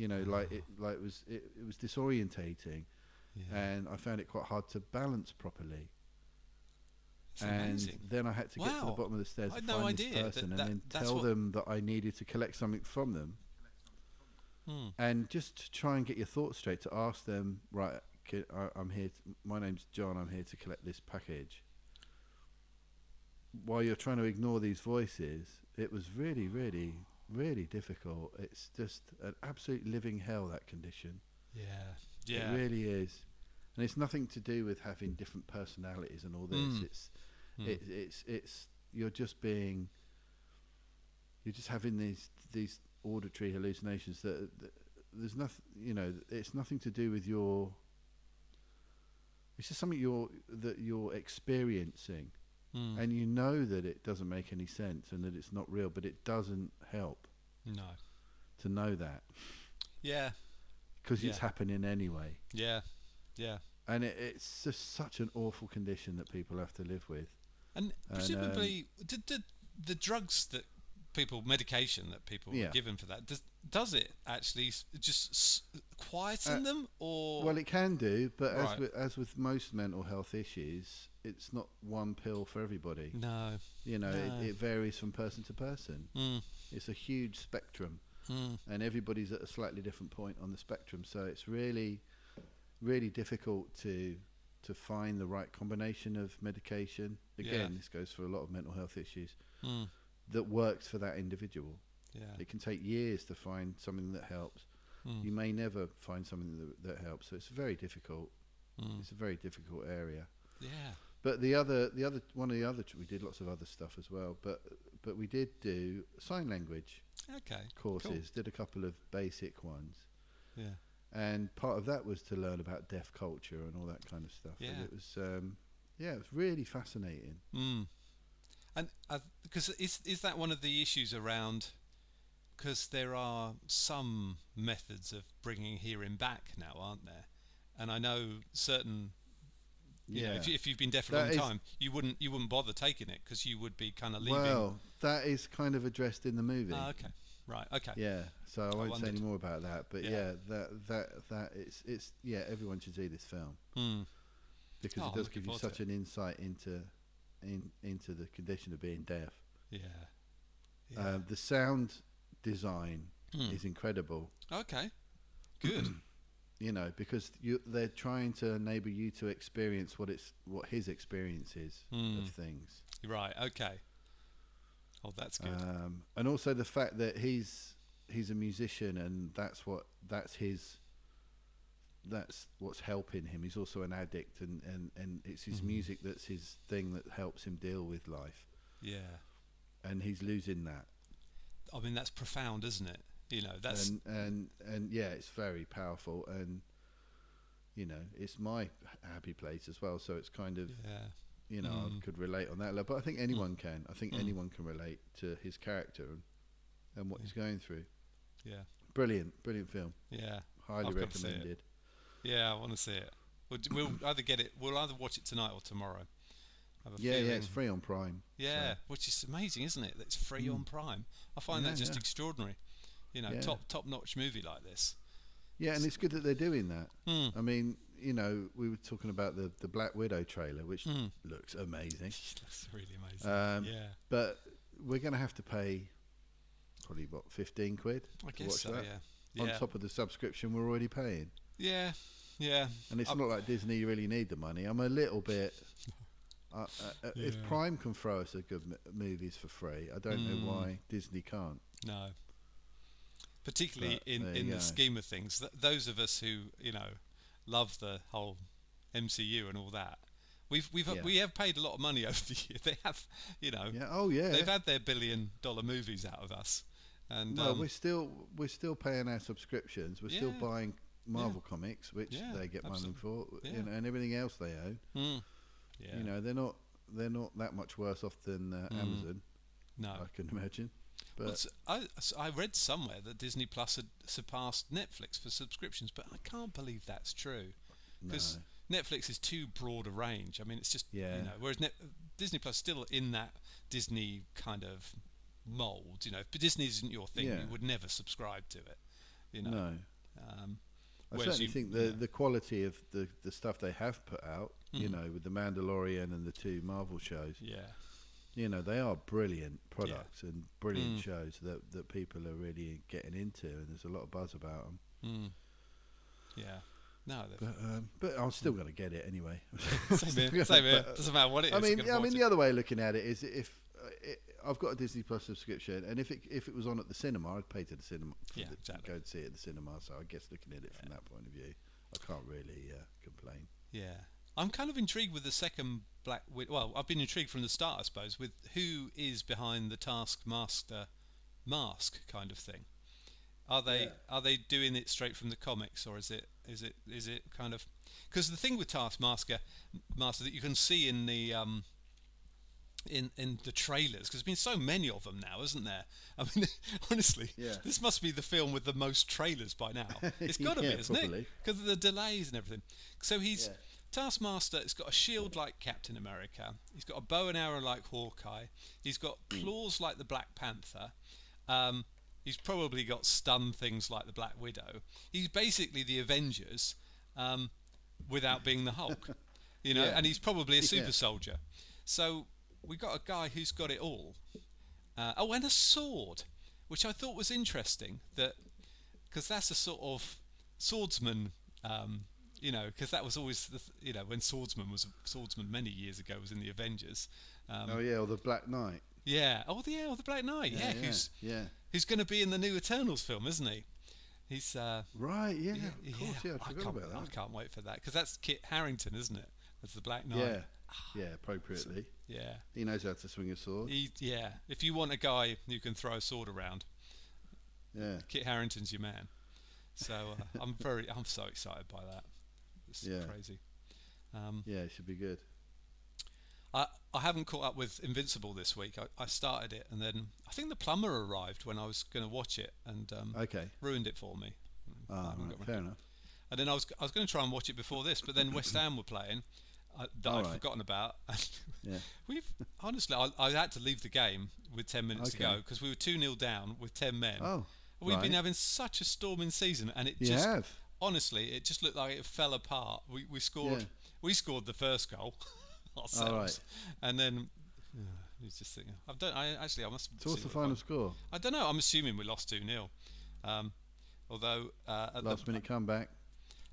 [SPEAKER 2] you know like it like it was it, it was disorientating
[SPEAKER 3] Yeah.
[SPEAKER 2] and I found it quite hard to balance properly.
[SPEAKER 3] It's
[SPEAKER 2] and
[SPEAKER 3] amazing.
[SPEAKER 2] then I had to get to the
[SPEAKER 3] Wow.
[SPEAKER 2] bottom of the stairs
[SPEAKER 3] I
[SPEAKER 2] to
[SPEAKER 3] had no
[SPEAKER 2] find this
[SPEAKER 3] idea that-
[SPEAKER 2] person
[SPEAKER 3] that-
[SPEAKER 2] and then
[SPEAKER 3] that's
[SPEAKER 2] tell
[SPEAKER 3] what-
[SPEAKER 2] them that I needed to collect something from them.
[SPEAKER 3] Hmm.
[SPEAKER 2] And just to try and get your thoughts straight to ask them, right, Can, I, I'm here. t my name's John. I'm here to collect this package. While you're trying to ignore these voices, it was really, really, really difficult. It's just an absolute living hell that condition.
[SPEAKER 3] Yeah. Yeah.
[SPEAKER 2] It really is, and it's nothing to do with having different personalities and all this.
[SPEAKER 3] Mm.
[SPEAKER 2] It's, it, it's, it's. You're just being. You're just having these these auditory hallucinations that, that there's nothing. You know, it's nothing to do with your. It's just something you're that you're experiencing,
[SPEAKER 3] Mm.
[SPEAKER 2] and you know that it doesn't make any sense and that it's not real, but it doesn't help
[SPEAKER 3] No.
[SPEAKER 2] to know that
[SPEAKER 3] Yeah.
[SPEAKER 2] because it's
[SPEAKER 3] Yeah.
[SPEAKER 2] happening anyway.
[SPEAKER 3] Yeah. Yeah.
[SPEAKER 2] and it, it's just such an awful condition that people have to live with.
[SPEAKER 3] And
[SPEAKER 2] And, um,
[SPEAKER 3] presumably, did, did the drugs that people medication that people
[SPEAKER 2] Yeah.
[SPEAKER 3] were given for that does, does it actually s- just s-
[SPEAKER 2] Uh,
[SPEAKER 3] quieten them or
[SPEAKER 2] Well, it can do, but as
[SPEAKER 3] Right.
[SPEAKER 2] with, as with most mental health issues, it's not one pill for everybody.
[SPEAKER 3] no?
[SPEAKER 2] You know,
[SPEAKER 3] No.
[SPEAKER 2] it, it varies from person to person.
[SPEAKER 3] Mm.
[SPEAKER 2] It's a huge spectrum,
[SPEAKER 3] Mm.
[SPEAKER 2] and everybody's at a slightly different point on the spectrum. So it's really, really difficult to to find the right combination of medication.
[SPEAKER 3] Yeah.
[SPEAKER 2] Again, this goes for a lot of mental health issues
[SPEAKER 3] Mm.
[SPEAKER 2] that works for that individual.
[SPEAKER 3] Yeah.
[SPEAKER 2] It can take years to find something that helps.
[SPEAKER 3] Mm.
[SPEAKER 2] You may never find something that, that helps. So it's very difficult.
[SPEAKER 3] Mm.
[SPEAKER 2] It's a very difficult area.
[SPEAKER 3] Yeah.
[SPEAKER 2] But the other, the other one of the other, tr- we did lots of other stuff as well. But but we did do sign language
[SPEAKER 3] Okay.
[SPEAKER 2] courses. Did a couple of basic ones,
[SPEAKER 3] Yeah.
[SPEAKER 2] and part of that was to learn about deaf culture and all that kind of stuff. And
[SPEAKER 3] Yeah.
[SPEAKER 2] it was, um, yeah, it was really fascinating.
[SPEAKER 3] Mm. And because is is that one of the issues around? Because there are some methods of bringing hearing back now, aren't there? And I know certain. You know,
[SPEAKER 2] Yeah.
[SPEAKER 3] if, you, if you've been deaf a
[SPEAKER 2] That
[SPEAKER 3] long
[SPEAKER 2] is-
[SPEAKER 3] time, you wouldn't you wouldn't bother taking it because you would be kind of leaving.
[SPEAKER 2] Well, that is kind of addressed in the movie.
[SPEAKER 3] Ah, okay, right, okay,
[SPEAKER 2] Yeah, so I won't say
[SPEAKER 3] wondered.
[SPEAKER 2] any more about that. But
[SPEAKER 3] Yeah.
[SPEAKER 2] yeah. that that that it's it's yeah, everyone should see this film
[SPEAKER 3] Hmm.
[SPEAKER 2] because
[SPEAKER 3] Oh, I'm
[SPEAKER 2] it does give
[SPEAKER 3] looking
[SPEAKER 2] you
[SPEAKER 3] forward to
[SPEAKER 2] such an insight into in into the condition of being deaf.
[SPEAKER 3] yeah, yeah.
[SPEAKER 2] Um, the sound design
[SPEAKER 3] Hmm.
[SPEAKER 2] is incredible.
[SPEAKER 3] okay, good,
[SPEAKER 2] You know, because you, they're trying to enable you to experience what it's what his experience is
[SPEAKER 3] Mm.
[SPEAKER 2] of things,
[SPEAKER 3] right, okay. Oh, that's good.
[SPEAKER 2] um, and also the fact that he's he's a musician and that's what that's his that's what's helping him. He's also an addict, and and and it's
[SPEAKER 3] Mm-hmm.
[SPEAKER 2] his music that's his thing that helps him deal with life,
[SPEAKER 3] yeah,
[SPEAKER 2] and he's losing that.
[SPEAKER 3] I mean that's profound, isn't it? You know, that's
[SPEAKER 2] and and and yeah, it's very powerful, and you know, it's my h- happy place as well. So it's kind of
[SPEAKER 3] yeah.
[SPEAKER 2] you know
[SPEAKER 3] Mm.
[SPEAKER 2] I could relate on that level, but I think anyone can. I think anyone can relate to his character and and what he's going through.
[SPEAKER 3] Yeah,
[SPEAKER 2] Brilliant, brilliant film.
[SPEAKER 3] yeah,
[SPEAKER 2] Highly
[SPEAKER 3] I've got to see it.
[SPEAKER 2] recommended.
[SPEAKER 3] yeah. I want to see it. We'll, d- we'll either get it. We'll either watch it tonight or tomorrow. I have a
[SPEAKER 2] Yeah, yeah,
[SPEAKER 3] feeling-
[SPEAKER 2] it's free on Prime.
[SPEAKER 3] yeah, which is amazing, isn't it? That's free on Prime. I find
[SPEAKER 2] Mm. Yeah,
[SPEAKER 3] that just
[SPEAKER 2] yeah.
[SPEAKER 3] extraordinary. You know,
[SPEAKER 2] Yeah.
[SPEAKER 3] top top notch movie like this.
[SPEAKER 2] Yeah, and it's good that they're doing that.
[SPEAKER 3] Mm.
[SPEAKER 2] I mean, you know, we were talking about the the Black Widow trailer, which
[SPEAKER 3] Mm.
[SPEAKER 2] looks amazing.
[SPEAKER 3] That's really amazing.
[SPEAKER 2] Um,
[SPEAKER 3] yeah,
[SPEAKER 2] But we're going to have to pay probably what fifteen quid to
[SPEAKER 3] I guess
[SPEAKER 2] watch
[SPEAKER 3] so.
[SPEAKER 2] that.
[SPEAKER 3] Yeah,
[SPEAKER 2] on
[SPEAKER 3] yeah,
[SPEAKER 2] top of the subscription we're already paying.
[SPEAKER 3] yeah, yeah.
[SPEAKER 2] And it's
[SPEAKER 3] Um,
[SPEAKER 2] not like Disney you really need the money. I'm a little bit. Uh, uh, uh, If
[SPEAKER 3] Yeah.
[SPEAKER 2] Prime can throw us a good m- movies for free, I don't
[SPEAKER 3] Mm.
[SPEAKER 2] know why Disney can't.
[SPEAKER 3] No. Particularly
[SPEAKER 2] But
[SPEAKER 3] in,
[SPEAKER 2] there
[SPEAKER 3] in
[SPEAKER 2] you
[SPEAKER 3] the
[SPEAKER 2] go.
[SPEAKER 3] scheme of things, th- those of us who you know love the whole MCU and all that, we've we've
[SPEAKER 2] Yeah.
[SPEAKER 3] we have paid a lot of money over the year. They have, you know,
[SPEAKER 2] Yeah. Oh yeah.
[SPEAKER 3] they've had their billion dollar movies out of us, and
[SPEAKER 2] well,
[SPEAKER 3] um,
[SPEAKER 2] we're still we're still paying our subscriptions. We're still
[SPEAKER 3] Yeah.
[SPEAKER 2] buying Marvel comics, which
[SPEAKER 3] Yeah,
[SPEAKER 2] they get money
[SPEAKER 3] absolutely.
[SPEAKER 2] for,
[SPEAKER 3] Yeah.
[SPEAKER 2] you know, and everything else they own.
[SPEAKER 3] mm, yeah, Mm.
[SPEAKER 2] You know, they're not they're not that much worse off than uh, Amazon,
[SPEAKER 3] no.
[SPEAKER 2] I can imagine. But
[SPEAKER 3] Well, s- I, s- I read somewhere that Disney Plus had surpassed Netflix for subscriptions, but I can't believe that's true. Because Netflix is too broad a range. I mean, it's just
[SPEAKER 2] Yeah.
[SPEAKER 3] you know. Whereas Net, Disney Plus is still in that Disney kind of mold. You know, if Disney isn't your thing,
[SPEAKER 2] Yeah.
[SPEAKER 3] you would never subscribe to it. You know.
[SPEAKER 2] no,
[SPEAKER 3] Um,
[SPEAKER 2] I
[SPEAKER 3] whereas
[SPEAKER 2] certainly
[SPEAKER 3] you-
[SPEAKER 2] think
[SPEAKER 3] you
[SPEAKER 2] the,
[SPEAKER 3] know,
[SPEAKER 2] the quality of the, the stuff they have put out, you
[SPEAKER 3] Mm.
[SPEAKER 2] know, with the Mandalorian and the two Marvel shows,
[SPEAKER 3] yeah.
[SPEAKER 2] you know, they are brilliant products and brilliant
[SPEAKER 3] Mm.
[SPEAKER 2] shows that, that people are really getting into, and there's a lot of buzz about them.
[SPEAKER 3] Mm. Yeah. No, they-
[SPEAKER 2] But, um, but I'm still going to get it anyway.
[SPEAKER 3] Mm. same here. Same here.
[SPEAKER 2] But-
[SPEAKER 3] Doesn't matter what it is.
[SPEAKER 2] I mean,
[SPEAKER 3] you can
[SPEAKER 2] yeah, I
[SPEAKER 3] watch
[SPEAKER 2] mean,
[SPEAKER 3] it.
[SPEAKER 2] the other way of looking at it is if uh, it, I've got a Disney Plus subscription, and if it if it was on at the cinema, I'd pay to the cinema. For
[SPEAKER 3] Yeah,
[SPEAKER 2] the,
[SPEAKER 3] exactly.
[SPEAKER 2] Go and see it at the cinema. So I guess looking at it from that point of view, I can't really uh, complain.
[SPEAKER 3] Yeah, I'm kind of intrigued with the second Black Widow. Well, I've been intrigued from the start, I suppose, with who is behind the Taskmaster mask kind of thing. Are they are they doing it straight from the comics, or is it is it is it kind of because the thing with Taskmaster Master that you can see in the um, in in the trailers because there's been so many of them now, isn't there? I mean, honestly,
[SPEAKER 2] Yeah.
[SPEAKER 3] this must be the film with the most trailers by now. It's got to
[SPEAKER 2] Yeah,
[SPEAKER 3] be, isn't
[SPEAKER 2] probably.
[SPEAKER 3] it? Because of the delays and everything. So he's Taskmaster. He's got a shield like Captain America. He's got a bow and arrow like Hawkeye. He's got
[SPEAKER 2] Hmm.
[SPEAKER 3] claws like the Black Panther. Um, he's probably got stun things like the Black Widow. He's basically the Avengers um, without being the Hulk. You know,
[SPEAKER 2] Yeah.
[SPEAKER 3] and he's probably a super
[SPEAKER 2] Yeah.
[SPEAKER 3] soldier. So we got a guy who's got it all. Uh, oh, and a sword, which I thought was interesting. That because that's a sort of swordsman, um, you know, because that was always the th- you know when swordsman was swordsman many years ago was in the Avengers. Um,
[SPEAKER 2] oh yeah, or the Black Knight.
[SPEAKER 3] yeah. Oh, the yeah, oh, the Black Knight.
[SPEAKER 2] yeah,
[SPEAKER 3] Yeah, who's
[SPEAKER 2] yeah.
[SPEAKER 3] who's going to be in the new Eternals film, isn't he? He's uh,
[SPEAKER 2] Right, yeah,
[SPEAKER 3] yeah,
[SPEAKER 2] of course, yeah, I forgot
[SPEAKER 3] can't,
[SPEAKER 2] about
[SPEAKER 3] I
[SPEAKER 2] that.
[SPEAKER 3] can't wait for that because that's Kit Harrington, isn't it? As the Black Knight.
[SPEAKER 2] Yeah, yeah, appropriately.
[SPEAKER 3] Yeah.
[SPEAKER 2] He knows how to swing a sword.
[SPEAKER 3] He, yeah. If you want a guy who can throw a sword around,
[SPEAKER 2] Yeah,
[SPEAKER 3] Kit Harrington's your man. So uh, I'm very, I'm so excited by that. It's
[SPEAKER 2] Yeah.
[SPEAKER 3] crazy. Um,
[SPEAKER 2] yeah, it should be good.
[SPEAKER 3] I, I haven't caught up with Invincible this week. I, I started it and then I think the plumber arrived when I was going to watch it and um,
[SPEAKER 2] Okay,
[SPEAKER 3] ruined it for me. I
[SPEAKER 2] ah,
[SPEAKER 3] haven't got
[SPEAKER 2] right,
[SPEAKER 3] my-
[SPEAKER 2] fair enough.
[SPEAKER 3] And then I was I was going to try and watch it before this, but then West Ham were playing uh, that I'd
[SPEAKER 2] Alright.
[SPEAKER 3] forgotten about.
[SPEAKER 2] Yeah.
[SPEAKER 3] We've honestly, I, I had to leave the game with ten minutes to
[SPEAKER 2] Okay.
[SPEAKER 3] go because we were two 0 down with ten men.
[SPEAKER 2] Oh,
[SPEAKER 3] And We've been
[SPEAKER 2] right.
[SPEAKER 3] having such a storming season, and it
[SPEAKER 2] You
[SPEAKER 3] just
[SPEAKER 2] have.
[SPEAKER 3] honestly, it just looked like it fell apart. We we scored
[SPEAKER 2] Yeah.
[SPEAKER 3] we scored the first goal ourselves, and then. Uh, you just think, I don't. I actually, I must.
[SPEAKER 2] So what's
[SPEAKER 3] see
[SPEAKER 2] the
[SPEAKER 3] what-
[SPEAKER 2] final score?
[SPEAKER 3] I don't know. I'm assuming we lost two 0 um, Although uh, at the
[SPEAKER 2] Last minute comeback.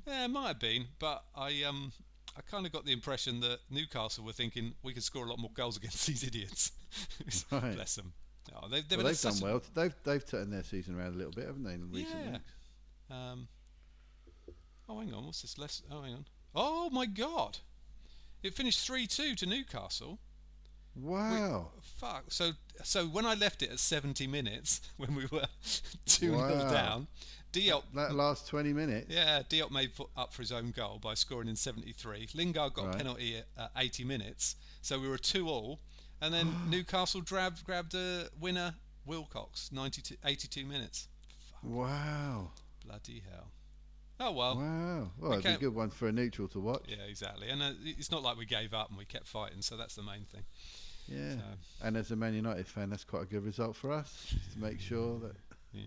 [SPEAKER 3] yeah, it might have been, but I um, I kind of got the impression that Newcastle were thinking we can score a lot more goals against these idiots.
[SPEAKER 2] Right.
[SPEAKER 3] Bless them. Oh, they've,
[SPEAKER 2] Well,
[SPEAKER 3] they've, been
[SPEAKER 2] they've done
[SPEAKER 3] such a-
[SPEAKER 2] well. They've they've turned their season around a little bit, haven't they? In recent
[SPEAKER 3] Yeah.
[SPEAKER 2] weeks.
[SPEAKER 3] Um, oh, hang on. What's this? Less. Oh, hang on. Oh my God! It finished three-two to Newcastle.
[SPEAKER 2] Wow.
[SPEAKER 3] Fuck. So, so when I left it at 70 minutes, when we were two 0
[SPEAKER 2] Wow.
[SPEAKER 3] down, Diop
[SPEAKER 2] that last twenty minutes.
[SPEAKER 3] Yeah, Diop made fo- up for his own goal by scoring in 73. Lingard got a
[SPEAKER 2] Right.
[SPEAKER 3] penalty at uh, 80 minutes, so we were two all. And then Newcastle grabbed grabbed a winner, Wilcox, 92, 82 minutes.
[SPEAKER 2] Wow.
[SPEAKER 3] Bloody hell! Oh well.
[SPEAKER 2] Wow. Well, it'd be a
[SPEAKER 3] can't-
[SPEAKER 2] good one for a neutral to watch.
[SPEAKER 3] Yeah, exactly. And uh, it's not like we gave up and we kept fighting, so that's the main thing.
[SPEAKER 2] Yeah.
[SPEAKER 3] So-
[SPEAKER 2] And as a Man United fan, that's quite a good result for us just to make sure that a
[SPEAKER 3] Yeah.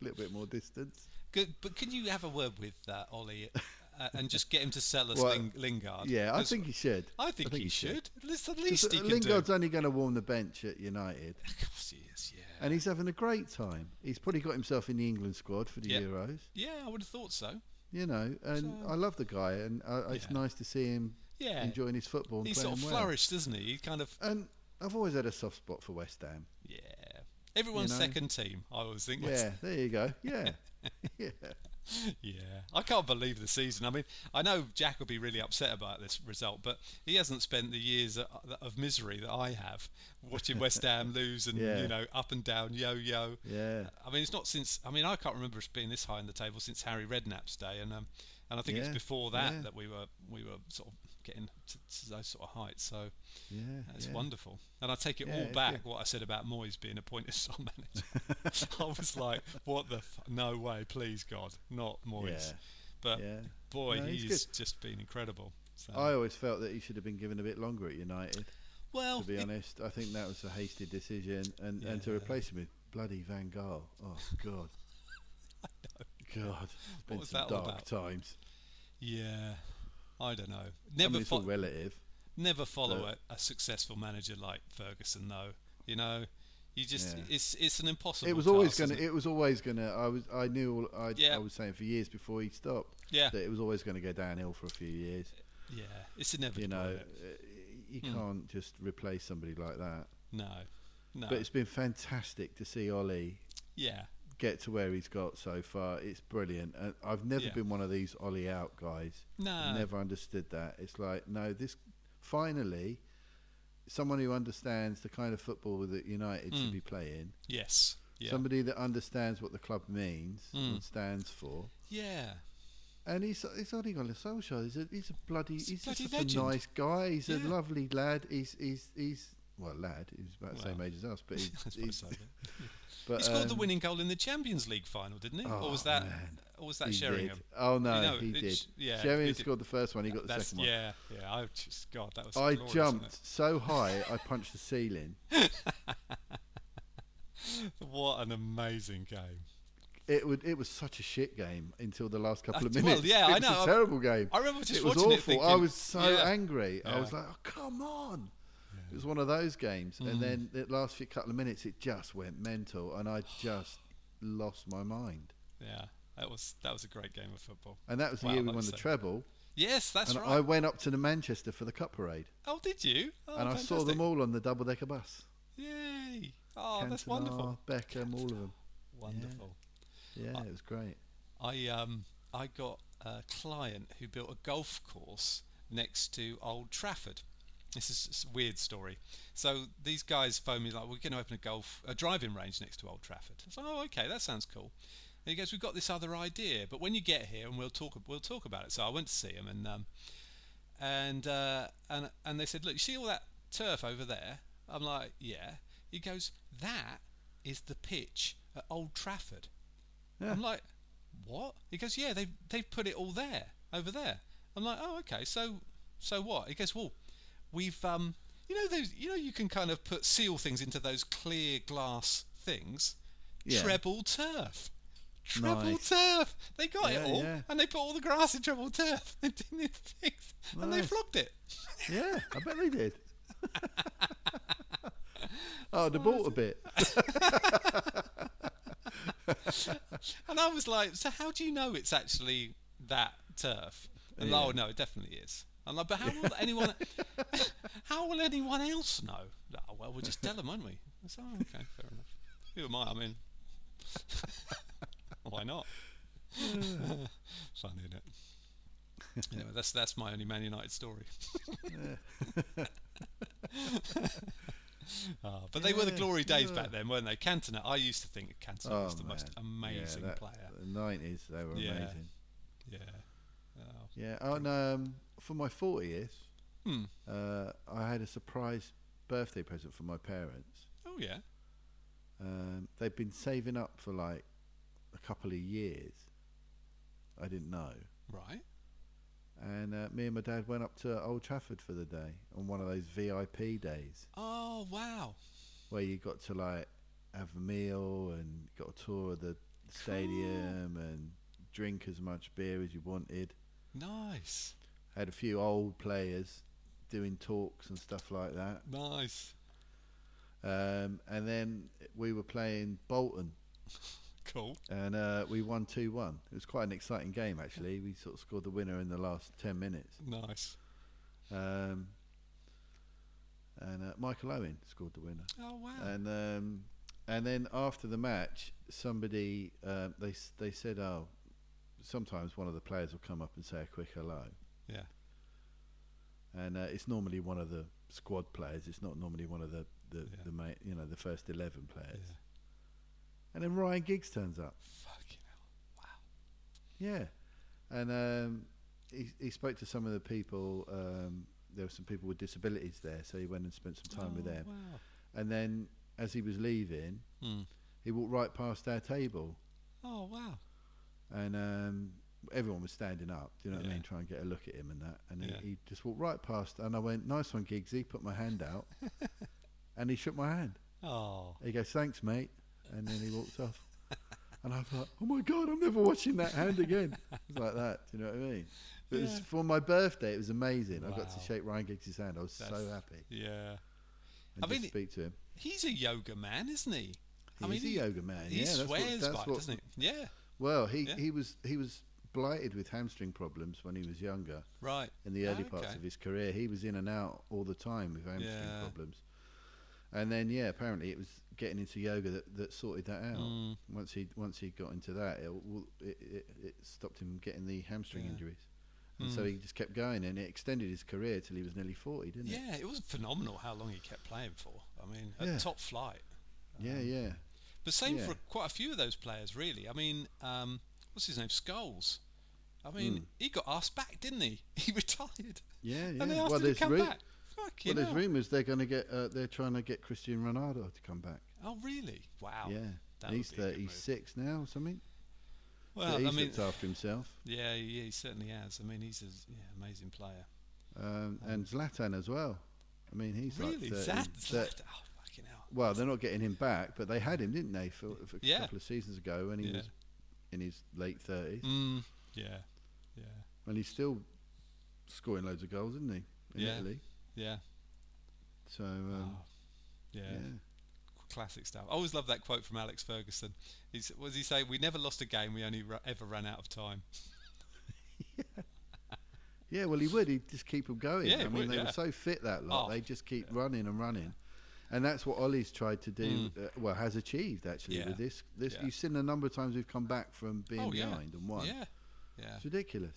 [SPEAKER 2] little bit more distance.
[SPEAKER 3] Good, but can you have a word with uh, Ollie uh, and just get him to sell us
[SPEAKER 2] Well,
[SPEAKER 3] Ling- Lingard?
[SPEAKER 2] Yeah, I
[SPEAKER 3] 'Cause
[SPEAKER 2] think he should.
[SPEAKER 3] I think, he, should. That's the least
[SPEAKER 2] Because, uh,
[SPEAKER 3] he can
[SPEAKER 2] Lingard's
[SPEAKER 3] do.
[SPEAKER 2] only going to warm the bench at United,
[SPEAKER 3] Of course he is. Yeah.
[SPEAKER 2] and he's having a great time. He's probably got himself in the England squad for the
[SPEAKER 3] Yeah.
[SPEAKER 2] Euros.
[SPEAKER 3] Yeah, I would have thought so.
[SPEAKER 2] You know, and
[SPEAKER 3] So-
[SPEAKER 2] I love the guy, and uh, it's
[SPEAKER 3] Yeah.
[SPEAKER 2] nice to see him
[SPEAKER 3] Yeah.
[SPEAKER 2] enjoying his football. And
[SPEAKER 3] He sort
[SPEAKER 2] playing
[SPEAKER 3] of
[SPEAKER 2] well.
[SPEAKER 3] flourished, doesn't he? He kind of
[SPEAKER 2] And I've always had a soft spot for West Ham.
[SPEAKER 3] yeah. Everyone's
[SPEAKER 2] know.
[SPEAKER 3] second team, I always think. was-
[SPEAKER 2] Yeah, there you go. Yeah, yeah.
[SPEAKER 3] yeah. I can't believe the season. I mean, I know Jack will be really upset about this result, but he hasn't spent the years of- of misery that I have watching West Ham lose and
[SPEAKER 2] Yeah.
[SPEAKER 3] you know up and down, yo yo.
[SPEAKER 2] Yeah.
[SPEAKER 3] I mean, it's not since. I mean, I can't remember us being this high in the table since Harry Redknapp's day, and um, and I think it's
[SPEAKER 2] Yeah,
[SPEAKER 3] before that
[SPEAKER 2] yeah.
[SPEAKER 3] that we were we were sort of getting to, to those sort of heights. So.
[SPEAKER 2] Yeah,
[SPEAKER 3] That's
[SPEAKER 2] yeah.
[SPEAKER 3] wonderful. And I take it
[SPEAKER 2] Yeah,
[SPEAKER 3] all
[SPEAKER 2] it's
[SPEAKER 3] back
[SPEAKER 2] good.
[SPEAKER 3] what I said about Moyes being appointed song manager. I was like, what the f- no way, please God, not Moyes.
[SPEAKER 2] Yeah,
[SPEAKER 3] But
[SPEAKER 2] yeah.
[SPEAKER 3] boy,
[SPEAKER 2] No, he's
[SPEAKER 3] he's,
[SPEAKER 2] good.
[SPEAKER 3] just been incredible. So,
[SPEAKER 2] I always felt that he should have been given a bit longer at United.
[SPEAKER 3] well,
[SPEAKER 2] To be
[SPEAKER 3] it-
[SPEAKER 2] honest, I think that was a hasty decision, and, and to
[SPEAKER 3] Yeah.
[SPEAKER 2] replace him with bloody Van Gaal. Oh God. God, it's been
[SPEAKER 3] was
[SPEAKER 2] some
[SPEAKER 3] that all
[SPEAKER 2] dark
[SPEAKER 3] about?
[SPEAKER 2] times.
[SPEAKER 3] yeah, I don't know.
[SPEAKER 2] I
[SPEAKER 3] Never,
[SPEAKER 2] mean, it's all
[SPEAKER 3] fo-
[SPEAKER 2] relative.
[SPEAKER 3] never follow a, a successful manager like Ferguson, though. You know, You just
[SPEAKER 2] Yeah.
[SPEAKER 3] it's it's an impossible.
[SPEAKER 2] It was always
[SPEAKER 3] task,
[SPEAKER 2] gonna.
[SPEAKER 3] isn't
[SPEAKER 2] It was always gonna. I was. I knew. I,
[SPEAKER 3] Yeah.
[SPEAKER 2] I was saying for years before he stopped
[SPEAKER 3] Yeah.
[SPEAKER 2] that it was always going to go downhill for a few years.
[SPEAKER 3] yeah, Hmm. it's
[SPEAKER 2] You
[SPEAKER 3] inevitable.
[SPEAKER 2] know,
[SPEAKER 3] isn't it?
[SPEAKER 2] uh, you can't just replace somebody like that.
[SPEAKER 3] no, no,
[SPEAKER 2] But it's been fantastic to see Ollie
[SPEAKER 3] yeah,
[SPEAKER 2] get to where he's got so far. It's brilliant. And I've never
[SPEAKER 3] Yeah. Ah.
[SPEAKER 2] been one of these Ollie out guys.
[SPEAKER 3] no,
[SPEAKER 2] Never understood that. It's like no, this finally someone who understands the kind of football that United should be playing.
[SPEAKER 3] yes, Hmm. yeah, Hmm.
[SPEAKER 2] Somebody that understands what the club means and stands for.
[SPEAKER 3] yeah,
[SPEAKER 2] And he's he's only got a Solskjaer. He's a he's a bloody he's, just
[SPEAKER 3] a bloody
[SPEAKER 2] such a
[SPEAKER 3] legend.
[SPEAKER 2] nice guy. He's
[SPEAKER 3] Yeah.
[SPEAKER 2] a lovely lad. He's he's he's well lad. He's about the same
[SPEAKER 3] Well.
[SPEAKER 2] age as us, but he's,
[SPEAKER 3] That's what I
[SPEAKER 2] he's
[SPEAKER 3] said, yeah.
[SPEAKER 2] but,
[SPEAKER 3] He scored the
[SPEAKER 2] um,
[SPEAKER 3] winning goal in the Champions League final, didn't he? or was
[SPEAKER 2] oh,
[SPEAKER 3] that
[SPEAKER 2] man.
[SPEAKER 3] or was that
[SPEAKER 2] he
[SPEAKER 3] Sheringham?
[SPEAKER 2] Did. Oh no,
[SPEAKER 3] You know,
[SPEAKER 2] he
[SPEAKER 3] it
[SPEAKER 2] did.
[SPEAKER 3] sh- yeah, he
[SPEAKER 2] Sheringham
[SPEAKER 3] did.
[SPEAKER 2] scored the first one. He got the
[SPEAKER 3] That's
[SPEAKER 2] second one.
[SPEAKER 3] yeah, yeah. I just God, that was.
[SPEAKER 2] I
[SPEAKER 3] glorious, wasn't
[SPEAKER 2] jumped so high I punched the ceiling.
[SPEAKER 3] it? What an amazing game!
[SPEAKER 2] It would it was such a shit game until the last couple of
[SPEAKER 3] Uh, Well,
[SPEAKER 2] minutes.
[SPEAKER 3] yeah,
[SPEAKER 2] it
[SPEAKER 3] I
[SPEAKER 2] was
[SPEAKER 3] know.
[SPEAKER 2] a terrible game.
[SPEAKER 3] I remember just
[SPEAKER 2] it was
[SPEAKER 3] watching
[SPEAKER 2] awful.
[SPEAKER 3] it thinking-
[SPEAKER 2] I was so
[SPEAKER 3] Yeah.
[SPEAKER 2] angry.
[SPEAKER 3] Yeah. Mm.
[SPEAKER 2] I was like, oh, come on. It was one of those games, and then the last few couple of minutes, it just went mental, and I just lost my mind.
[SPEAKER 3] Yeah, that was that was a great game of football.
[SPEAKER 2] And that was the
[SPEAKER 3] Wow,
[SPEAKER 2] year we
[SPEAKER 3] like
[SPEAKER 2] won
[SPEAKER 3] you
[SPEAKER 2] the
[SPEAKER 3] say.
[SPEAKER 2] treble,
[SPEAKER 3] Yes, that's
[SPEAKER 2] and
[SPEAKER 3] right.
[SPEAKER 2] I went up to the Manchester for the cup parade,
[SPEAKER 3] oh, did you? Oh,
[SPEAKER 2] and I saw
[SPEAKER 3] fantastic.
[SPEAKER 2] them all on the double decker bus.
[SPEAKER 3] Yay! Oh, that's
[SPEAKER 2] Cantona,
[SPEAKER 3] wonderful.
[SPEAKER 2] Beckham, all of them.
[SPEAKER 3] Wonderful.
[SPEAKER 2] Yeah, it was great.
[SPEAKER 3] I um I got a client who built a golf course next to Old Trafford. This is s- weird story. So these guys phoned me like, "We're going to open a golf a driving range next to Old Trafford." I was like, "Oh, okay, that sounds cool." And he goes, "We've got this other idea, but when you get here, and we'll talk we'll talk about it." So I went to see him, and um, and uh, and and they said, "Look, you see all that turf over there?" I'm like, "Yeah." He goes, "That is the pitch at Old Trafford." I'm like, "What?" He goes, "Yeah, they they've put it all there over there." I'm like, "Oh, okay. So so what?" He goes, "Well, we've um, you know those you know you can kind of put seal things into those clear glass things,
[SPEAKER 2] Yeah.
[SPEAKER 3] treble turf." Treble
[SPEAKER 2] Nice.
[SPEAKER 3] turf. They got
[SPEAKER 2] Yeah,
[SPEAKER 3] it all,
[SPEAKER 2] yeah.
[SPEAKER 3] and they put all the grass in treble turf. They did these things, and they
[SPEAKER 2] Nice.
[SPEAKER 3] flogged it.
[SPEAKER 2] Yeah, I bet they did. oh, they bought a bit.
[SPEAKER 3] And I was like, so how do you know it's actually that turf? And oh no, it definitely is. I'm like, but how will anyone? how will anyone else know? Oh, well, we'll just tell them, won't we? I said, oh, okay, fair enough. Who am I? I mean, why not? Funny, isn't it? Anyway, that's that's my only Man United story. Ah, but they were the
[SPEAKER 2] Yeah,
[SPEAKER 3] glory days
[SPEAKER 2] yeah.
[SPEAKER 3] back then, weren't they? Cantona. I used to think Cantona
[SPEAKER 2] Oh,
[SPEAKER 3] was the most
[SPEAKER 2] man. Yeah,
[SPEAKER 3] amazing
[SPEAKER 2] that-
[SPEAKER 3] player.
[SPEAKER 2] The nineties, they were
[SPEAKER 3] Yeah.
[SPEAKER 2] amazing.
[SPEAKER 3] Yeah. Oh,
[SPEAKER 2] Yeah. Oh, and um, for my fortieth,
[SPEAKER 3] Hmm.
[SPEAKER 2] uh, I had a surprise birthday present for my parents.
[SPEAKER 3] Oh, yeah.
[SPEAKER 2] Um, they'd been saving up for like a couple of years. I didn't know.
[SPEAKER 3] Right.
[SPEAKER 2] And uh, me and my dad went up to Old Trafford for the day on one of those VIP days.
[SPEAKER 3] Oh, wow.
[SPEAKER 2] where you got to like have a meal and got a tour of the stadium and drink as much beer as you wanted.
[SPEAKER 3] Nice.
[SPEAKER 2] Had a few old players doing talks and stuff like that.
[SPEAKER 3] Nice.
[SPEAKER 2] Um, and then we were playing Bolton
[SPEAKER 3] Cool.
[SPEAKER 2] and uh, we won 2 1. It was quite an exciting game actually. We sort of scored the winner in the last 10 minutes.
[SPEAKER 3] Nice.
[SPEAKER 2] Um, and uh, Michael Owen scored the winner.
[SPEAKER 3] Oh, wow.
[SPEAKER 2] and um, and then after the match, somebody um, they s- they said, "Oh, sometimes one of the players will come up and say a quick hello."
[SPEAKER 3] yeah.
[SPEAKER 2] And uh, it's normally one of the squad players. It's not normally one of the the,
[SPEAKER 3] Yeah.
[SPEAKER 2] the ma- you know the first eleven players.
[SPEAKER 3] Yeah.
[SPEAKER 2] And then Ryan Giggs turns up.
[SPEAKER 3] Fucking hell. Wow.
[SPEAKER 2] Yeah, and um, he he spoke to some of the people. Um, there were some people with disabilities there, so he went and spent some time with
[SPEAKER 3] Oh,
[SPEAKER 2] them.
[SPEAKER 3] Wow.
[SPEAKER 2] And then as he was leaving,
[SPEAKER 3] Mm.
[SPEAKER 2] he walked right past our table.
[SPEAKER 3] Oh, wow.
[SPEAKER 2] and um, everyone was standing up. Do you know what
[SPEAKER 3] Yeah.
[SPEAKER 2] I mean? Try and get a look at him and that. And
[SPEAKER 3] Yeah.
[SPEAKER 2] he, he just walked right past, and I went, "Nice one, Giggsy." Put my hand out, and he shook my hand.
[SPEAKER 3] Oh.
[SPEAKER 2] He goes, "Thanks, mate," and then he walked off. And I thought, "Oh my god, I'm never watching that hand again." It was like that. Do you know what I mean? But it was
[SPEAKER 3] Yeah.
[SPEAKER 2] for my birthday. It was amazing. I got
[SPEAKER 3] Wow.
[SPEAKER 2] to shake Ryan Giggs' hand. I was so
[SPEAKER 3] That's-
[SPEAKER 2] happy.
[SPEAKER 3] Yeah.
[SPEAKER 2] and
[SPEAKER 3] I mean,
[SPEAKER 2] just speak to him.
[SPEAKER 3] He's a yoga man, isn't he?
[SPEAKER 2] He's a yoga man.
[SPEAKER 3] He
[SPEAKER 2] yeah, that's what-
[SPEAKER 3] swears
[SPEAKER 2] that's
[SPEAKER 3] by it,
[SPEAKER 2] what-
[SPEAKER 3] doesn't he? Yeah,
[SPEAKER 2] Well, he,
[SPEAKER 3] Yeah.
[SPEAKER 2] he was he was blighted with hamstring problems when he was younger.
[SPEAKER 3] right.
[SPEAKER 2] in the early
[SPEAKER 3] Oh,
[SPEAKER 2] parts
[SPEAKER 3] okay.
[SPEAKER 2] of his career. He was in and out all the time with hamstring
[SPEAKER 3] Yeah.
[SPEAKER 2] problems. And then yeah, apparently it was getting into yoga that, that sorted that out.
[SPEAKER 3] Mm.
[SPEAKER 2] Once he once he got into that, it w- it, it, it stopped him getting the hamstring
[SPEAKER 3] Yeah. Mm.
[SPEAKER 2] injuries. And so he just kept going, and it extended his career till he was nearly forty, didn't it?
[SPEAKER 3] Yeah, it was phenomenal how long he kept playing for. I mean, at
[SPEAKER 2] Yeah.
[SPEAKER 3] top flight.
[SPEAKER 2] Yeah, yeah,
[SPEAKER 3] But same
[SPEAKER 2] Yeah.
[SPEAKER 3] for quite a few of those players, really. I mean, um, what's his name? Skulls. I mean,
[SPEAKER 2] Hmm.
[SPEAKER 3] he got asked back, didn't he? He retired.
[SPEAKER 2] yeah, yeah.
[SPEAKER 3] And they asked
[SPEAKER 2] well,
[SPEAKER 3] him to
[SPEAKER 2] there's
[SPEAKER 3] come
[SPEAKER 2] ru-
[SPEAKER 3] back.
[SPEAKER 2] well,
[SPEAKER 3] Fucking
[SPEAKER 2] there's
[SPEAKER 3] hell.
[SPEAKER 2] rumours they're going to get. Uh, they're trying to get Cristiano Ronaldo to come back.
[SPEAKER 3] Oh, really? Wow.
[SPEAKER 2] yeah,
[SPEAKER 3] that
[SPEAKER 2] he's
[SPEAKER 3] would be a good move.
[SPEAKER 2] thirty-six now, or something.
[SPEAKER 3] Well,
[SPEAKER 2] he's
[SPEAKER 3] I mean,
[SPEAKER 2] looked after himself.
[SPEAKER 3] yeah, yeah, he certainly has. I mean, he's an yeah, amazing player.
[SPEAKER 2] um, and Zlatan as well. I mean, he's
[SPEAKER 3] Oh. really?
[SPEAKER 2] like 30,
[SPEAKER 3] Zlat-
[SPEAKER 2] thir-
[SPEAKER 3] Zlat- Oh, fucking hell.
[SPEAKER 2] well, they're not getting him back, but they had him, didn't they, for, for a
[SPEAKER 3] Yeah.
[SPEAKER 2] couple of seasons ago when he
[SPEAKER 3] Yeah.
[SPEAKER 2] was in his late thirties,
[SPEAKER 3] Mm, yeah, yeah,
[SPEAKER 2] and he's still scoring loads of goals, isn't he, in
[SPEAKER 3] Yeah.
[SPEAKER 2] Italy?
[SPEAKER 3] yeah.
[SPEAKER 2] So um,
[SPEAKER 3] Oh, yeah.
[SPEAKER 2] yeah.
[SPEAKER 3] classic stuff. I always love that quote from Alex Ferguson. He's, what does he say? We never lost a game. We only ru- ever ran out of time.
[SPEAKER 2] yeah, well, he would. He'd just keep them going.
[SPEAKER 3] Yeah,
[SPEAKER 2] I
[SPEAKER 3] he
[SPEAKER 2] mean,
[SPEAKER 3] would,
[SPEAKER 2] they
[SPEAKER 3] yeah.
[SPEAKER 2] were so fit that lot;
[SPEAKER 3] Oh,
[SPEAKER 2] they just keep running and running. And that's what Ollie's tried to do. Uh, well, has achieved actually
[SPEAKER 3] Hmm. Yeah.
[SPEAKER 2] with this. This
[SPEAKER 3] Yeah.
[SPEAKER 2] you've seen the number of times we've come back from being
[SPEAKER 3] oh yeah.
[SPEAKER 2] behind and won.
[SPEAKER 3] Yeah, yeah,
[SPEAKER 2] It's ridiculous.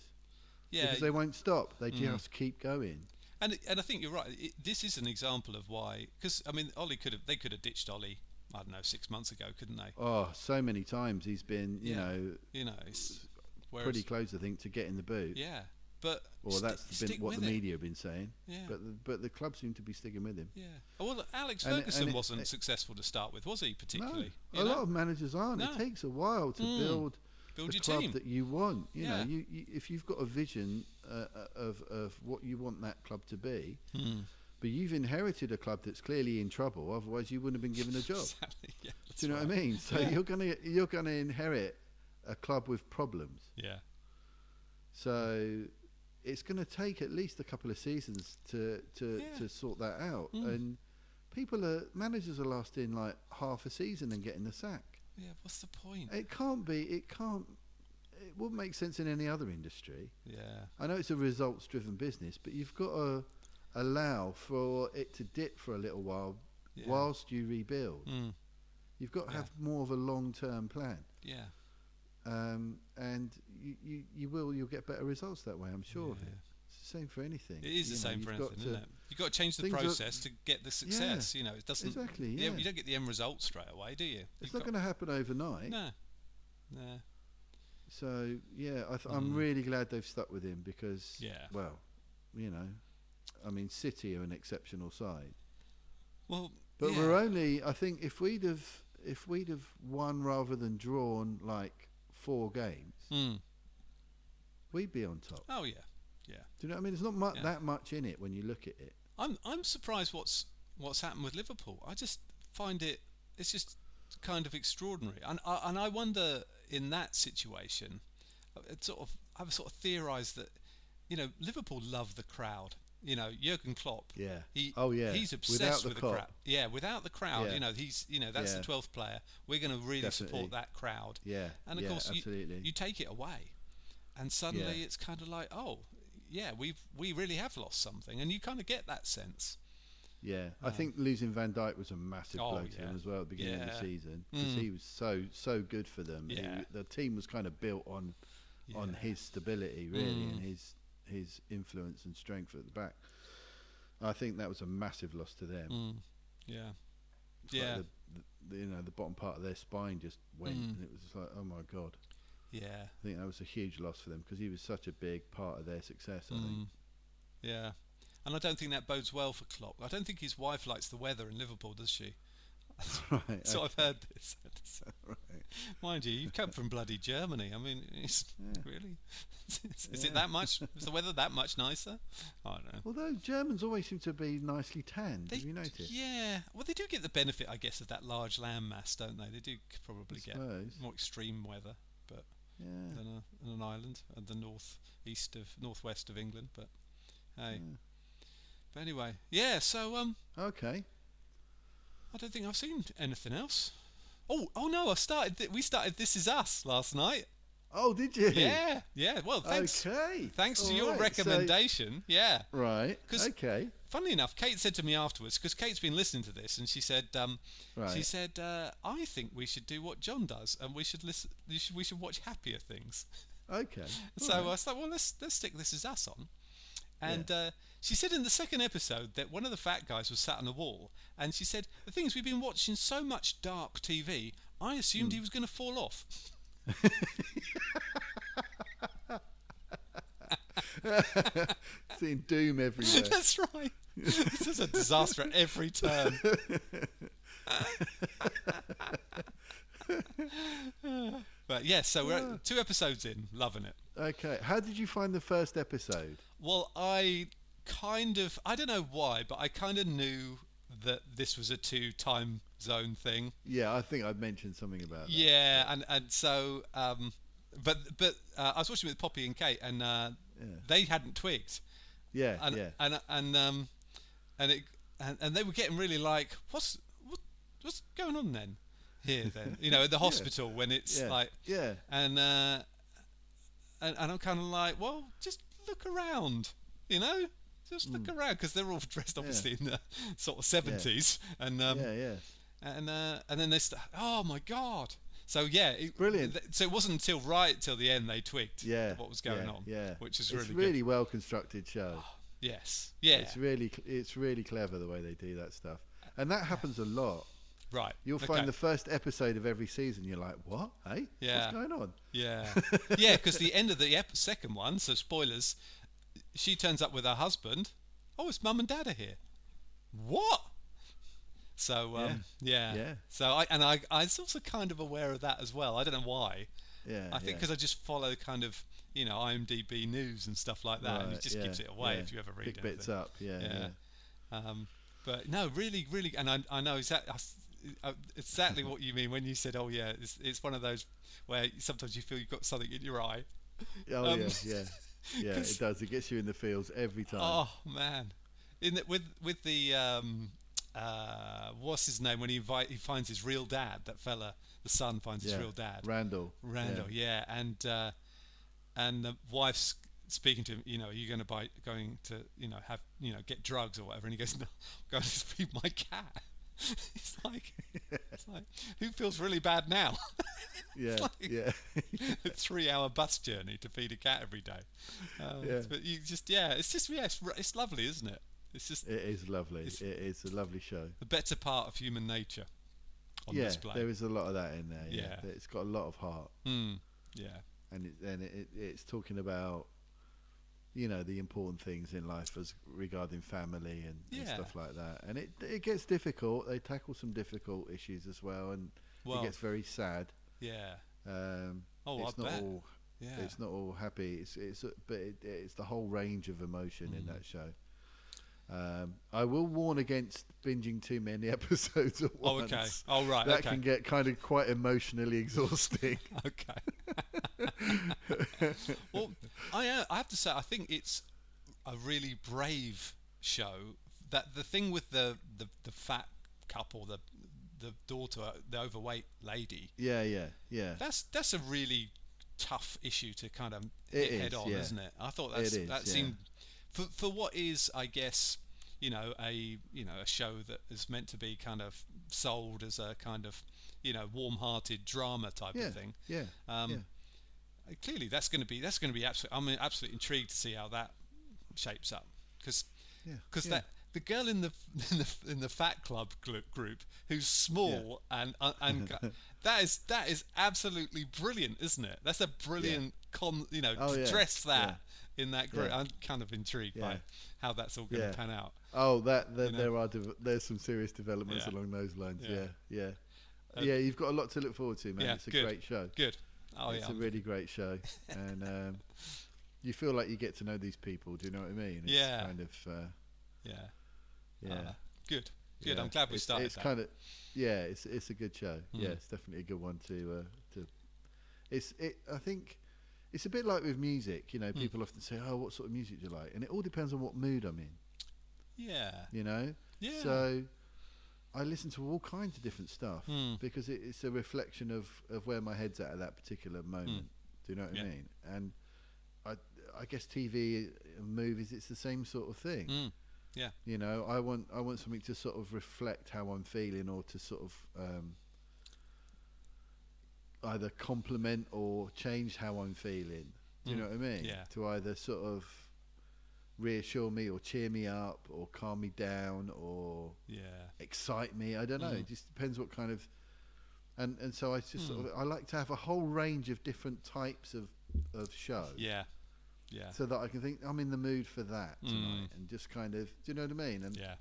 [SPEAKER 3] yeah. Hmm.
[SPEAKER 2] because they won't stop. They just keep going.
[SPEAKER 3] And it- and I think you're right. It, this is an example of why. Because I mean, Ollie could have. They could have ditched Ollie. I don't know, six months ago, couldn't they?
[SPEAKER 2] Oh, so many times he's been, you
[SPEAKER 3] Yeah.
[SPEAKER 2] know,
[SPEAKER 3] You know, it's whereas,
[SPEAKER 2] pretty close, I think, to getting the boot.
[SPEAKER 3] Yeah, but
[SPEAKER 2] Or
[SPEAKER 3] sti-
[SPEAKER 2] that's
[SPEAKER 3] stick
[SPEAKER 2] been what
[SPEAKER 3] with
[SPEAKER 2] the
[SPEAKER 3] it.
[SPEAKER 2] media have been saying.
[SPEAKER 3] Yeah.
[SPEAKER 2] But the, but the club seem to be sticking with him.
[SPEAKER 3] Yeah. Oh, Well, Alex
[SPEAKER 2] And it- and
[SPEAKER 3] Ferguson
[SPEAKER 2] it-
[SPEAKER 3] wasn't
[SPEAKER 2] it-
[SPEAKER 3] successful to start with, was he?
[SPEAKER 2] No,
[SPEAKER 3] Particularly.
[SPEAKER 2] a
[SPEAKER 3] You know?
[SPEAKER 2] lot of managers aren't.
[SPEAKER 3] No.
[SPEAKER 2] It takes a while to
[SPEAKER 3] Mm.
[SPEAKER 2] build,
[SPEAKER 3] Build
[SPEAKER 2] the
[SPEAKER 3] your
[SPEAKER 2] club
[SPEAKER 3] team.
[SPEAKER 2] that you want. You
[SPEAKER 3] Yeah.
[SPEAKER 2] know, you, you, if you've got a vision uh, of of what you want that club to be,
[SPEAKER 3] Hmm.
[SPEAKER 2] but you've inherited a club that's clearly in trouble. Otherwise, you wouldn't have been given a job.
[SPEAKER 3] Exactly, yeah, that's
[SPEAKER 2] Do you know
[SPEAKER 3] right.
[SPEAKER 2] what I mean? So
[SPEAKER 3] Yeah.
[SPEAKER 2] you're gonna you're gonna inherit a club with problems.
[SPEAKER 3] Yeah.
[SPEAKER 2] So it's going to take at least a couple of seasons to to,
[SPEAKER 3] Yeah. Hmm.
[SPEAKER 2] to sort that out. And people are managers are lasting like half a season and getting the sack.
[SPEAKER 3] Yeah. What's the point?
[SPEAKER 2] It can't be. It can't. It wouldn't make sense in any other industry.
[SPEAKER 3] Yeah.
[SPEAKER 2] I know it's a results driven business, but you've got to allow for it to dip for a little while
[SPEAKER 3] Yeah.
[SPEAKER 2] whilst you rebuild.
[SPEAKER 3] Mm.
[SPEAKER 2] You've got to
[SPEAKER 3] Yeah.
[SPEAKER 2] have more of a long term plan.
[SPEAKER 3] Yeah.
[SPEAKER 2] Um, and you, you, you will, you'll get better results that way, I'm sure of
[SPEAKER 3] Yeah.
[SPEAKER 2] it. It's the same for anything.
[SPEAKER 3] It is
[SPEAKER 2] you
[SPEAKER 3] the
[SPEAKER 2] know,
[SPEAKER 3] same
[SPEAKER 2] you've
[SPEAKER 3] for
[SPEAKER 2] got
[SPEAKER 3] anything, isn't
[SPEAKER 2] to-
[SPEAKER 3] it? You've got to change the
[SPEAKER 2] things are-
[SPEAKER 3] process to get the success. You know, it doesn't
[SPEAKER 2] Exactly,
[SPEAKER 3] You, know,
[SPEAKER 2] yeah.
[SPEAKER 3] you don't get the end result straight away, do you?
[SPEAKER 2] It's
[SPEAKER 3] You've
[SPEAKER 2] not
[SPEAKER 3] got-
[SPEAKER 2] going to happen overnight.
[SPEAKER 3] No. No.
[SPEAKER 2] So, yeah, I th-
[SPEAKER 3] Mm.
[SPEAKER 2] I'm really glad they've stuck with him because,
[SPEAKER 3] Yeah.
[SPEAKER 2] well, you know, I mean, City are an exceptional side.
[SPEAKER 3] Well.
[SPEAKER 2] But
[SPEAKER 3] yeah.
[SPEAKER 2] we're only, I think, if we'd have if we'd have won rather than drawn like four games,
[SPEAKER 3] Mm.
[SPEAKER 2] we'd be on top.
[SPEAKER 3] Oh yeah. Yeah.
[SPEAKER 2] Do you know what I mean? There's not mu-
[SPEAKER 3] Yeah.
[SPEAKER 2] that much in it when you look at it.
[SPEAKER 3] I'm I'm surprised what's what's happened with Liverpool. I just find it it's just kind of extraordinary, and I, and I wonder in that situation, it sort of I've sort of theorised that you know Liverpool love the crowd. You know Jurgen Klopp.
[SPEAKER 2] Yeah.
[SPEAKER 3] He,
[SPEAKER 2] Oh, yeah.
[SPEAKER 3] He's
[SPEAKER 2] Without
[SPEAKER 3] obsessed
[SPEAKER 2] the
[SPEAKER 3] with the
[SPEAKER 2] Klopp.
[SPEAKER 3] crowd. Yeah. Without the crowd,
[SPEAKER 2] Yeah.
[SPEAKER 3] you know he's you know that's the
[SPEAKER 2] Yeah.
[SPEAKER 3] twelfth player. We're going to really
[SPEAKER 2] Definitely.
[SPEAKER 3] support that crowd.
[SPEAKER 2] Yeah.
[SPEAKER 3] And of
[SPEAKER 2] yeah,
[SPEAKER 3] course, you,
[SPEAKER 2] absolutely.
[SPEAKER 3] you take it away, and suddenly it's kind of like, oh, yeah, we've we really have lost something, and you kind of get that sense.
[SPEAKER 2] Yeah, I think losing Van Dijk was a massive
[SPEAKER 3] Oh,
[SPEAKER 2] blow to
[SPEAKER 3] yeah.
[SPEAKER 2] them as well at the beginning of
[SPEAKER 3] Yeah.
[SPEAKER 2] the
[SPEAKER 3] Hmm.
[SPEAKER 2] season because he was so so good for them. He-
[SPEAKER 3] Yeah.
[SPEAKER 2] the team was kind of built on on
[SPEAKER 3] Yeah. Hmm.
[SPEAKER 2] his stability really and his his influence and strength at the back. I think that was a massive loss to them.
[SPEAKER 3] Yeah,
[SPEAKER 2] Mm. It's like
[SPEAKER 3] Hmm. yeah, Hmm.
[SPEAKER 2] the, the, you know the bottom part of their spine just went, and it was just like, oh my god.
[SPEAKER 3] yeah,
[SPEAKER 2] I think that was a huge loss for them because he was such a big part of their success. I think.
[SPEAKER 3] yeah. And I don't think that bodes well for Klopp. I don't think his wife likes the weather in Liverpool, does she?
[SPEAKER 2] Right.
[SPEAKER 3] Hmm. So I've heard this. Mind you, you've come from bloody Germany. I mean, it's, really? is it that much? Is the weather that much nicer? I don't know.
[SPEAKER 2] Although Germans always seem to be nicely tanned, have you noticed?
[SPEAKER 3] Yeah. Well, they do get the benefit, I guess, of that large land mass, don't they? They do c- probably get
[SPEAKER 2] suppose.
[SPEAKER 3] more extreme weather, but
[SPEAKER 2] yeah.
[SPEAKER 3] than, a, than an island at the north east of northwest of
[SPEAKER 2] Hmm.
[SPEAKER 3] England. But hey. But anyway, yeah. So um,
[SPEAKER 2] Okay.
[SPEAKER 3] I don't think I've seen anything else. Oh, oh no! I started. Th- we started. This is us last night.
[SPEAKER 2] Oh, did you?
[SPEAKER 3] Yeah, yeah. Well, thanks.
[SPEAKER 2] Okay.
[SPEAKER 3] Thanks to
[SPEAKER 2] All
[SPEAKER 3] your
[SPEAKER 2] right, so-
[SPEAKER 3] recommendation. yeah.
[SPEAKER 2] right.
[SPEAKER 3] 'Cause-
[SPEAKER 2] Okay.
[SPEAKER 3] Funnily enough, Kate said to me afterwards because Kate's been listening to this, and she said, um, she
[SPEAKER 2] Right.
[SPEAKER 3] said, uh, I think we should do what John does, and we should listen. You should, we should watch happier things.
[SPEAKER 2] Okay.
[SPEAKER 3] So I was like, well, let's let's stick this as us on. And uh, she said in the second episode that one of the fat guys was sat on the wall, and she said the thing is we've been watching so much dark TV, I
[SPEAKER 2] Hmm.
[SPEAKER 3] assumed he was going to fall off.
[SPEAKER 2] Seeing doom everywhere.
[SPEAKER 3] That's right. this is a disaster at every turn. but yes, so we're at two episodes in, loving it.
[SPEAKER 2] okay. How did you find the first episode?
[SPEAKER 3] Well, I kind of I don't know why, but I kind of knew that this was a two time zone thing.
[SPEAKER 2] Yeah, I think I mentioned something about that.
[SPEAKER 3] Yeah, and and so um but but uh, I was watching with Poppy and Kate and uh they hadn't twigged.
[SPEAKER 2] Yeah.
[SPEAKER 3] And
[SPEAKER 2] yeah.
[SPEAKER 3] and and um and it and, and they were getting really like what's what, what's going on then? Here then, you know, at the hospital when it's
[SPEAKER 2] yeah.
[SPEAKER 3] like
[SPEAKER 2] yeah.
[SPEAKER 3] and uh, and, and I'm kind of like, well, just look around, you know, just look
[SPEAKER 2] Hmm.
[SPEAKER 3] around 'cause around because they're all dressed obviously in the sort of seventies, and um,
[SPEAKER 2] Yeah. Yeah.
[SPEAKER 3] and uh, and then they start, oh my god, so yeah, it,
[SPEAKER 2] Brilliant.
[SPEAKER 3] th- so it wasn't until right till the end they twigged,
[SPEAKER 2] Yeah.
[SPEAKER 3] what was going
[SPEAKER 2] yeah,
[SPEAKER 3] on,
[SPEAKER 2] Yeah.
[SPEAKER 3] which is
[SPEAKER 2] it's
[SPEAKER 3] really,
[SPEAKER 2] really,
[SPEAKER 3] good.
[SPEAKER 2] well constructed show.
[SPEAKER 3] yes, yeah,
[SPEAKER 2] It's really cl- it's really clever the way they do that stuff. And that happens a lot.
[SPEAKER 3] right,
[SPEAKER 2] You'll
[SPEAKER 3] okay.
[SPEAKER 2] find the first episode of every season you're like, "What? Hey?
[SPEAKER 3] Yeah.
[SPEAKER 2] What's going on?"
[SPEAKER 3] Yeah, yeah, because the end of the ep- second one, so spoilers, she turns up with her husband. Oh, it's mum and dad are here. What? So um, yeah.
[SPEAKER 2] Yeah.
[SPEAKER 3] So I and I I was also kind of aware of that as well. I don't know why.
[SPEAKER 2] Yeah.
[SPEAKER 3] I think
[SPEAKER 2] Uh, yeah.
[SPEAKER 3] because I just follow kind of you know IMDb news and stuff like that, and
[SPEAKER 2] Right,
[SPEAKER 3] it just
[SPEAKER 2] yeah,
[SPEAKER 3] gives it away
[SPEAKER 2] yeah.
[SPEAKER 3] if you ever read
[SPEAKER 2] Pick
[SPEAKER 3] anything.
[SPEAKER 2] bits up. Yeah, yeah.
[SPEAKER 3] Yeah. Um, but no, really, really, and I, I know exactly, exactly what you mean when you said, "Oh yeah, it's, it's one of those where sometimes you feel you've got something in your eye."
[SPEAKER 2] Oh
[SPEAKER 3] Um,
[SPEAKER 2] yeah, yeah, yeah. It
[SPEAKER 3] 'cause-
[SPEAKER 2] does. It gets you in the fields every time.
[SPEAKER 3] Oh man, in the, with with the um, uh, what's his name when he invite, he finds his real dad, that fella, the son finds
[SPEAKER 2] yeah.
[SPEAKER 3] his real dad,
[SPEAKER 2] Randall.
[SPEAKER 3] Randall, yeah, and uh, and the wife's speaking to him. You know, are you going to buy, going to, you know, have, you know, get drugs or whatever? And he goes, no, I'm going to feed my cat. it's like, it's like, who feels really bad now?
[SPEAKER 2] Yeah,
[SPEAKER 3] It's like-
[SPEAKER 2] yeah, yeah.
[SPEAKER 3] a three-hour bus journey to feed a cat every day. Um,
[SPEAKER 2] Yeah.
[SPEAKER 3] But you just, yeah, it's just, yeah, it's, r- it's lovely, isn't it? It's just
[SPEAKER 2] it is lovely.
[SPEAKER 3] It's-
[SPEAKER 2] It is a lovely show.
[SPEAKER 3] the better part of human nature on
[SPEAKER 2] yeah,
[SPEAKER 3] display.
[SPEAKER 2] there is a lot of that in there.
[SPEAKER 3] Yeah.
[SPEAKER 2] it's got a lot of heart,
[SPEAKER 3] Mm, yeah.
[SPEAKER 2] and it, and it, it, it's talking about, you know, the important things in life as regarding family and, and
[SPEAKER 3] Yeah.
[SPEAKER 2] stuff like that. And it it gets difficult. They tackle some difficult issues as well, and
[SPEAKER 3] Well-
[SPEAKER 2] it gets very sad.
[SPEAKER 3] Yeah.
[SPEAKER 2] Um,
[SPEAKER 3] Oh, I
[SPEAKER 2] it's not
[SPEAKER 3] bet.
[SPEAKER 2] all
[SPEAKER 3] Yeah.
[SPEAKER 2] it's not all happy. It's it's but it, it's the whole range of emotion
[SPEAKER 3] Mm.
[SPEAKER 2] in that show. Um, I will warn against binging too many episodes at
[SPEAKER 3] Oh, okay.
[SPEAKER 2] once.
[SPEAKER 3] Oh, right,
[SPEAKER 2] That
[SPEAKER 3] okay.
[SPEAKER 2] can get kind of quite emotionally exhausting.
[SPEAKER 3] okay. well, I uh, I have to say I think it's a really brave show. That the thing with the the, the fat couple, the the daughter, the overweight lady.
[SPEAKER 2] yeah, yeah, yeah.
[SPEAKER 3] That's that's a really tough issue to kind of
[SPEAKER 2] It
[SPEAKER 3] hit head
[SPEAKER 2] is,
[SPEAKER 3] on,
[SPEAKER 2] yeah.
[SPEAKER 3] isn't it? I thought that's,
[SPEAKER 2] It is,
[SPEAKER 3] that
[SPEAKER 2] yeah.
[SPEAKER 3] seemed for for what is, I guess, you know, a you know a show that is meant to be kind of sold as a kind of you know warm-hearted drama type
[SPEAKER 2] yeah,
[SPEAKER 3] of thing.
[SPEAKER 2] yeah,
[SPEAKER 3] Um,
[SPEAKER 2] yeah.
[SPEAKER 3] Uh, clearly that's going to be that's going to be absolutely I'm absolutely intrigued to see how that shapes up because
[SPEAKER 2] Yeah,
[SPEAKER 3] because
[SPEAKER 2] yeah.
[SPEAKER 3] that the girl in the in the, in the fat club glu- group who's small and uh, and ca- that is that is absolutely brilliant isn't it that's a brilliant con you know
[SPEAKER 2] Oh,
[SPEAKER 3] to
[SPEAKER 2] yeah,
[SPEAKER 3] dress that in that group
[SPEAKER 2] yeah.
[SPEAKER 3] I'm kind of intrigued by
[SPEAKER 2] Yeah.
[SPEAKER 3] how that's all going to
[SPEAKER 2] Yeah.
[SPEAKER 3] pan out
[SPEAKER 2] Oh, that, that
[SPEAKER 3] you know.
[SPEAKER 2] there are de- there's some serious developments
[SPEAKER 3] Yeah.
[SPEAKER 2] along those lines. Yeah,
[SPEAKER 3] Yeah.
[SPEAKER 2] yeah, yeah.
[SPEAKER 3] Uh,
[SPEAKER 2] You've got a lot to look forward to, man.
[SPEAKER 3] yeah
[SPEAKER 2] it's a
[SPEAKER 3] good
[SPEAKER 2] great show.
[SPEAKER 3] good oh
[SPEAKER 2] it's
[SPEAKER 3] yeah
[SPEAKER 2] a really great show, and um, you feel like you get to know these people. Do you know what I mean? It's
[SPEAKER 3] Yeah.
[SPEAKER 2] Kind of. Uh,
[SPEAKER 3] yeah
[SPEAKER 2] yeah.
[SPEAKER 3] Uh, good good
[SPEAKER 2] yeah.
[SPEAKER 3] I'm glad we
[SPEAKER 2] it's,
[SPEAKER 3] started
[SPEAKER 2] It's
[SPEAKER 3] that. Hmm.
[SPEAKER 2] kind of. Yeah, it's it's a good show. Yeah, it's definitely a good one to uh, to. It's it. I think. It's a bit like with music, you know.
[SPEAKER 3] Hmm.
[SPEAKER 2] People often say, "Oh, what sort of music do you like?" And it all depends on what mood I'm in,
[SPEAKER 3] yeah
[SPEAKER 2] you know.
[SPEAKER 3] Yeah.
[SPEAKER 2] So, I listen to all kinds of different stuff
[SPEAKER 3] Hmm.
[SPEAKER 2] because it, it's a reflection of, of where my head's at at that particular moment. Do you know what
[SPEAKER 3] Hmm. Yeah.
[SPEAKER 2] I mean? And I I guess TV and movies, it's the same sort of thing.
[SPEAKER 3] Mm. Yeah.
[SPEAKER 2] You know, I want I want something to sort of reflect how I'm feeling, or to sort of um, either complement or change how I'm feeling. Do you
[SPEAKER 3] Mm.
[SPEAKER 2] know what I mean?
[SPEAKER 3] Yeah.
[SPEAKER 2] To either sort of reassure me, or cheer me up, or calm me down, or
[SPEAKER 3] Yeah.
[SPEAKER 2] excite me. I don't know.
[SPEAKER 3] Mm.
[SPEAKER 2] It just depends what kind of. And and so I just sort of
[SPEAKER 3] Mm.
[SPEAKER 2] I like to have a whole range of different types of of show.
[SPEAKER 3] Yeah. Yeah.
[SPEAKER 2] So that I can think I'm in the mood for that tonight, and just kind of do you know what I mean? And
[SPEAKER 3] Mm. Yeah.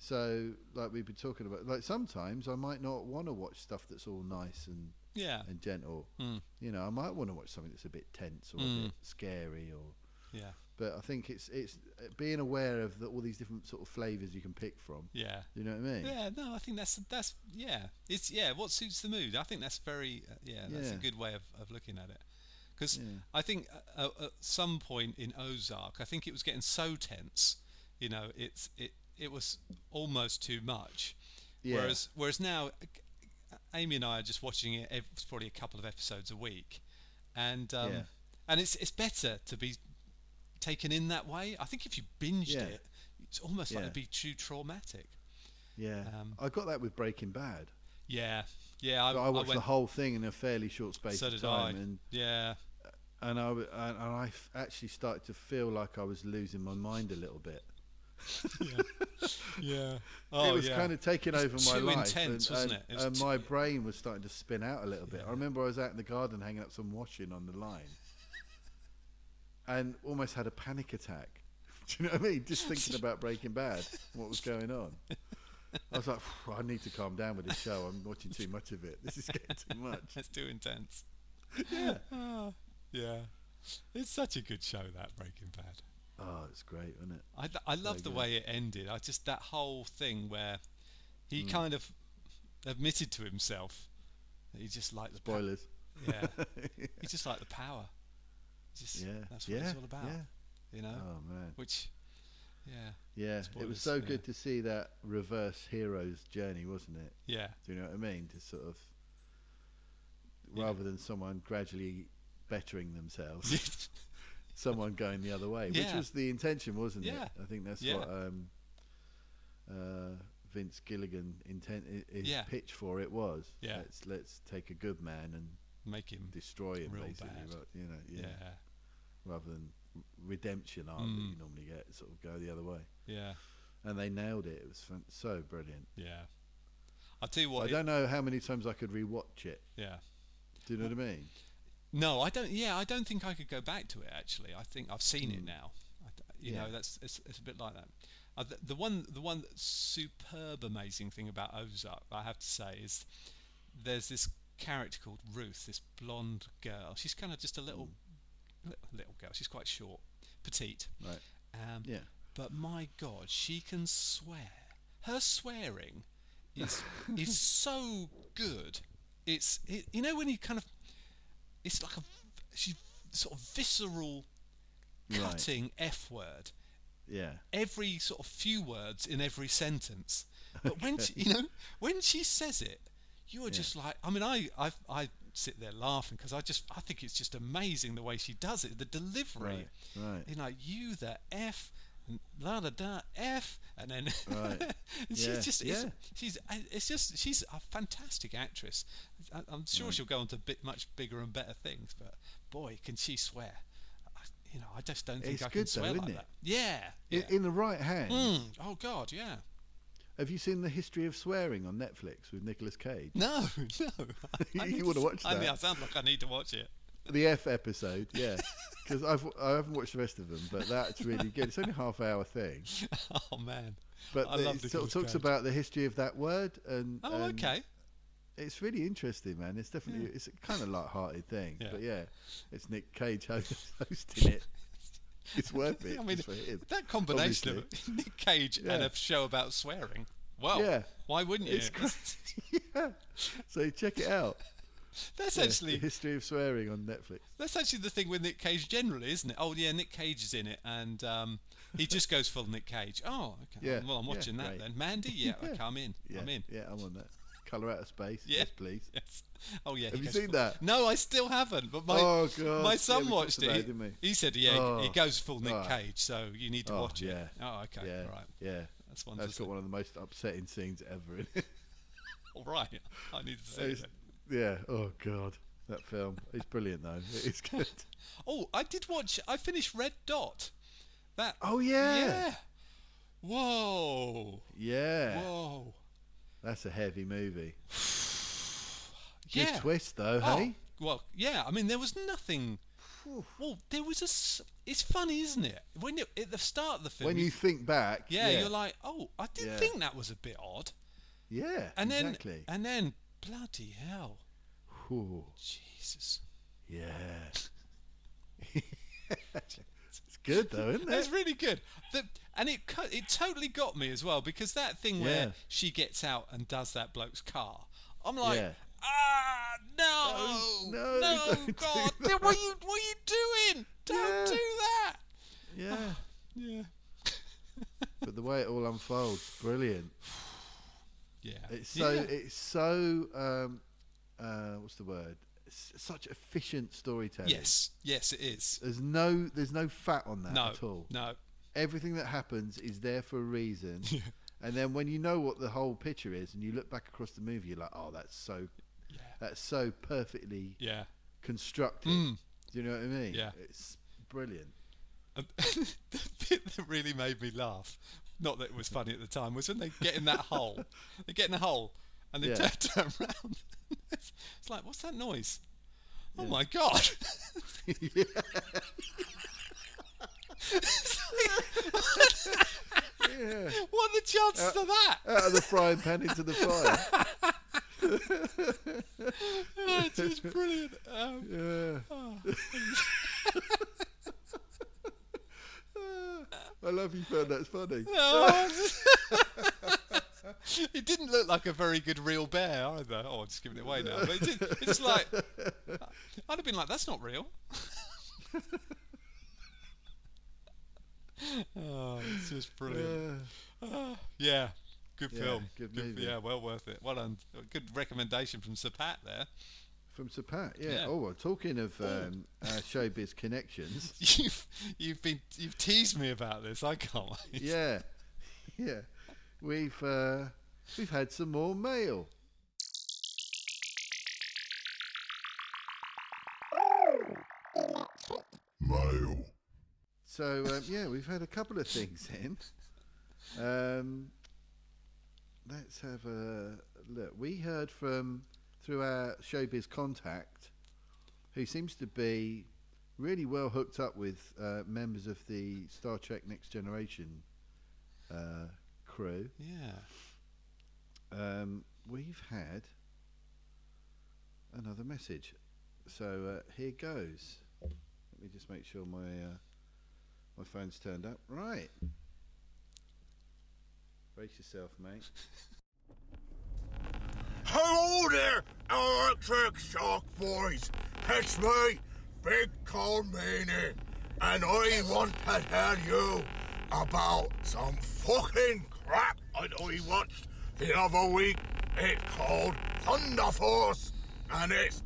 [SPEAKER 2] so like we've been talking about, like sometimes I might not want to watch stuff that's all nice and
[SPEAKER 3] Yeah.
[SPEAKER 2] and gentle.
[SPEAKER 3] Mm.
[SPEAKER 2] You know, I might want to watch something that's a bit tense or
[SPEAKER 3] Mm.
[SPEAKER 2] a bit scary or.
[SPEAKER 3] Yeah.
[SPEAKER 2] But I think it's it's uh, being aware of the, all these different sort of flavors you can pick from.
[SPEAKER 3] Yeah.
[SPEAKER 2] Do you know what I mean?
[SPEAKER 3] Yeah, no, I think that's that's yeah. It's yeah, what suits the mood. I think that's very uh, yeah, that's a
[SPEAKER 2] Yeah.
[SPEAKER 3] good way of, of looking at it. Because
[SPEAKER 2] Yeah.
[SPEAKER 3] I think uh, uh, at some point in Ozark, I think it was getting so tense, you know, it's it it was almost too much.
[SPEAKER 2] Yeah.
[SPEAKER 3] Whereas whereas now, uh, Amy and I are just watching it ev- it's probably a couple of episodes a week, and um,
[SPEAKER 2] Yeah.
[SPEAKER 3] and it's it's better to be taken in that way. I think if you binged
[SPEAKER 2] Yeah.
[SPEAKER 3] it, it's almost like
[SPEAKER 2] Yeah.
[SPEAKER 3] it'd be too traumatic.
[SPEAKER 2] Yeah,
[SPEAKER 3] Um,
[SPEAKER 2] I got that with Breaking Bad.
[SPEAKER 3] Yeah, yeah. I,
[SPEAKER 2] But I
[SPEAKER 3] I
[SPEAKER 2] watched
[SPEAKER 3] went,
[SPEAKER 2] the whole thing in a fairly short space
[SPEAKER 3] So
[SPEAKER 2] of
[SPEAKER 3] did I.
[SPEAKER 2] time, and
[SPEAKER 3] Yeah,
[SPEAKER 2] and I w- and, and I f- actually started to feel like I was losing my mind a little bit.
[SPEAKER 3] yeah. Oh,
[SPEAKER 2] it was
[SPEAKER 3] yeah.
[SPEAKER 2] kind of taking over my
[SPEAKER 3] too
[SPEAKER 2] life,
[SPEAKER 3] intense,
[SPEAKER 2] and, and-
[SPEAKER 3] wasn't it? It was
[SPEAKER 2] and
[SPEAKER 3] too-
[SPEAKER 2] my brain was starting to spin out a little bit. I remember I was out in the garden hanging up some washing on the line, and almost had a panic attack. Do you know what I mean? Just thinking about Breaking Bad, and what was going on. I was like, "Phew, I need to calm down with this show. I'm watching too much of it. This is getting too much.
[SPEAKER 3] It's too intense. Yeah. yeah. It's such a good show that Breaking Bad.
[SPEAKER 2] Oh, it's great, isn't it?
[SPEAKER 3] I, I love the
[SPEAKER 2] good.
[SPEAKER 3] way it ended. I just that whole thing where he
[SPEAKER 2] Mm.
[SPEAKER 3] kind of admitted to himself that he just liked the pow-
[SPEAKER 2] Spoilers. Oh,
[SPEAKER 3] yeah, he just liked the power. Just,
[SPEAKER 2] Yeah.
[SPEAKER 3] that's what
[SPEAKER 2] yeah.
[SPEAKER 3] it's all about.
[SPEAKER 2] Yeah.
[SPEAKER 3] You know,
[SPEAKER 2] Oh man.
[SPEAKER 3] which yeah,
[SPEAKER 2] Yeah. it
[SPEAKER 3] Spoilers,
[SPEAKER 2] was so
[SPEAKER 3] yeah.
[SPEAKER 2] good to see that reverse hero's journey, wasn't it?
[SPEAKER 3] yeah,
[SPEAKER 2] Do you know what I mean? To sort of rather than someone gradually bettering themselves, someone going the other way, which
[SPEAKER 3] Yeah.
[SPEAKER 2] was the intention, wasn't
[SPEAKER 3] Yeah.
[SPEAKER 2] it? I think that's
[SPEAKER 3] Yeah.
[SPEAKER 2] what um, uh, Vince Gilligan intent i- his
[SPEAKER 3] Yeah.
[SPEAKER 2] pitch for it was.
[SPEAKER 3] Yeah.
[SPEAKER 2] Let's let's take a good man and
[SPEAKER 3] make him
[SPEAKER 2] destroy him
[SPEAKER 3] Real
[SPEAKER 2] basically,
[SPEAKER 3] bad.
[SPEAKER 2] right, you know,
[SPEAKER 3] yeah. Mm.
[SPEAKER 2] yeah. rather than r- redemption arc that you normally get, sort of go the other way.
[SPEAKER 3] yeah.
[SPEAKER 2] And they nailed it. It was fan- so brilliant.
[SPEAKER 3] Yeah. I'll tell you what.
[SPEAKER 2] I
[SPEAKER 3] it-
[SPEAKER 2] don't know how many times I could rewatch it.
[SPEAKER 3] yeah.
[SPEAKER 2] Do you know what I mean?
[SPEAKER 3] No, I don't. Yeah, I don't think I could go back to it. Actually, I think I've seen it now. I, d- you
[SPEAKER 2] Hmm. Yeah.
[SPEAKER 3] know, that's it's, it's a bit like that. Uh, the, the one, the one superb, amazing thing about Ozark, I have to say, is there's this character called Ruth, this blonde girl. She's kind of just a little, li- little girl. She's quite short, petite.
[SPEAKER 2] Hmm. Right.
[SPEAKER 3] Um,
[SPEAKER 2] Yeah.
[SPEAKER 3] But my God, she can swear. Her swearing is is so good. It's it, you know when you kind of it's like a she sort of visceral
[SPEAKER 2] Right.
[SPEAKER 3] cutting f word
[SPEAKER 2] Yeah.
[SPEAKER 3] every sort of few words in every sentence. But when she, you know, when she says it, you are just like, I mean, I, I, I sit there laughing because I just, I think it's just amazing the way she does it, the delivery.
[SPEAKER 2] Right, right.
[SPEAKER 3] You know, you the f, and la da da f, and then
[SPEAKER 2] Right.
[SPEAKER 3] and she's
[SPEAKER 2] Yeah,
[SPEAKER 3] just, it's,
[SPEAKER 2] yeah.
[SPEAKER 3] she's, I- it's just, she's a fantastic actress. I, I'm sure she'll go on to bit much bigger and better things, but boy, can she swear. I, you know, I just don't think
[SPEAKER 2] It's
[SPEAKER 3] I can
[SPEAKER 2] good though,
[SPEAKER 3] swear
[SPEAKER 2] isn't
[SPEAKER 3] like
[SPEAKER 2] it?
[SPEAKER 3] that. Yeah.
[SPEAKER 2] In,
[SPEAKER 3] yeah.
[SPEAKER 2] in the right hand.
[SPEAKER 3] Mm, Oh God, yeah.
[SPEAKER 2] Have you seen the history of swearing on Netflix with Nicolas Cage?
[SPEAKER 3] No, no. I
[SPEAKER 2] You
[SPEAKER 3] need
[SPEAKER 2] wanna
[SPEAKER 3] s-
[SPEAKER 2] watch
[SPEAKER 3] I mean,
[SPEAKER 2] that?
[SPEAKER 3] I sound like I need to watch it.
[SPEAKER 2] The F episode, yeah. Because I've I haven't watched the rest of them, but that's really good. It's only a half hour thing,
[SPEAKER 3] Oh man.
[SPEAKER 2] but
[SPEAKER 3] I
[SPEAKER 2] the-
[SPEAKER 3] love
[SPEAKER 2] it sort
[SPEAKER 3] Nicolas
[SPEAKER 2] of talks
[SPEAKER 3] Cage.
[SPEAKER 2] about um, the history of that word and
[SPEAKER 3] Oh,
[SPEAKER 2] and
[SPEAKER 3] okay.
[SPEAKER 2] It's really interesting, man. It's definitely it's a kind of light-hearted thing,
[SPEAKER 3] Yeah.
[SPEAKER 2] but yeah, it's Nick Cage ho- hosting it. It's worth it.
[SPEAKER 3] I mean,
[SPEAKER 2] just for him.
[SPEAKER 3] that combination of Nick Cage and
[SPEAKER 2] Yeah.
[SPEAKER 3] a show about sweering. Well,
[SPEAKER 2] Yeah.
[SPEAKER 3] why wouldn't you?
[SPEAKER 2] It's crazy. yeah. So check it out.
[SPEAKER 3] that's
[SPEAKER 2] Yeah, the
[SPEAKER 3] actually
[SPEAKER 2] history of swearing on Netflix.
[SPEAKER 3] that's actually the thing with Nick Cage generally, isn't it? Oh yeah, Nick Cage is in it, and um, He just goes full Nick Cage. Oh, okay.
[SPEAKER 2] Yeah,
[SPEAKER 3] Well, I'm
[SPEAKER 2] yeah,
[SPEAKER 3] watching that
[SPEAKER 2] great.
[SPEAKER 3] then. Mandy, yeah,
[SPEAKER 2] Yeah.
[SPEAKER 3] okay, I'm in.
[SPEAKER 2] Yeah,
[SPEAKER 3] I'm in.
[SPEAKER 2] Yeah, I'm on that. Colour out of space.
[SPEAKER 3] Yeah.
[SPEAKER 2] Yes, please.
[SPEAKER 3] Yes. Oh yeah. he
[SPEAKER 2] Have you
[SPEAKER 3] goes
[SPEAKER 2] seen
[SPEAKER 3] full-
[SPEAKER 2] that?
[SPEAKER 3] No, I still haven't. But my
[SPEAKER 2] Oh, God.
[SPEAKER 3] my
[SPEAKER 2] Yeah,
[SPEAKER 3] son
[SPEAKER 2] we talked
[SPEAKER 3] watched
[SPEAKER 2] about
[SPEAKER 3] it.
[SPEAKER 2] it, didn't we?
[SPEAKER 3] He said, "Yeah,
[SPEAKER 2] Oh,
[SPEAKER 3] he goes full Nick
[SPEAKER 2] right.
[SPEAKER 3] Cage, so you need to
[SPEAKER 2] Oh,
[SPEAKER 3] watch it."
[SPEAKER 2] yeah.
[SPEAKER 3] Oh, okay.
[SPEAKER 2] Yeah.
[SPEAKER 3] All right.
[SPEAKER 2] Yeah.
[SPEAKER 3] That's one.
[SPEAKER 2] That's
[SPEAKER 3] to
[SPEAKER 2] got one of the most upsetting scenes ever in it.
[SPEAKER 3] All right. I need to see
[SPEAKER 2] It's-
[SPEAKER 3] it.
[SPEAKER 2] yeah. Oh God, that film. It's brilliant though. It's good.
[SPEAKER 3] Oh, I did watch. I finished Red Dot. That.
[SPEAKER 2] Oh yeah.
[SPEAKER 3] Yeah. Whoa.
[SPEAKER 2] Yeah.
[SPEAKER 3] Whoa.
[SPEAKER 2] That's a heavy movie. Good
[SPEAKER 3] Yeah.
[SPEAKER 2] twist though,
[SPEAKER 3] Oh,
[SPEAKER 2] hey?
[SPEAKER 3] Well, yeah. I mean, there was nothing. Well, there was a. s- It's funny, isn't it? When you at the start of the film,
[SPEAKER 2] When you think back.
[SPEAKER 3] yeah, you're like, oh, I did
[SPEAKER 2] Yeah.
[SPEAKER 3] think that was a bit odd,
[SPEAKER 2] Yeah.
[SPEAKER 3] and then
[SPEAKER 2] exactly.
[SPEAKER 3] and then bloody hell,
[SPEAKER 2] Ooh,
[SPEAKER 3] Jesus,
[SPEAKER 2] yeah. it's good though, isn't
[SPEAKER 3] that's
[SPEAKER 2] it?
[SPEAKER 3] really good. The, and it co- it totally got me as well because that thing
[SPEAKER 2] Yeah.
[SPEAKER 3] where she gets out and does that bloke's car, I'm like.
[SPEAKER 2] Yeah.
[SPEAKER 3] Ah no!
[SPEAKER 2] no, don't do
[SPEAKER 3] God!
[SPEAKER 2] that."
[SPEAKER 3] What are you what are you doing? Don't
[SPEAKER 2] Yeah.
[SPEAKER 3] do that! oh.
[SPEAKER 2] Yeah.
[SPEAKER 3] Yeah.
[SPEAKER 2] But the way it all unfolds, brilliant.
[SPEAKER 3] Yeah.
[SPEAKER 2] It's so
[SPEAKER 3] Yeah.
[SPEAKER 2] it's so um, uh, what's the word? S such efficient storytelling.
[SPEAKER 3] Yes. Yes, it is.
[SPEAKER 2] There's no there's no fat on that
[SPEAKER 3] No.
[SPEAKER 2] at all.
[SPEAKER 3] No.
[SPEAKER 2] Everything that happens is there for a reason. and then when you know what the whole picture is and you look back across the movie you're like, Oh, that's so
[SPEAKER 3] Yeah.
[SPEAKER 2] that's so perfectly
[SPEAKER 3] Yeah. Mm.
[SPEAKER 2] constructed. Do you know what I mean?
[SPEAKER 3] Yeah.
[SPEAKER 2] It's brilliant.
[SPEAKER 3] Um, the bit that really made me laugh, not that it was funny at the time, was when they get in that hole. They get in the hole and they
[SPEAKER 2] Yeah.
[SPEAKER 3] turn, turn around. it's, it's like, what's that noise? Oh my god!
[SPEAKER 2] Yeah. Uh,
[SPEAKER 3] what are the chances of that?
[SPEAKER 2] Out of the frying pan into the fire.
[SPEAKER 3] It's just brilliant. Um,
[SPEAKER 2] Yeah. I love you found that's funny.
[SPEAKER 3] oh. it didn't look like a very good real bear either. Oh, I'm just giving it away now. But it did, it's just like, I'd have been like, that's not real. oh, it's just brilliant.
[SPEAKER 2] Yeah.
[SPEAKER 3] Yeah, good
[SPEAKER 2] Yeah,
[SPEAKER 3] film.
[SPEAKER 2] good movie.
[SPEAKER 3] Yeah, well worth it. Well done. Good recommendation from Sir Pat there.
[SPEAKER 2] From Sir Pat, yeah.
[SPEAKER 3] Yeah.
[SPEAKER 2] Oh, well, talking of um, uh, showbiz connections,
[SPEAKER 3] You've you've been you've teased me about this. I can't wait.
[SPEAKER 2] yeah, yeah, we've uh, we've had some more mail.
[SPEAKER 4] Mail.
[SPEAKER 2] So um, yeah, we've had a couple of things in. Um, let's have a look. We heard from through our showbiz contact, who seems to be really well hooked up with uh, members of the Star Trek Next Generation uh, crew.
[SPEAKER 3] Yeah.
[SPEAKER 2] Um, we've had another message. So uh, here goes. Let me just make sure my uh, my phone's turned up. Right. Brace yourself, mate.
[SPEAKER 4] Hello there, Electric Shock Boys. It's me, Big Cold Meanie, and I want to tell you about some fucking crap that I watched the other week. It's called Thunder Force, and it's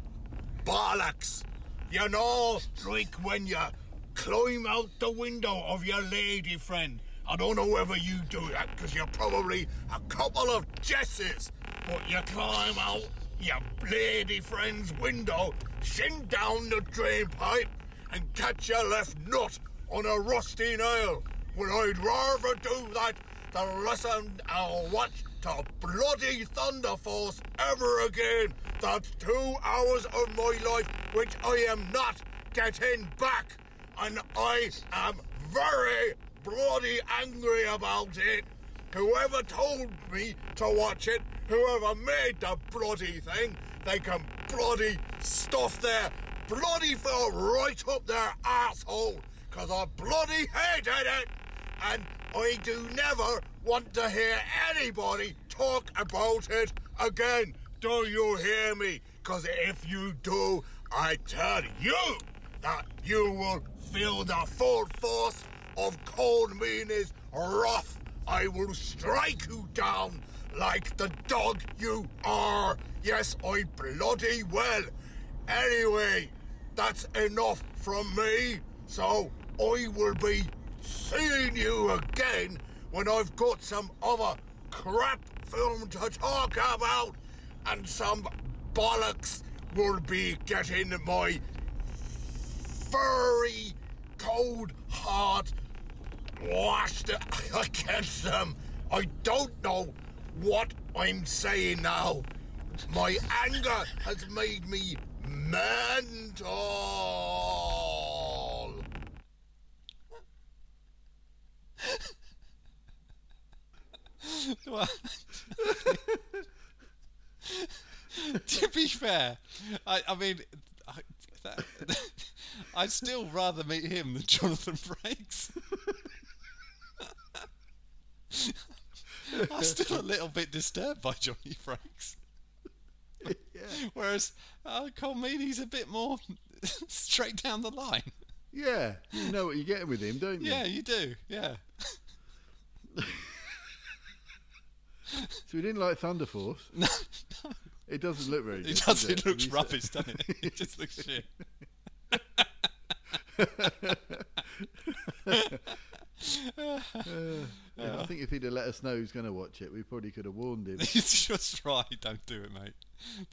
[SPEAKER 4] bollocks. You know, like when you climb out the window of your lady friend. I don't know whether you do that because you're probably a couple of jesses, but you climb out your lady friend's window, shin down the drain pipe, and catch your left nut on a rusty nail. Well, I'd rather do that than listen and watch to bloody Thunder Force ever again. That's two hours of my life which I am not getting back. And I am very bloody angry about it. Whoever told me to watch it, whoever made the bloody thing, they can bloody stuff their bloody foot right up their asshole. Cause I bloody hated it and I do never want to hear anybody talk about it again. Do you hear me? Because if you do, I tell you that you will feel the full force of cold meanness wrath, I will strike you down like the dog you are. Yes, I bloody well. Anyway, that's enough from me, so I will be seeing you again when I've got some other crap film to talk about and some bollocks will be getting my furry, cold heart washed against them. I don't know what I'm saying now. My anger has made me mental.
[SPEAKER 3] Well, to be fair, I, I mean, I, that, I'd still rather meet him than Jonathan Frakes. I'm still a little bit disturbed by Johnny Frakes. Whereas uh, Colmeany's a bit more straight down the line.
[SPEAKER 2] Yeah, you know what you're getting with him, don't you?
[SPEAKER 3] Yeah, you do. Yeah.
[SPEAKER 2] So we didn't like Thunder Force.
[SPEAKER 3] No,
[SPEAKER 2] It doesn't look very good.
[SPEAKER 3] it
[SPEAKER 2] does
[SPEAKER 3] does. It looks
[SPEAKER 2] You said-
[SPEAKER 3] rubbish, doesn't it? It just looks shit.
[SPEAKER 2] Yeah, I think if he'd have let us know he was going to watch it, we probably could have warned him.
[SPEAKER 3] It's just right. Don't do it, mate.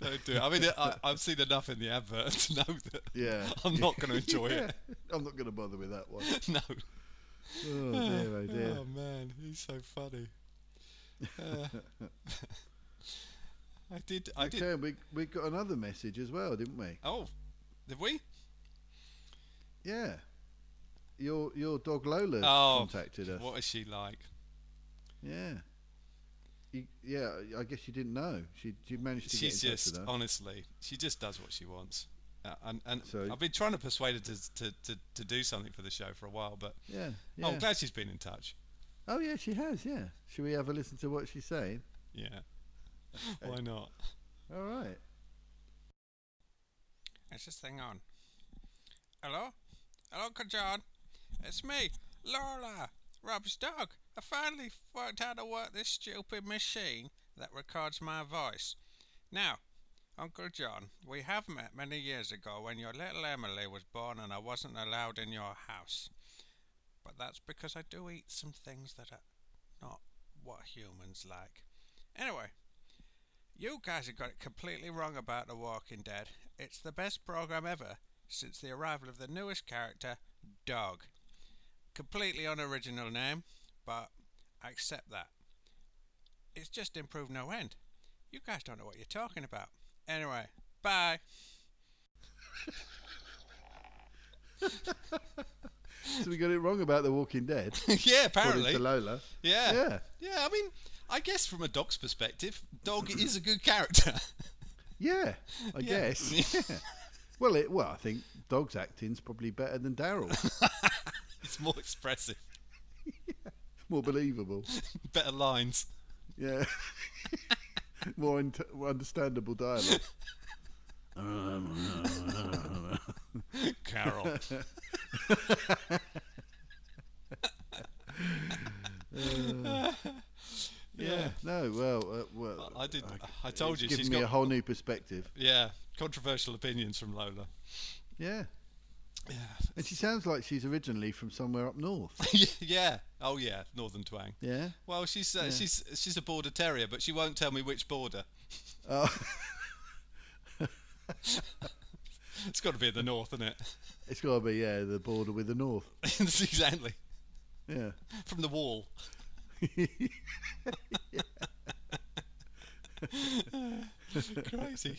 [SPEAKER 3] Don't do it. I mean, I, I've seen enough in the advert to know that
[SPEAKER 2] Yeah.
[SPEAKER 3] I'm not going to enjoy
[SPEAKER 2] Yeah,
[SPEAKER 3] it.
[SPEAKER 2] I'm not going to bother with that one.
[SPEAKER 3] No.
[SPEAKER 2] Oh dear, oh dear.
[SPEAKER 3] Oh man, he's so funny. Uh, I did. I did.
[SPEAKER 2] okay, we we got another message as well, didn't we?
[SPEAKER 3] Oh, did we?
[SPEAKER 2] Yeah. Your your dog Lola
[SPEAKER 3] Oh,
[SPEAKER 2] contacted us.
[SPEAKER 3] What is she like?
[SPEAKER 2] Yeah. You, yeah, I guess you didn't know. She she managed to
[SPEAKER 3] She's
[SPEAKER 2] get in
[SPEAKER 3] just
[SPEAKER 2] touch with us.
[SPEAKER 3] honestly, she just does what she wants. Uh, and and
[SPEAKER 2] So-
[SPEAKER 3] I've been trying to persuade her to, to, to, to do something for the show for a while, but
[SPEAKER 2] Yeah. yeah.
[SPEAKER 3] oh, I'm glad she's been in touch.
[SPEAKER 2] Oh, yeah, she has. Yeah. Should we have a listen to what she's saying?
[SPEAKER 3] Yeah. Why not?
[SPEAKER 2] All right.
[SPEAKER 5] Is this thing on? Hello? Hello, good John. It's me, Laura, Rob's dog. I finally worked out how to work this stupid machine that records my voice. Now, Uncle John, we have met many years ago when your little Emily was born and I wasn't allowed in your house. But that's because I do eat some things that are not what humans like. Anyway, you guys have got it completely wrong about The Walking Dead. It's the best program ever since the arrival of the newest character, Dog. Completely unoriginal name, but I accept that. It's just improved no end. You guys don't know what you're talking about. Anyway, bye.
[SPEAKER 2] So we got it wrong about The Walking Dead.
[SPEAKER 3] yeah,
[SPEAKER 2] according
[SPEAKER 3] apparently.
[SPEAKER 2] to Lola.
[SPEAKER 3] Yeah.
[SPEAKER 2] Yeah.
[SPEAKER 3] Yeah, I mean, I guess from a dog's perspective, dog is a good character.
[SPEAKER 2] Yeah, I
[SPEAKER 3] Yeah.
[SPEAKER 2] guess. Yeah. Well, it, well, I think dog's acting's probably better than Daryl's.
[SPEAKER 3] it's more expressive,
[SPEAKER 2] More believable.
[SPEAKER 3] better lines.
[SPEAKER 2] Yeah. More int- more understandable dialogue.
[SPEAKER 3] Carol. yeah.
[SPEAKER 2] No, well, uh, well.
[SPEAKER 3] I did. I told
[SPEAKER 2] it's
[SPEAKER 3] you
[SPEAKER 2] given
[SPEAKER 3] she's
[SPEAKER 2] me
[SPEAKER 3] got
[SPEAKER 2] a whole new perspective.
[SPEAKER 3] yeah controversial opinions from Lola.
[SPEAKER 2] Yeah. And she sounds like she's originally from somewhere up north.
[SPEAKER 3] yeah. Oh yeah, Northern twang.
[SPEAKER 2] Yeah.
[SPEAKER 3] Well, she's uh, she's she's a border terrier, but she won't tell me which border.
[SPEAKER 2] Oh.
[SPEAKER 3] It's got to be in the north, isn't it?
[SPEAKER 2] It's got to be yeah, the border with the north.
[SPEAKER 3] exactly.
[SPEAKER 2] Yeah.
[SPEAKER 3] From the wall. Crazy.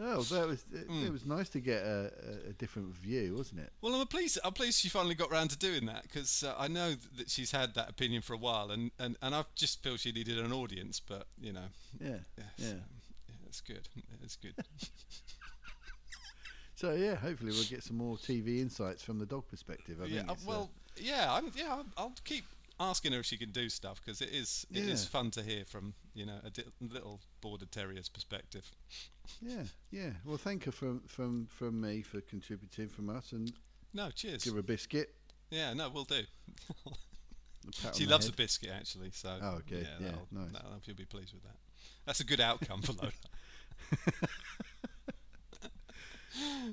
[SPEAKER 2] Oh, that was it,
[SPEAKER 3] Hmm.
[SPEAKER 2] it was nice to get a, a, a different view, wasn't it?
[SPEAKER 3] Well, I'm pleased. I'm pleased she finally got round to doing that because uh, I know th- that she's had that opinion for a while, and, and, and I just feel she needed an audience. But you know,
[SPEAKER 2] Yeah. Yeah.
[SPEAKER 3] yeah, it's good. It's good.
[SPEAKER 2] So yeah, hopefully we'll get some more TV insights from the dog perspective. I
[SPEAKER 3] yeah.
[SPEAKER 2] think
[SPEAKER 3] uh,
[SPEAKER 2] it's, uh,
[SPEAKER 3] Well, yeah. I'm, yeah. I'll, I'll keep asking her if she can do stuff because it is it is
[SPEAKER 2] Yeah.
[SPEAKER 3] fun to hear from you know a di- little border terrier's perspective.
[SPEAKER 2] yeah, yeah. Well, thank her from from from me for contributing from us and
[SPEAKER 3] No, cheers.
[SPEAKER 2] give her a biscuit.
[SPEAKER 3] Yeah, no, we'll do.
[SPEAKER 2] A pat
[SPEAKER 3] she
[SPEAKER 2] on the
[SPEAKER 3] loves
[SPEAKER 2] head.
[SPEAKER 3] a biscuit actually, so
[SPEAKER 2] Oh, okay. Yeah,
[SPEAKER 3] that'll-
[SPEAKER 2] nice.
[SPEAKER 3] that'll- she'll be pleased with that. That's a good outcome for Lola.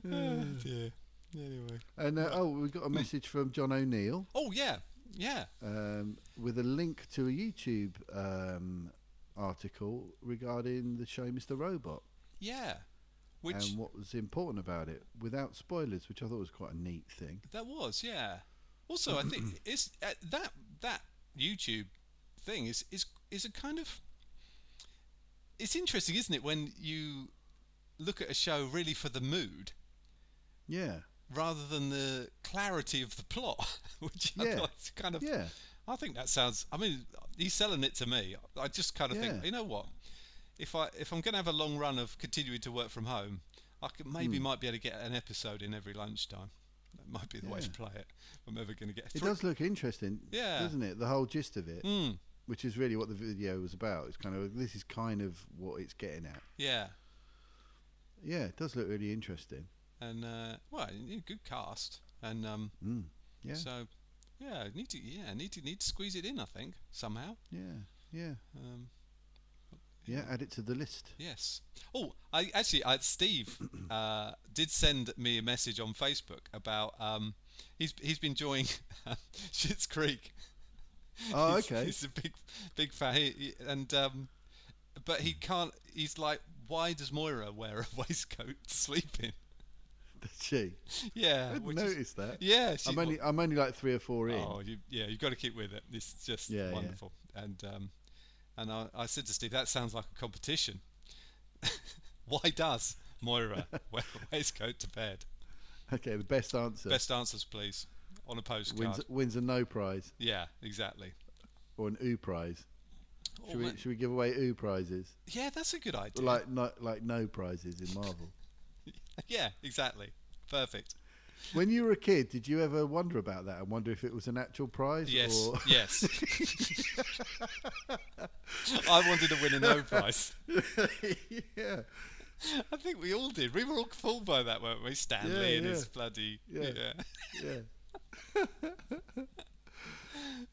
[SPEAKER 3] oh, dear. Anyway.
[SPEAKER 2] And uh, oh, we got a message from John O'Neill
[SPEAKER 3] Oh yeah, yeah.
[SPEAKER 2] um, with a link to a YouTube um, article regarding the show Mr. Robot
[SPEAKER 3] Yeah. Which
[SPEAKER 2] and what was important about it without spoilers, which I thought was quite a neat thing.
[SPEAKER 3] that was, yeah. Also, I think it's uh, that that YouTube thing is is is a kind of it's interesting, isn't it, when you look at a show really for the mood
[SPEAKER 2] Yeah,
[SPEAKER 3] rather than the clarity of the plot, which I
[SPEAKER 2] Yeah.
[SPEAKER 3] thought is kind of
[SPEAKER 2] yeah,
[SPEAKER 3] I think that sounds. I mean, he's selling it to me. I just kind of
[SPEAKER 2] Yeah.
[SPEAKER 3] think, you know what? If I if I'm going to have a long run of continuing to work from home, I could,
[SPEAKER 2] Hmm.
[SPEAKER 3] maybe might be able to get an episode in every lunchtime. That might be the way to play it. if I'm ever going to get.
[SPEAKER 2] it
[SPEAKER 3] through.
[SPEAKER 2] does look interesting,
[SPEAKER 3] Yeah.
[SPEAKER 2] doesn't it? The whole gist of it,
[SPEAKER 3] Mm,
[SPEAKER 2] which is really what the video was about. It's kind of this is kind of what it's getting at.
[SPEAKER 3] yeah,
[SPEAKER 2] Yeah, it does look really interesting.
[SPEAKER 3] and uh, well, you- good cast, and um,
[SPEAKER 2] Mm. Yeah,
[SPEAKER 3] so yeah, need to yeah need to need to squeeze it in. I think somehow.
[SPEAKER 2] yeah, yeah,
[SPEAKER 3] Um,
[SPEAKER 2] yeah. Add it to the list.
[SPEAKER 3] Yes. Oh, I actually, I, Steve uh, did send me a message on Facebook about um, he's he's been enjoying Shit's Creek.
[SPEAKER 2] Oh,
[SPEAKER 3] He's-
[SPEAKER 2] okay.
[SPEAKER 3] He's a big big fan, he, he- and um, but he can't. He's like, why does Moira wear a waistcoat to sleep in?
[SPEAKER 2] She. I
[SPEAKER 3] Yeah.
[SPEAKER 2] didn't
[SPEAKER 3] which is-
[SPEAKER 2] notice that.
[SPEAKER 3] yeah. She,
[SPEAKER 2] I'm only I'm only like three or four in.
[SPEAKER 3] Oh, you, yeah, you've got to keep with it. It's just
[SPEAKER 2] Yeah, yeah.
[SPEAKER 3] wonderful. And um, and I, I said to Steve, that sounds like a competition. Why does Moira wear a waistcoat to bed?
[SPEAKER 2] Okay, the best answer
[SPEAKER 3] Best answers, please, on a postcard.
[SPEAKER 2] wins wins a no prize
[SPEAKER 3] Yeah, exactly.
[SPEAKER 2] or an oo prize.
[SPEAKER 3] Oh,
[SPEAKER 2] Should we
[SPEAKER 3] man.
[SPEAKER 2] should we give away oo prizes?
[SPEAKER 3] Yeah, that's a good idea.
[SPEAKER 2] Like no like no prizes in Marvel.
[SPEAKER 3] yeah, exactly. Perfect.
[SPEAKER 2] when you were a kid, did you ever wonder about that and wonder if it was an actual prize?
[SPEAKER 3] Yes,
[SPEAKER 2] Or...
[SPEAKER 3] yes. I wanted to win a no prize.
[SPEAKER 2] yeah.
[SPEAKER 3] I think we all did. We were all fooled by that, weren't we? Stanley
[SPEAKER 2] Yeah,
[SPEAKER 3] and
[SPEAKER 2] yeah.
[SPEAKER 3] his bloody
[SPEAKER 2] Yeah.
[SPEAKER 3] yeah.
[SPEAKER 2] Yeah.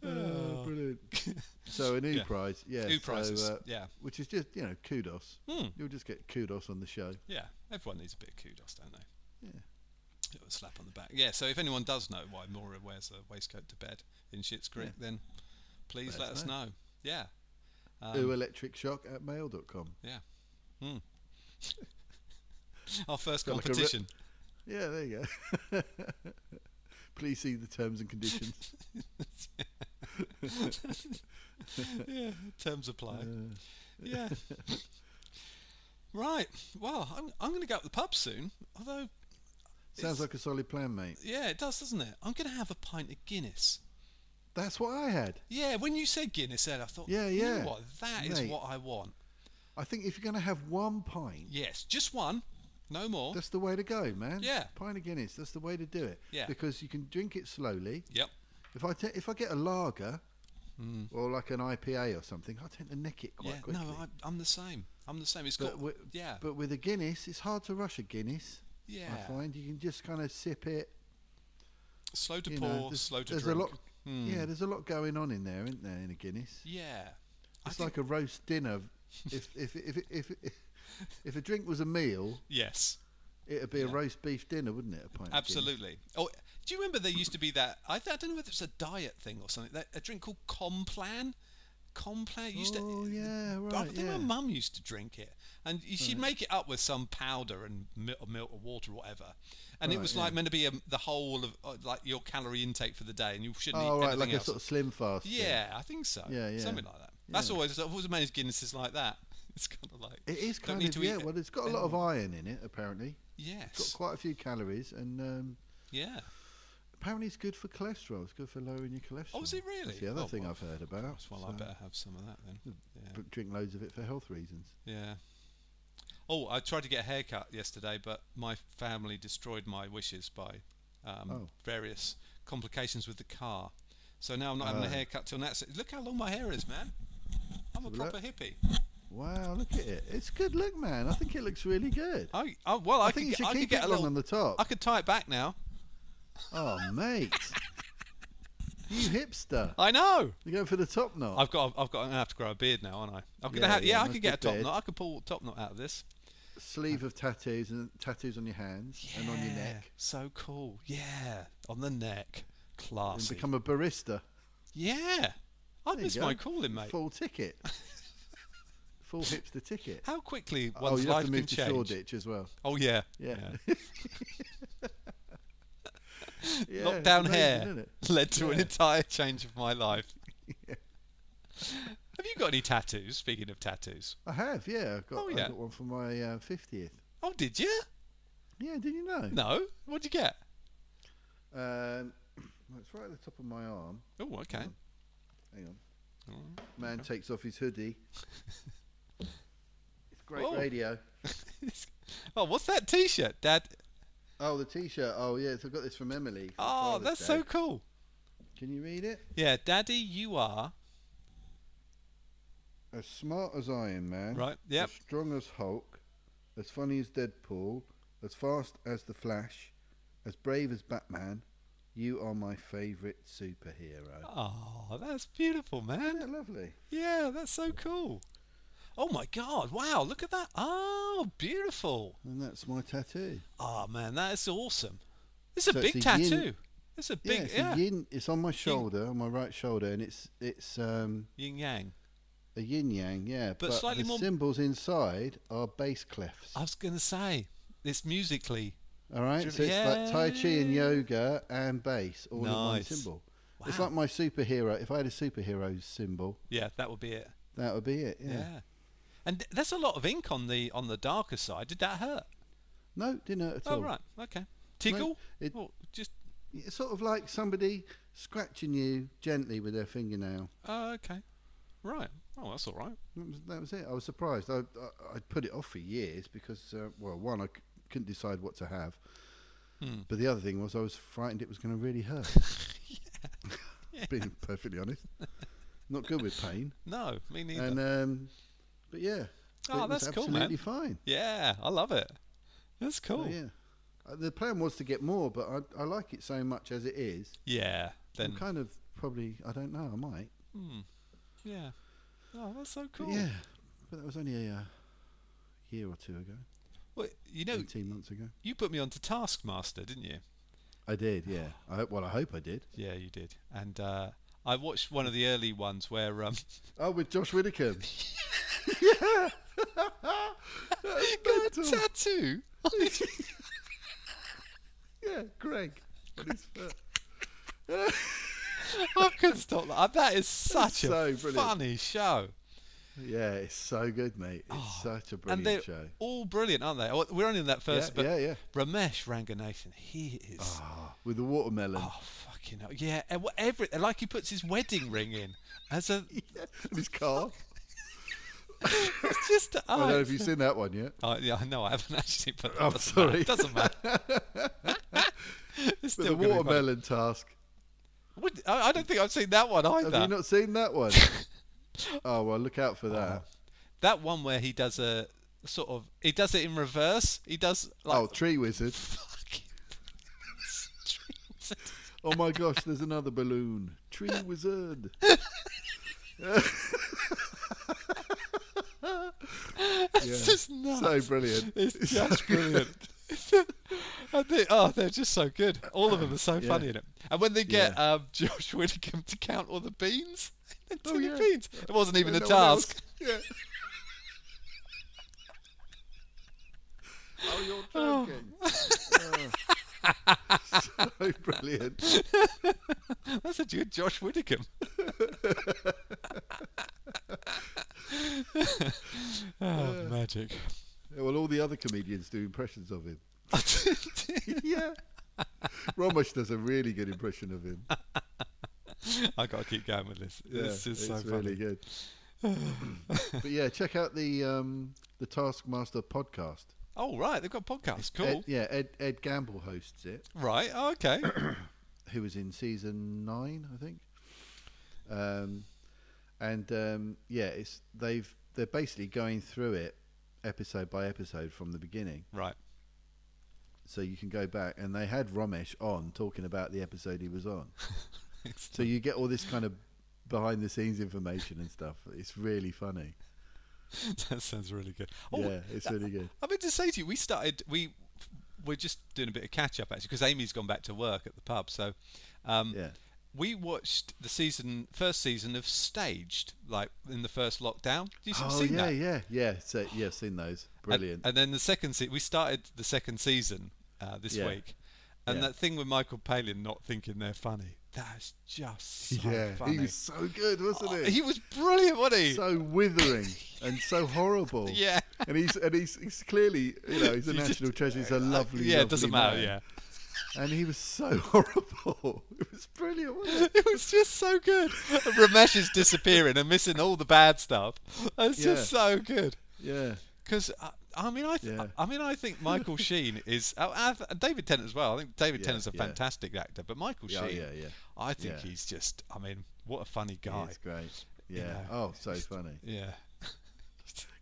[SPEAKER 2] oh, brilliant. So an oo
[SPEAKER 3] Yeah.
[SPEAKER 2] prize, yeah.
[SPEAKER 3] Who
[SPEAKER 2] so,
[SPEAKER 3] prizes?
[SPEAKER 2] uh,
[SPEAKER 3] yeah, Hmm.
[SPEAKER 2] Which is just you know kudos. You'll just get kudos on the show.
[SPEAKER 3] yeah. Everyone needs a bit of kudos, don't they? Yeah. A slap on the back. Yeah. So if anyone does know why Maura wears a waistcoat to bed in Shit's Creek, then please let, us know. Yeah. Um.
[SPEAKER 2] Ooh, electric shock at mail.com.
[SPEAKER 3] Yeah. Hmm. Our first
[SPEAKER 2] Got like a re-
[SPEAKER 3] competition.
[SPEAKER 2] Yeah, there you go. Please see the terms and conditions.
[SPEAKER 3] yeah. Terms apply. Yeah. right. Well, I'm I'm going to go up the pub soon. Although,
[SPEAKER 2] Sounds
[SPEAKER 3] It's-
[SPEAKER 2] like a solid plan, mate.
[SPEAKER 3] yeah, it does, doesn't it? I'm going to have a pint of Guinness.
[SPEAKER 2] That's what I had.
[SPEAKER 3] Yeah, when you said Guinness, Ed, I thought,
[SPEAKER 2] Yeah,
[SPEAKER 3] you know
[SPEAKER 2] yeah.
[SPEAKER 3] what? That is
[SPEAKER 2] Mate.
[SPEAKER 3] what I want.
[SPEAKER 2] I think if you're going to have one pint,
[SPEAKER 3] Yes, just one, no more.
[SPEAKER 2] that's the way to go, man.
[SPEAKER 3] Yeah.
[SPEAKER 2] Pint of Guinness, that's the way to do it.
[SPEAKER 3] Yeah.
[SPEAKER 2] Because you can drink it slowly.
[SPEAKER 3] Yep.
[SPEAKER 2] If I, ta- if I get a lager or like an IPA or something, I tend to nick it quite
[SPEAKER 3] Hmm. yeah.
[SPEAKER 2] quickly.
[SPEAKER 3] No, I, I'm the same. I'm the same. It's
[SPEAKER 2] but,
[SPEAKER 3] got.
[SPEAKER 2] wi-
[SPEAKER 3] yeah.
[SPEAKER 2] but with a Guinness, it's hard to rush a Guinness.
[SPEAKER 3] yeah.
[SPEAKER 2] I find you can just kind of sip it.
[SPEAKER 3] slow to
[SPEAKER 2] You
[SPEAKER 3] pour,
[SPEAKER 2] know, there's,
[SPEAKER 3] slow to
[SPEAKER 2] there's
[SPEAKER 3] drink. Hmm.
[SPEAKER 2] a lot. Yeah, there's a lot going on in there, isn't there, in a Guinness?
[SPEAKER 3] Yeah. I
[SPEAKER 2] It's
[SPEAKER 3] think-
[SPEAKER 2] like a roast dinner. If if if if if, if a drink was a meal,
[SPEAKER 3] yes,
[SPEAKER 2] it'd be a roast beef dinner, wouldn't it? A pint. of Guinness?
[SPEAKER 3] absolutely. Oh, do you remember there used to be that? I, I don't know whether it's a diet thing or something. That a drink called Complan. Complan it used
[SPEAKER 2] Oh
[SPEAKER 3] to.
[SPEAKER 2] yeah, right.
[SPEAKER 3] I think
[SPEAKER 2] yeah. Hmm.
[SPEAKER 3] my mum used to drink it, and y- she'd make it up with some powder and milk, milk or water or whatever, and it
[SPEAKER 2] Right,
[SPEAKER 3] was
[SPEAKER 2] yeah.
[SPEAKER 3] like meant to be um the whole of uh, like your calorie intake for the day, and you shouldn't
[SPEAKER 2] oh
[SPEAKER 3] eat
[SPEAKER 2] right,
[SPEAKER 3] anything
[SPEAKER 2] like
[SPEAKER 3] else.
[SPEAKER 2] a sort of slim fast. thing.
[SPEAKER 3] yeah, I think so.
[SPEAKER 2] Yeah, yeah.
[SPEAKER 3] something like that. That's
[SPEAKER 2] Yeah.
[SPEAKER 3] always I've always managed Guinness is like that. It's kind of like
[SPEAKER 2] It is
[SPEAKER 3] don't
[SPEAKER 2] kind
[SPEAKER 3] need
[SPEAKER 2] of
[SPEAKER 3] to
[SPEAKER 2] yeah.
[SPEAKER 3] eat Mm.
[SPEAKER 2] Well, it's got a lot of iron in it. Apparently, got
[SPEAKER 3] yes,
[SPEAKER 2] quite a few calories, and um,
[SPEAKER 3] yeah.
[SPEAKER 2] apparently it's good for cholesterol. It's good for lowering your cholesterol.
[SPEAKER 3] Oh, is it
[SPEAKER 2] That's
[SPEAKER 3] really?
[SPEAKER 2] the other
[SPEAKER 3] Oh,
[SPEAKER 2] thing
[SPEAKER 3] well,
[SPEAKER 2] I've heard about.
[SPEAKER 3] Well, I
[SPEAKER 2] so-
[SPEAKER 3] better have some of that then. Yeah.
[SPEAKER 2] but drink loads of it for health reasons.
[SPEAKER 3] Yeah. Oh, I tried to get a haircut yesterday, but my family destroyed my wishes by um,
[SPEAKER 2] Oh.
[SPEAKER 3] various complications with the car. So now I'm not having a
[SPEAKER 2] Oh.
[SPEAKER 3] haircut till next. Look how long my hair is, man.
[SPEAKER 2] Have
[SPEAKER 3] I'm a
[SPEAKER 2] a look.
[SPEAKER 3] proper hippie.
[SPEAKER 2] Wow, look at it. It's good look, man. I think it looks really good.
[SPEAKER 3] I, I well, I,
[SPEAKER 2] I
[SPEAKER 3] could
[SPEAKER 2] think you
[SPEAKER 3] get,
[SPEAKER 2] should
[SPEAKER 3] I could
[SPEAKER 2] keep
[SPEAKER 3] get
[SPEAKER 2] it
[SPEAKER 3] a
[SPEAKER 2] long
[SPEAKER 3] little.
[SPEAKER 2] on the top.
[SPEAKER 3] I could tie it back now.
[SPEAKER 2] Oh, mate. You hipster.
[SPEAKER 3] I know.
[SPEAKER 2] You're going for the top knot.
[SPEAKER 3] I've got. I've got. I'm gonna have to grow a beard now, aren't I? I'm gonna
[SPEAKER 2] Yeah,
[SPEAKER 3] have,
[SPEAKER 2] yeah,
[SPEAKER 3] yeah, I
[SPEAKER 2] must
[SPEAKER 3] could
[SPEAKER 2] be
[SPEAKER 3] get a top
[SPEAKER 2] beard.
[SPEAKER 3] knot. I could pull top knot out of this.
[SPEAKER 2] Sleeve of tattoos and tattoos on your hands and on your
[SPEAKER 3] Yeah,
[SPEAKER 2] neck.
[SPEAKER 3] So cool. Yeah, on the neck.
[SPEAKER 2] And
[SPEAKER 3] Classy.
[SPEAKER 2] become a barista.
[SPEAKER 3] yeah, I
[SPEAKER 2] There you
[SPEAKER 3] missed my
[SPEAKER 2] go.
[SPEAKER 3] calling, mate.
[SPEAKER 2] Full ticket. Full hipster ticket.
[SPEAKER 3] How quickly
[SPEAKER 2] oh,
[SPEAKER 3] one's
[SPEAKER 2] you have
[SPEAKER 3] life
[SPEAKER 2] to
[SPEAKER 3] can
[SPEAKER 2] move to
[SPEAKER 3] change.
[SPEAKER 2] Shoreditch as well.
[SPEAKER 3] Oh yeah.
[SPEAKER 2] Yeah. Yeah,
[SPEAKER 3] Lockdown
[SPEAKER 2] amazing,
[SPEAKER 3] hair
[SPEAKER 2] isn't it?
[SPEAKER 3] led to an
[SPEAKER 2] Yeah.
[SPEAKER 3] entire change of my life. Have you got any tattoos? Speaking of tattoos,
[SPEAKER 2] I have, yeah. I've got,
[SPEAKER 3] Oh,
[SPEAKER 2] I've
[SPEAKER 3] yeah.
[SPEAKER 2] got one for my uh, 50th.
[SPEAKER 3] oh, did you?
[SPEAKER 2] Yeah, did you know?
[SPEAKER 3] No. What'd you get?
[SPEAKER 2] Um, well, it's right at the top of my arm.
[SPEAKER 3] Oh, okay.
[SPEAKER 2] Hang on. Man takes off his hoodie. it's great
[SPEAKER 3] Whoa.
[SPEAKER 2] radio.
[SPEAKER 3] oh, what's that T-shirt, Dad?
[SPEAKER 2] Oh, the T-shirt. Oh, yeah. So I got this from Emily. for
[SPEAKER 3] Oh,
[SPEAKER 2] Father's
[SPEAKER 3] that's
[SPEAKER 2] Day.
[SPEAKER 3] so cool.
[SPEAKER 2] Can you read it?
[SPEAKER 3] Yeah, Daddy, you are
[SPEAKER 2] As smart as Iron Man.
[SPEAKER 3] Right, yep.
[SPEAKER 2] As strong as Hulk. As funny as Deadpool. As fast as the Flash. As brave as Batman. You are my favourite superhero.
[SPEAKER 3] Oh, that's beautiful, man.
[SPEAKER 2] Isn't that lovely?
[SPEAKER 3] Yeah, that's so cool. Oh my god, wow, look at that. Oh, beautiful.
[SPEAKER 2] And that's my tattoo.
[SPEAKER 3] Oh man, that is awesome. It's a
[SPEAKER 2] So
[SPEAKER 3] big
[SPEAKER 2] it's a yin-
[SPEAKER 3] tattoo. It's a
[SPEAKER 2] yeah,
[SPEAKER 3] big
[SPEAKER 2] it's, a
[SPEAKER 3] yeah, yin,
[SPEAKER 2] yin, it's on my shoulder, on my right shoulder, and it's it's um,
[SPEAKER 3] yang.
[SPEAKER 2] a yin yang, yeah. But,
[SPEAKER 3] slightly
[SPEAKER 2] the
[SPEAKER 3] more- Ah,
[SPEAKER 2] symbols inside are bass clefs.
[SPEAKER 3] I was gonna say, it's musically.
[SPEAKER 2] All right, so it's like tai chi and yoga and bass all in one
[SPEAKER 3] Nice.
[SPEAKER 2] symbol. It's
[SPEAKER 3] Wow.
[SPEAKER 2] like my superhero. If I had a superhero symbol,
[SPEAKER 3] Yeah, that would be it.
[SPEAKER 2] that would be it. Yeah.
[SPEAKER 3] Yeah. And th- that's a lot of ink on the on the darker side. Did that hurt?
[SPEAKER 2] No, didn't hurt at
[SPEAKER 3] Oh
[SPEAKER 2] all.
[SPEAKER 3] right, okay. Tickle?
[SPEAKER 2] it-
[SPEAKER 3] Or just
[SPEAKER 2] It's sort of like somebody scratching you gently with their fingernail.
[SPEAKER 3] oh okay. Right. Oh that's all right.
[SPEAKER 2] That was, that was it. I was surprised. I, I I'd put it off for years because, uh, well, one, I c- couldn't decide what to have,
[SPEAKER 3] Hmm.
[SPEAKER 2] but the other thing was I was frightened it was going to really hurt. Being perfectly honest, not good with pain.
[SPEAKER 3] No, me neither.
[SPEAKER 2] And um, but yeah,
[SPEAKER 3] Oh,
[SPEAKER 2] it was
[SPEAKER 3] that's cool, man.
[SPEAKER 2] absolutely fine.
[SPEAKER 3] yeah, I love it. That's
[SPEAKER 2] So,
[SPEAKER 3] cool.
[SPEAKER 2] yeah, Uh, the plan was to get more, but I I like it so much as it is.
[SPEAKER 3] yeah.
[SPEAKER 2] I'm
[SPEAKER 3] Then
[SPEAKER 2] kind of probably I don't know. I might.
[SPEAKER 3] Yeah. Oh, that's so
[SPEAKER 2] But
[SPEAKER 3] cool.
[SPEAKER 2] yeah, but that was only a uh, year or two ago,
[SPEAKER 3] Well, you know,
[SPEAKER 2] eighteen months ago.
[SPEAKER 3] you put me onto Taskmaster, didn't you?
[SPEAKER 2] I did, yeah. I hope, well, I hope I did.
[SPEAKER 3] Yeah, you did. And uh, I watched one of the early ones where um,
[SPEAKER 2] Oh, with Josh Whittaker.
[SPEAKER 3] he got a tattoo. on his-
[SPEAKER 2] yeah, Greg. On his foot.
[SPEAKER 3] I couldn't stop that. That is such a
[SPEAKER 2] so brilliant.
[SPEAKER 3] funny show.
[SPEAKER 2] Yeah, it's so good, mate. It's such a
[SPEAKER 3] Oh, and they're
[SPEAKER 2] brilliant show.
[SPEAKER 3] all brilliant, aren't they? Oh, We're only in that
[SPEAKER 2] Yeah,
[SPEAKER 3] first, but
[SPEAKER 2] yeah, Ah. yeah.
[SPEAKER 3] Ramesh Ranganathan, he is. Oh,
[SPEAKER 2] With the watermelon.
[SPEAKER 3] fucking hell. Yeah, and whatever. Like he puts his wedding ring in as a.
[SPEAKER 2] And his car.
[SPEAKER 3] It's just.
[SPEAKER 2] I don't
[SPEAKER 3] oh,
[SPEAKER 2] know if you've seen that one yet.
[SPEAKER 3] Oh, yeah, I know. I haven't actually, but
[SPEAKER 2] I'm
[SPEAKER 3] that doesn't matter.
[SPEAKER 2] Oh, sorry.
[SPEAKER 3] It doesn't matter. It's
[SPEAKER 2] But
[SPEAKER 3] still
[SPEAKER 2] the
[SPEAKER 3] gonna be funny.
[SPEAKER 2] watermelon task.
[SPEAKER 3] What, I, I don't think I've seen that one either.
[SPEAKER 2] Have you not seen that one? oh, well, look out for that.
[SPEAKER 3] that one where he does a sort of he does it in reverse. He does like
[SPEAKER 2] Oh, Tree Wizard.
[SPEAKER 3] fucking streams.
[SPEAKER 2] Oh, my gosh, there's another balloon. Tree Wizard.
[SPEAKER 3] It's just nuts.
[SPEAKER 2] So brilliant.
[SPEAKER 3] it's just brilliant. I think, oh, they're just so good. All of them are so funny in it. And when they get um, Josh Whittaker to count all the beans, the oh,
[SPEAKER 2] yeah.
[SPEAKER 3] beans, it wasn't even a
[SPEAKER 2] no one else.
[SPEAKER 3] task.
[SPEAKER 2] Yeah. oh, you're joking. Oh. so brilliant.
[SPEAKER 3] That's a good Josh Whittaker. oh, magic.
[SPEAKER 2] Yeah, well, all the other comedians do impressions of him. yeah. Romesh does a really good impression of him.
[SPEAKER 3] I gotta keep going with this.
[SPEAKER 2] Yeah,
[SPEAKER 3] this is
[SPEAKER 2] it's
[SPEAKER 3] so
[SPEAKER 2] really
[SPEAKER 3] funny.
[SPEAKER 2] good. but yeah, check out the um, the Taskmaster podcast.
[SPEAKER 3] Oh right, they've got podcasts. Cool.
[SPEAKER 2] Ed, Uh, yeah, Ed, Ed Gamble hosts it.
[SPEAKER 3] Right. Oh, okay.
[SPEAKER 2] who was in season nine, I think. Um, and um, yeah, it's they've they're basically going through it episode by episode from the beginning,
[SPEAKER 3] right.
[SPEAKER 2] so you can go back and they had Romesh on talking about the episode he was on. so you get all this kind of behind the scenes information and stuff. It's really funny.
[SPEAKER 3] that sounds really good. Oh,
[SPEAKER 2] yeah, it's really good.
[SPEAKER 3] I meant to say to you, we started we we're just doing a bit of catch up actually because Amy's gone back to work at the pub. So um,
[SPEAKER 2] Yeah.
[SPEAKER 3] we watched the season first season of Staged, like in the first lockdown. You
[SPEAKER 2] Oh
[SPEAKER 3] seen
[SPEAKER 2] yeah,
[SPEAKER 3] that?
[SPEAKER 2] yeah, yeah. So yeah, I've seen those.
[SPEAKER 3] And-
[SPEAKER 2] Brilliant.
[SPEAKER 3] And, then the second se- we started the second season uh, this
[SPEAKER 2] Yeah.
[SPEAKER 3] week, and
[SPEAKER 2] Yeah.
[SPEAKER 3] that thing with Michael Palin not thinking they're funny. That's just so
[SPEAKER 2] yeah,
[SPEAKER 3] funny.
[SPEAKER 2] he was so good, wasn't
[SPEAKER 3] Oh,
[SPEAKER 2] he?
[SPEAKER 3] he was brilliant, wasn't he?
[SPEAKER 2] so withering and so horrible.
[SPEAKER 3] Yeah.
[SPEAKER 2] and he's and he's, he's clearly you know he's a
[SPEAKER 3] You just-
[SPEAKER 2] national treasure. He's a lovely,
[SPEAKER 3] yeah,
[SPEAKER 2] lovely
[SPEAKER 3] it doesn't matter.
[SPEAKER 2] man.
[SPEAKER 3] Yeah.
[SPEAKER 2] and he was so horrible. It was brilliant. Wasn't it?
[SPEAKER 3] It was just so good. Ramesh is disappearing and missing all the bad stuff. It's just so good.
[SPEAKER 2] Yeah,
[SPEAKER 3] Because I, I mean, I, th-
[SPEAKER 2] Yeah.
[SPEAKER 3] I mean, I think Michael Sheen is oh, I th- David Tennant as well. I think David
[SPEAKER 2] Yeah,
[SPEAKER 3] Tennant's a
[SPEAKER 2] yeah.
[SPEAKER 3] fantastic actor, but Michael
[SPEAKER 2] Yeah, oh,
[SPEAKER 3] Sheen,
[SPEAKER 2] yeah, yeah.
[SPEAKER 3] I think
[SPEAKER 2] Yeah.
[SPEAKER 3] he's just. I mean, what a funny guy.
[SPEAKER 2] it's great. Yeah.
[SPEAKER 3] know,
[SPEAKER 2] oh, so funny.
[SPEAKER 3] Yeah,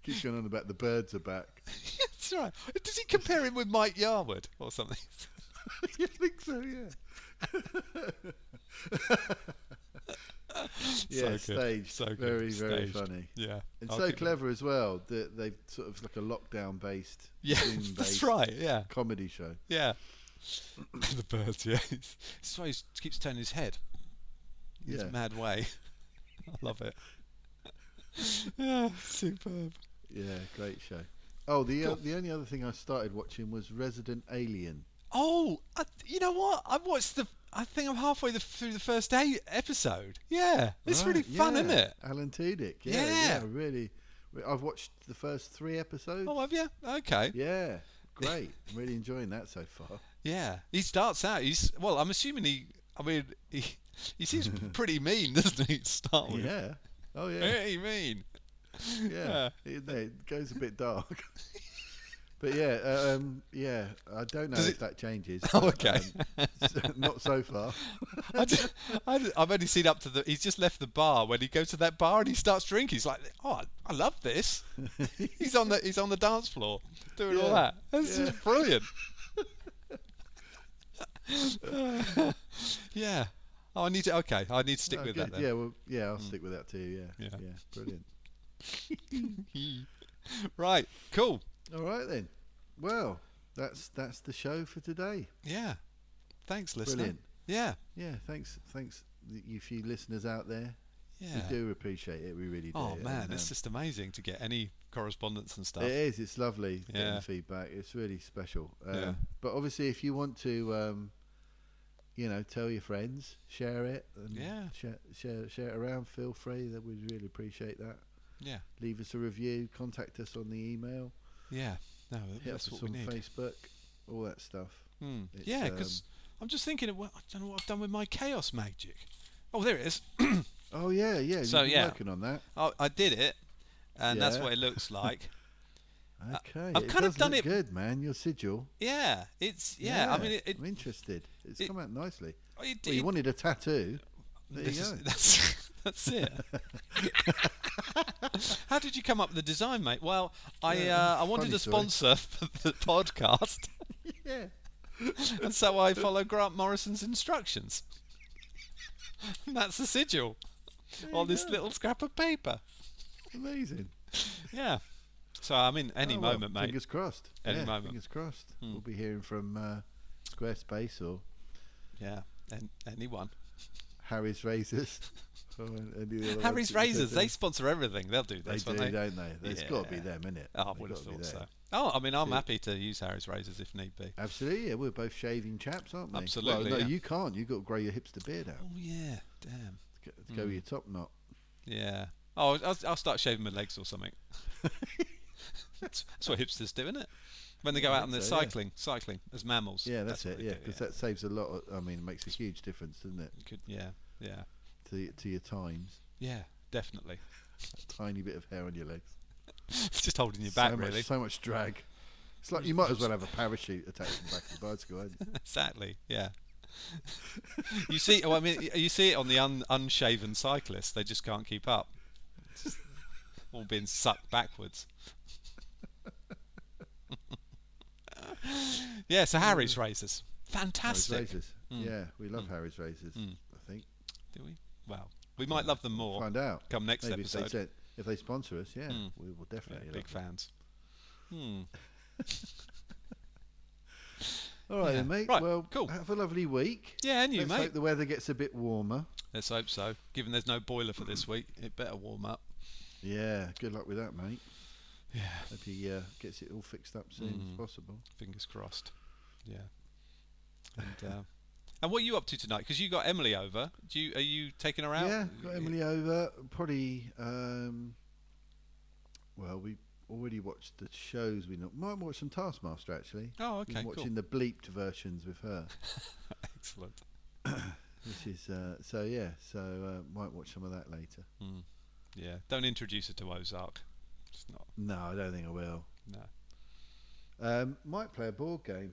[SPEAKER 2] Keeps going on about the birds are back.
[SPEAKER 3] that's right. Does he compare him with Mike Yarwood or something?
[SPEAKER 2] you think so? Yeah. yeah,
[SPEAKER 3] good.
[SPEAKER 2] staged.
[SPEAKER 3] So good.
[SPEAKER 2] Very, very
[SPEAKER 3] Staged.
[SPEAKER 2] funny.
[SPEAKER 3] Yeah,
[SPEAKER 2] And
[SPEAKER 3] I'll
[SPEAKER 2] so
[SPEAKER 3] give him-
[SPEAKER 2] clever as well that they've sort of like a lockdown based,
[SPEAKER 3] Yeah,
[SPEAKER 2] Zoom
[SPEAKER 3] that's
[SPEAKER 2] based
[SPEAKER 3] right. Yeah,
[SPEAKER 2] comedy show.
[SPEAKER 3] yeah. the birds. Yeah, that's why he keeps turning his head. in
[SPEAKER 2] Yeah,
[SPEAKER 3] his mad way. I love it. yeah, superb.
[SPEAKER 2] yeah, great show. Oh, the uh, the only other thing I started watching was Resident Alien.
[SPEAKER 3] Oh, I, you know what? I watched the. I think I'm halfway the, through the first eight episode. Yeah, it's really
[SPEAKER 2] Right,
[SPEAKER 3] fun,
[SPEAKER 2] yeah.
[SPEAKER 3] isn't it?
[SPEAKER 2] Alan Tudyk. Yeah,
[SPEAKER 3] Yeah.
[SPEAKER 2] yeah. really. I've watched the first three episodes.
[SPEAKER 3] Oh, have you? Okay.
[SPEAKER 2] Yeah, great. I'm really enjoying that so far.
[SPEAKER 3] Yeah, he starts out. He's well. I'm assuming he. I mean, he he seems pretty mean, doesn't he? To start with.
[SPEAKER 2] Yeah. Oh yeah.
[SPEAKER 3] Pretty mean.
[SPEAKER 2] Yeah. It, no, it goes a bit dark. but yeah, uh, um, yeah. I don't know
[SPEAKER 3] Does
[SPEAKER 2] if
[SPEAKER 3] it-
[SPEAKER 2] that changes.
[SPEAKER 3] Oh,
[SPEAKER 2] but,
[SPEAKER 3] okay.
[SPEAKER 2] um, s- not so far.
[SPEAKER 3] I d- I d- I've only seen up to the. He's just left the bar. When he goes to that bar and he starts drinking, he's like, "Oh, I, I love this." he's on the he's on the dance floor doing all
[SPEAKER 2] Yeah,
[SPEAKER 3] that. That's
[SPEAKER 2] yeah.
[SPEAKER 3] just brilliant. yeah. Oh, I need to. Okay, I need to stick
[SPEAKER 2] Oh,
[SPEAKER 3] with
[SPEAKER 2] good.
[SPEAKER 3] that then. Hmm.
[SPEAKER 2] Yeah. Well. Yeah. I'll stick with that too. Yeah.
[SPEAKER 3] Yeah.
[SPEAKER 2] Yeah. Brilliant.
[SPEAKER 3] Right. Cool.
[SPEAKER 2] All right then. Well, that's that's the show for today.
[SPEAKER 3] Yeah. Thanks, listener.
[SPEAKER 2] Brilliant.
[SPEAKER 3] Yeah.
[SPEAKER 2] Yeah. Thanks. Thanks, th- you few listeners out there.
[SPEAKER 3] Yeah.
[SPEAKER 2] We do appreciate it. We really do.
[SPEAKER 3] Oh
[SPEAKER 2] And,
[SPEAKER 3] man,
[SPEAKER 2] um,
[SPEAKER 3] it's just amazing to get any correspondence and stuff.
[SPEAKER 2] It is. It's lovely getting
[SPEAKER 3] Yeah.
[SPEAKER 2] getting feedback. It's really special. Um,
[SPEAKER 3] Yeah.
[SPEAKER 2] But obviously, if you want to, um, you know, tell your friends, share it, and
[SPEAKER 3] Yeah.
[SPEAKER 2] share, share share it around. Feel free. That we'd really appreciate that.
[SPEAKER 3] Yeah.
[SPEAKER 2] Leave us a review. Contact us on the email.
[SPEAKER 3] Yeah. No,
[SPEAKER 2] Hit
[SPEAKER 3] that's
[SPEAKER 2] us
[SPEAKER 3] what
[SPEAKER 2] on
[SPEAKER 3] we need.
[SPEAKER 2] Facebook. All that stuff.
[SPEAKER 3] Hmm.
[SPEAKER 2] It's,
[SPEAKER 3] Yeah, because I'm just thinking, of what, I don't know what I've done with my chaos magic. Oh, there it is.
[SPEAKER 2] Oh yeah, yeah.
[SPEAKER 3] So,
[SPEAKER 2] you've been
[SPEAKER 3] yeah.
[SPEAKER 2] working on that.
[SPEAKER 3] oh, I did it, and that's
[SPEAKER 2] Yeah.
[SPEAKER 3] what it looks like.
[SPEAKER 2] Okay.
[SPEAKER 3] I've
[SPEAKER 2] it
[SPEAKER 3] kind of
[SPEAKER 2] does
[SPEAKER 3] done
[SPEAKER 2] look
[SPEAKER 3] it-
[SPEAKER 2] Good man. Your sigil.
[SPEAKER 3] yeah, it's yeah. I mean, it. it,
[SPEAKER 2] I'm interested. It's
[SPEAKER 3] it-
[SPEAKER 2] come out nicely.
[SPEAKER 3] oh, it-
[SPEAKER 2] Well, you
[SPEAKER 3] it-
[SPEAKER 2] wanted a tattoo. There
[SPEAKER 3] this
[SPEAKER 2] you
[SPEAKER 3] is-
[SPEAKER 2] go.
[SPEAKER 3] that's that's it. How did you come up with the design, mate? Well, I
[SPEAKER 2] Yeah,
[SPEAKER 3] uh, I wanted
[SPEAKER 2] funny
[SPEAKER 3] a
[SPEAKER 2] story.
[SPEAKER 3] sponsor for the podcast,
[SPEAKER 2] yeah.
[SPEAKER 3] and so I follow Grant Morrison's instructions. And that's the sigil on this little scrap of paper.
[SPEAKER 2] Amazing.
[SPEAKER 3] Yeah. So I mean, any
[SPEAKER 2] Oh, well,
[SPEAKER 3] moment, mate.
[SPEAKER 2] Fingers crossed.
[SPEAKER 3] Any
[SPEAKER 2] Yeah,
[SPEAKER 3] moment. Hmm.
[SPEAKER 2] Fingers crossed. We'll be hearing from uh, Squarespace or
[SPEAKER 3] Yeah, and anyone.
[SPEAKER 2] Harry's Razors. or any of the other ones
[SPEAKER 3] Harry's
[SPEAKER 2] that we
[SPEAKER 3] Razors,
[SPEAKER 2] could
[SPEAKER 3] they
[SPEAKER 2] do.
[SPEAKER 3] sponsor everything. They'll do
[SPEAKER 2] they
[SPEAKER 3] this,
[SPEAKER 2] do,
[SPEAKER 3] won't they?
[SPEAKER 2] don't they? There's got to be
[SPEAKER 3] Yeah.
[SPEAKER 2] them, innit?
[SPEAKER 3] Oh, I
[SPEAKER 2] They've
[SPEAKER 3] would have
[SPEAKER 2] gotta be
[SPEAKER 3] thought
[SPEAKER 2] there.
[SPEAKER 3] so. Oh, I mean, I'm
[SPEAKER 2] See-
[SPEAKER 3] happy to use Harry's Razors if need be.
[SPEAKER 2] Absolutely, yeah. We're both shaving chaps, aren't we?
[SPEAKER 3] Absolutely,
[SPEAKER 2] Well, no,
[SPEAKER 3] yeah.
[SPEAKER 2] you can't. You've got to grow your hipster beard out
[SPEAKER 3] Oh yeah, damn.
[SPEAKER 2] to go- to go
[SPEAKER 3] Hmm.
[SPEAKER 2] with your top knot.
[SPEAKER 3] Yeah. Oh, I'll, I'll start shaving my legs or something. that's, that's what hipsters do, isn't it? When they go out and they're
[SPEAKER 2] so, yeah.
[SPEAKER 3] cycling, cycling as mammals.
[SPEAKER 2] Yeah, that's,
[SPEAKER 3] what
[SPEAKER 2] it.
[SPEAKER 3] they
[SPEAKER 2] Yeah,
[SPEAKER 3] do,
[SPEAKER 2] because that saves a lot. Of, I mean, it makes a huge difference, doesn't it,
[SPEAKER 3] Could- yeah, yeah,
[SPEAKER 2] to to your times?
[SPEAKER 3] yeah, definitely.
[SPEAKER 2] Tiny bit of hair on your legs.
[SPEAKER 3] it's just holding you back,
[SPEAKER 2] so much,
[SPEAKER 3] really.
[SPEAKER 2] So much drag. It's like you might as well have a parachute attached to the back of the bicycle. eh? hadn't you?
[SPEAKER 3] Exactly. Yeah. you see, oh, I mean, you see it on the un, unshaven cyclists. They just can't keep up. All being sucked backwards. yeah. So Harry's razors, fantastic. Hmm.
[SPEAKER 2] Harry's razors. Yeah, we love Harry's razors. I think
[SPEAKER 3] do we? Well, we might love them more.
[SPEAKER 2] Find out.
[SPEAKER 3] Come next
[SPEAKER 2] Maybe
[SPEAKER 3] episode.
[SPEAKER 2] If they, said- if they sponsor us, yeah,
[SPEAKER 3] Mm.
[SPEAKER 2] we will
[SPEAKER 3] Yeah,
[SPEAKER 2] definitely.
[SPEAKER 3] big
[SPEAKER 2] love them.
[SPEAKER 3] fans.
[SPEAKER 2] All right,
[SPEAKER 3] Yeah.
[SPEAKER 2] then, mate.
[SPEAKER 3] Right,
[SPEAKER 2] Well,
[SPEAKER 3] cool.
[SPEAKER 2] Have a lovely week.
[SPEAKER 3] Yeah, and you,
[SPEAKER 2] Let's
[SPEAKER 3] mate.
[SPEAKER 2] hope the weather gets a bit warmer.
[SPEAKER 3] Let's hope so. Given there's no boiler for this week, it better warm up.
[SPEAKER 2] Yeah. Good luck with that, mate.
[SPEAKER 3] Yeah.
[SPEAKER 2] Hope he uh, gets it all fixed up soon
[SPEAKER 3] Hmm.
[SPEAKER 2] as possible.
[SPEAKER 3] Fingers crossed. Yeah. And uh, and what are you up to tonight? Because you got Emily over. Do you are you taking her out?
[SPEAKER 2] Yeah, got Emily over. Probably. Um, well, we already watched the shows. We not, might watch some Taskmaster actually.
[SPEAKER 3] Oh,
[SPEAKER 2] Been
[SPEAKER 3] okay, cool.
[SPEAKER 2] watching the bleeped versions with her,
[SPEAKER 3] Excellent.
[SPEAKER 2] which is uh, so yeah. So uh, might watch some of that later.
[SPEAKER 3] Yeah. Don't introduce her to Ozark. It's not.
[SPEAKER 2] No, I don't think I will.
[SPEAKER 3] No.
[SPEAKER 2] Um, might play a board game.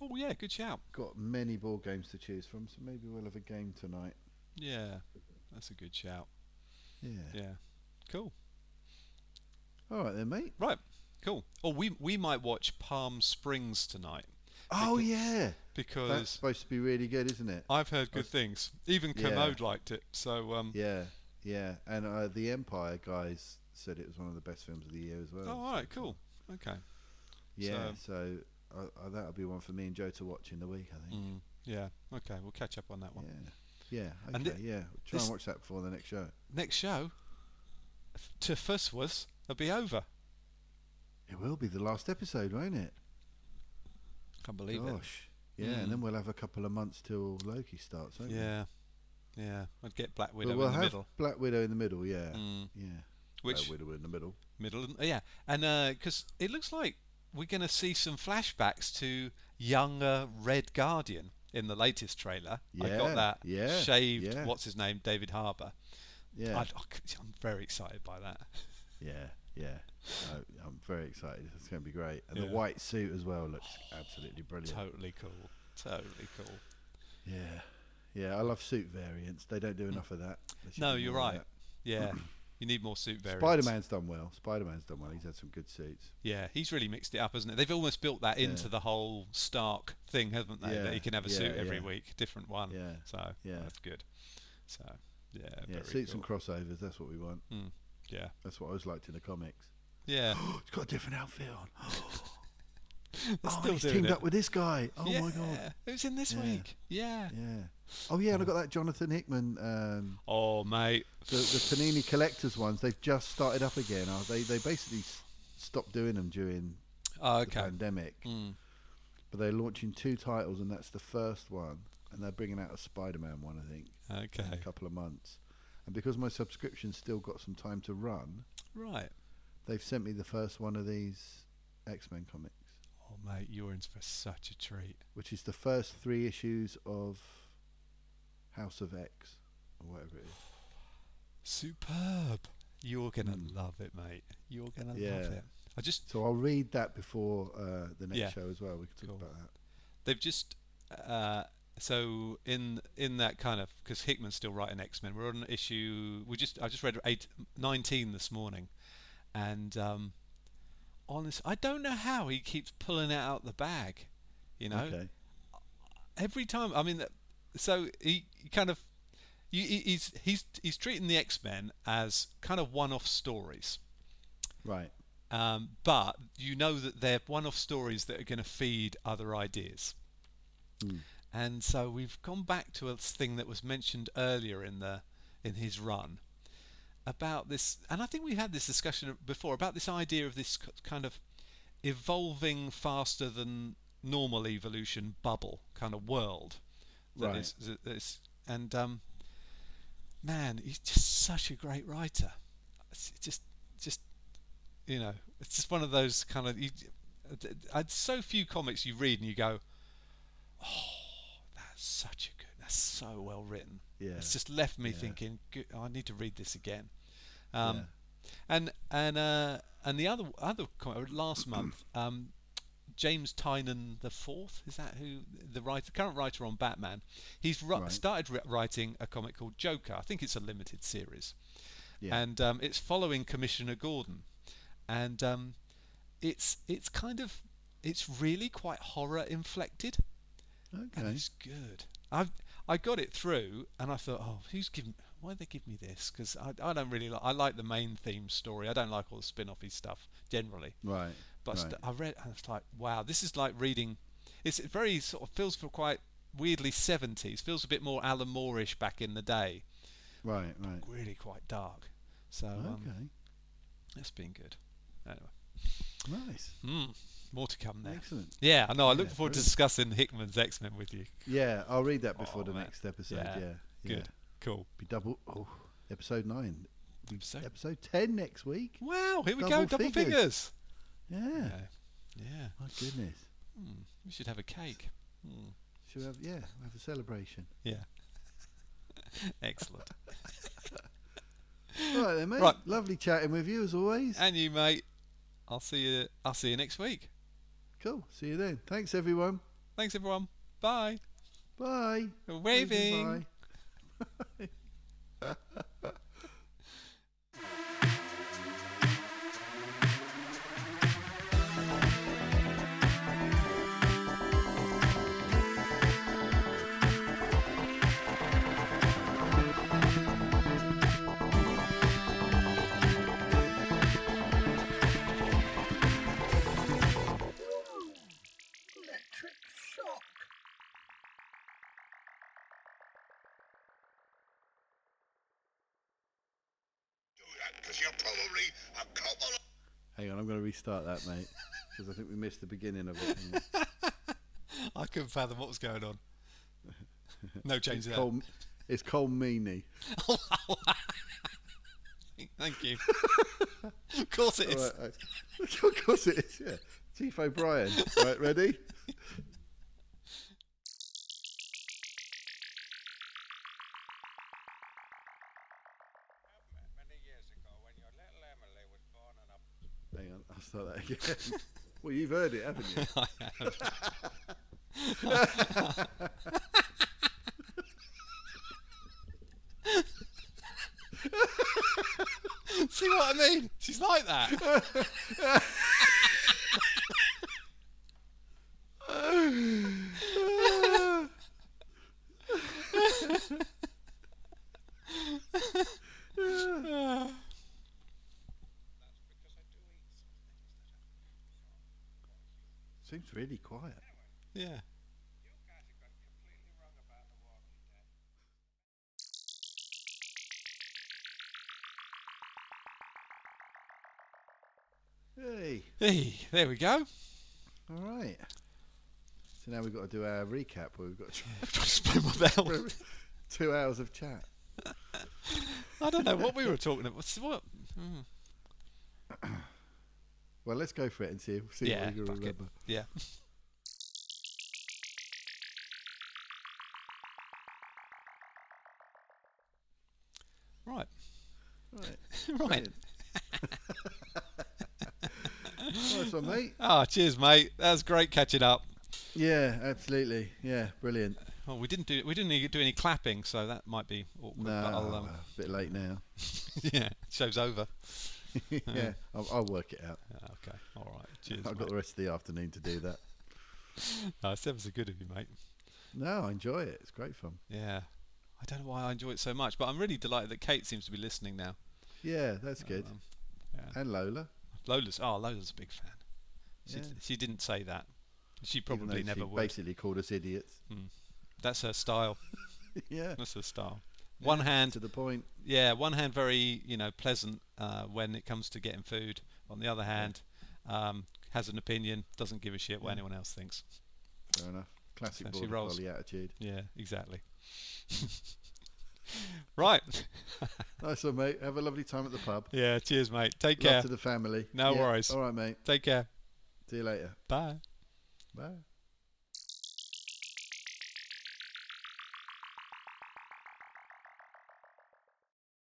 [SPEAKER 3] Oh yeah, good shout.
[SPEAKER 2] Got many board games to choose from, so maybe we'll have a game tonight.
[SPEAKER 3] Yeah. That's a good shout.
[SPEAKER 2] Yeah.
[SPEAKER 3] Yeah. Cool.
[SPEAKER 2] All right then, mate.
[SPEAKER 3] Right. Cool. Oh, we we might watch Palm Springs tonight
[SPEAKER 2] Oh yeah, that's
[SPEAKER 3] because
[SPEAKER 2] supposed to be really good, isn't it?
[SPEAKER 3] I've heard good things. Even
[SPEAKER 2] Yeah.
[SPEAKER 3] Commode liked it. So um,
[SPEAKER 2] Yeah, yeah, and uh, the Empire guys said it was one of the best films of the year as well.
[SPEAKER 3] Oh, all
[SPEAKER 2] so
[SPEAKER 3] right,
[SPEAKER 2] far.
[SPEAKER 3] cool. Okay.
[SPEAKER 2] Yeah, so, uh, uh, that'll be one for me and Joe to watch in the week, I think.
[SPEAKER 3] Mm, yeah. Okay, we'll catch up on that one.
[SPEAKER 2] Yeah, yeah, okay,
[SPEAKER 3] Mm. And thi-
[SPEAKER 2] yeah. Try
[SPEAKER 3] this-
[SPEAKER 2] and watch that before the next show.
[SPEAKER 3] Next show, f- to first was, will be over.
[SPEAKER 2] It will be the last episode, won't it?
[SPEAKER 3] Can't believe
[SPEAKER 2] Gosh, yeah, and then we'll have a couple of months till Loki starts. Won't
[SPEAKER 3] it. Mm. Yeah. Yeah. I'd get Black
[SPEAKER 2] we?
[SPEAKER 3] Widow
[SPEAKER 2] But we'll
[SPEAKER 3] in the
[SPEAKER 2] have
[SPEAKER 3] middle.
[SPEAKER 2] Black Widow in the middle. Yeah,
[SPEAKER 3] Mm,
[SPEAKER 2] yeah.
[SPEAKER 3] which
[SPEAKER 2] Black Widow in the middle.
[SPEAKER 3] middle? and- Yeah. And because it looks like we're going to see some flashbacks to younger Red Guardian in the latest trailer. I
[SPEAKER 2] Yeah,
[SPEAKER 3] got that.
[SPEAKER 2] yeah,
[SPEAKER 3] Shaved.
[SPEAKER 2] yeah.
[SPEAKER 3] What's his name? David Harbour.
[SPEAKER 2] Yeah,
[SPEAKER 3] I'd- I'm very excited by that.
[SPEAKER 2] yeah, yeah. I, I'm very excited. It's going to be great, and
[SPEAKER 3] Yeah.
[SPEAKER 2] the white suit as well looks absolutely brilliant.
[SPEAKER 3] Totally cool. Totally cool.
[SPEAKER 2] Yeah, yeah. I love suit variants. They don't do enough of that. They should
[SPEAKER 3] Hmm. No,
[SPEAKER 2] do
[SPEAKER 3] you're
[SPEAKER 2] more of
[SPEAKER 3] right. Yeah, you need more suit
[SPEAKER 2] that.
[SPEAKER 3] variants.
[SPEAKER 2] Spider-Man's done well. Spider-Man's done well. He's had some good suits.
[SPEAKER 3] Yeah, he's really mixed it up, hasn't it? They've almost built that into the whole Stark thing, haven't they?
[SPEAKER 2] Yeah,
[SPEAKER 3] that he can have a
[SPEAKER 2] yeah,
[SPEAKER 3] suit every
[SPEAKER 2] yeah.
[SPEAKER 3] week, different one.
[SPEAKER 2] Yeah,
[SPEAKER 3] So
[SPEAKER 2] yeah.
[SPEAKER 3] that's good. So yeah,
[SPEAKER 2] Yeah,
[SPEAKER 3] very
[SPEAKER 2] suits
[SPEAKER 3] cool.
[SPEAKER 2] and crossovers. That's what we want.
[SPEAKER 3] yeah,
[SPEAKER 2] That's what I was liked in the comics.
[SPEAKER 3] yeah.
[SPEAKER 2] Oh, it's got a different outfit on.
[SPEAKER 3] They're
[SPEAKER 2] Oh,
[SPEAKER 3] still
[SPEAKER 2] and he's
[SPEAKER 3] doing
[SPEAKER 2] teamed
[SPEAKER 3] it.
[SPEAKER 2] up with this guy. Oh
[SPEAKER 3] yeah.
[SPEAKER 2] my god.
[SPEAKER 3] Who's in this
[SPEAKER 2] Yeah.
[SPEAKER 3] week? Yeah.
[SPEAKER 2] Yeah. Oh yeah, and I got that Jonathan Hickman, um,
[SPEAKER 3] Oh mate,
[SPEAKER 2] the, the Panini collectors ones. They've just started up again. are they they basically s- stopped doing them during
[SPEAKER 3] oh,
[SPEAKER 2] the
[SPEAKER 3] okay.
[SPEAKER 2] pandemic.
[SPEAKER 3] Mm.
[SPEAKER 2] But they're launching two titles, and that's the first one. And they're bringing out a Spider-Man one, I think, in
[SPEAKER 3] Okay,
[SPEAKER 2] a couple of months. And because my subscription's still got some time to run,
[SPEAKER 3] right.
[SPEAKER 2] they've sent me the first one of these X-Men comics,
[SPEAKER 3] Oh mate, you're in for such a treat.
[SPEAKER 2] which is the first three issues of House of X, or whatever it is.
[SPEAKER 3] Superb. You're gonna love it, mate. You're gonna love
[SPEAKER 2] Hmm. Yeah.
[SPEAKER 3] it. I just
[SPEAKER 2] So I'll read that before uh, the next
[SPEAKER 3] Yeah.
[SPEAKER 2] show as well. We can talk
[SPEAKER 3] Cool.
[SPEAKER 2] about that.
[SPEAKER 3] they've just uh, so in in that kind of because Hickman's still writing X Men. We're on issue. We just I just read eight, 19 this morning, and um, honest, I don't know how he keeps pulling it out the bag. You know,
[SPEAKER 2] Okay.
[SPEAKER 3] every time. I mean, that- so he, he kind of you, he- he's he's he's treating the X Men as kind of one-off stories.
[SPEAKER 2] Right.
[SPEAKER 3] Um, but you know that they're one-off stories that are going to feed other ideas. And so we've gone back to a thing that was mentioned earlier in the in his run about this, and I think we had this discussion before about this idea of this k- kind of evolving faster than normal evolution bubble kind of world. that
[SPEAKER 2] Right.
[SPEAKER 3] is- that is- and um, man, he's just such a great writer. It's just, just you know, it's just one of those kind of. You, I'd so few comics you read and you go, "Oh, that's such a good, that's so well written."
[SPEAKER 2] Yeah.
[SPEAKER 3] It's just left me
[SPEAKER 2] Yeah.
[SPEAKER 3] thinking, "Good, "I need to read this again." Um, And and uh, and the other other comic uh, last month, um, James Tynan the fourth is that who the writer current writer on Batman? He's ru-
[SPEAKER 2] Right.
[SPEAKER 3] started ri writing a comic called Joker. I think it's a limited series
[SPEAKER 2] Yeah.
[SPEAKER 3] and um, it's following Commissioner Gordon, and um, it's it's kind of it's really quite horror inflected, and
[SPEAKER 2] Okay.
[SPEAKER 3] it's good. I've I got it through, and I thought, oh, who's giving? Why did they give me this? Because I, I don't really like. I like the main theme story. I don't like all the spin-offy stuff generally.
[SPEAKER 2] Right.
[SPEAKER 3] But I
[SPEAKER 2] right.
[SPEAKER 3] st- I read, and I was like, wow, this is like reading. It's very sort of feels for quite weirdly 70s. Feels a bit more Alan Moore-ish back in the day.
[SPEAKER 2] right, right.
[SPEAKER 3] Really quite dark. So um,
[SPEAKER 2] Okay.
[SPEAKER 3] that's been good. Anyway,
[SPEAKER 2] Nice.
[SPEAKER 3] mm, more to come there.
[SPEAKER 2] Excellent.
[SPEAKER 3] Yeah, I know. I look
[SPEAKER 2] Yeah,
[SPEAKER 3] forward to
[SPEAKER 2] brilliant.
[SPEAKER 3] discussing Hickman's X Men with you.
[SPEAKER 2] Yeah, I'll read that before
[SPEAKER 3] Oh,
[SPEAKER 2] the
[SPEAKER 3] man.
[SPEAKER 2] next episode.
[SPEAKER 3] Yeah,
[SPEAKER 2] Yeah. yeah.
[SPEAKER 3] Good. Cool.
[SPEAKER 2] Be double. Oh, episode nine.
[SPEAKER 3] So-
[SPEAKER 2] Episode ten next week.
[SPEAKER 3] wow, here we go.
[SPEAKER 2] double
[SPEAKER 3] Double
[SPEAKER 2] figures.
[SPEAKER 3] figures.
[SPEAKER 2] Yeah.
[SPEAKER 3] Yeah. Yeah.
[SPEAKER 2] My goodness.
[SPEAKER 3] Hmm, We should have a cake. Hmm,
[SPEAKER 2] Should we have yeah we'll have a celebration.
[SPEAKER 3] Yeah. Excellent.
[SPEAKER 2] right then, mate.
[SPEAKER 3] Right.
[SPEAKER 2] Lovely chatting with you as always.
[SPEAKER 3] And you, mate. I'll see you. I'll see you next week.
[SPEAKER 2] Cool. See you then. Thanks everyone.
[SPEAKER 3] Thanks, everyone. Bye.
[SPEAKER 2] Bye.
[SPEAKER 3] Waving.
[SPEAKER 2] Bye.
[SPEAKER 4] Electric shock. Do that because you're probably a couple of.
[SPEAKER 2] Hang on, I'm going to restart that, mate, because I think we missed the beginning of it. Hang on.
[SPEAKER 3] I couldn't fathom what was going on. No change
[SPEAKER 2] It's
[SPEAKER 3] there.
[SPEAKER 2] Cole, it's Cole Meany.
[SPEAKER 3] Thank you. of course it is.
[SPEAKER 2] Right, right. of course it is. Yeah, Chief O'Brien. right, ready?
[SPEAKER 5] Many years ago, when your little Emily was born and a
[SPEAKER 2] Hang on, I'll start that again. well, you've heard it, haven't you?
[SPEAKER 3] See what I mean? She's like that.
[SPEAKER 2] Seems really quiet.
[SPEAKER 3] yeah.
[SPEAKER 2] Hey,
[SPEAKER 3] Hey, there we go.
[SPEAKER 2] all right. So now we've got to do our recap. Where we've got to
[SPEAKER 3] Spin my bell.
[SPEAKER 2] two hours of chat.
[SPEAKER 3] I don't know what we were talking about. What's- What?
[SPEAKER 2] Well, let's go for it and see see
[SPEAKER 3] Yeah,
[SPEAKER 2] what we can
[SPEAKER 3] fuck it.
[SPEAKER 2] remember.
[SPEAKER 3] Yeah. Right.
[SPEAKER 2] Right,
[SPEAKER 3] Right.
[SPEAKER 2] brilliant. nice one, mate.
[SPEAKER 3] Ah, cheers, mate. That was great catching up.
[SPEAKER 2] Yeah, absolutely. Yeah, brilliant.
[SPEAKER 3] Oh, we didn't do we didn't e- do any clapping, so that might be awkward.
[SPEAKER 2] No,
[SPEAKER 3] but I'll, um,
[SPEAKER 2] a bit late now.
[SPEAKER 3] yeah, show's over.
[SPEAKER 2] yeah, I'll, I'll work it out.
[SPEAKER 3] Ah, Okay, all right. Cheers.
[SPEAKER 2] I've got
[SPEAKER 3] mate.
[SPEAKER 2] the rest of the afternoon to do that.
[SPEAKER 3] Nice. That was good of you, mate.
[SPEAKER 2] No, I enjoy it. It's great fun.
[SPEAKER 3] Yeah. I don't know why I enjoy it so much, but I'm really delighted that Kate seems to be listening now.
[SPEAKER 2] Yeah, that's good.
[SPEAKER 3] um,
[SPEAKER 2] And Lola,
[SPEAKER 3] Lola's oh, Lola's a big fan. She
[SPEAKER 2] Yeah.
[SPEAKER 3] she didn't say that. She
[SPEAKER 2] even though
[SPEAKER 3] probably never
[SPEAKER 2] she
[SPEAKER 3] would.
[SPEAKER 2] Basically called us idiots.
[SPEAKER 3] That's her style. Hmm.
[SPEAKER 2] yeah,
[SPEAKER 3] That's her style. One hand,
[SPEAKER 2] to the point.
[SPEAKER 3] yeah, one hand very you know pleasant uh, when it comes to getting food. On the other hand, um, has an opinion, doesn't give a shit what anyone else thinks.
[SPEAKER 2] Fair enough. Classic
[SPEAKER 3] So she
[SPEAKER 2] border
[SPEAKER 3] rolls.
[SPEAKER 2] collie attitude.
[SPEAKER 3] Yeah, exactly. right.
[SPEAKER 2] Nice one, mate. Have a lovely time at the pub.
[SPEAKER 3] Yeah. Cheers, mate. Take
[SPEAKER 2] Love
[SPEAKER 3] care.
[SPEAKER 2] to the family.
[SPEAKER 3] No
[SPEAKER 2] Yeah.
[SPEAKER 3] worries.
[SPEAKER 2] All right, mate.
[SPEAKER 3] Take care.
[SPEAKER 2] See you later.
[SPEAKER 3] Bye.
[SPEAKER 2] Bye.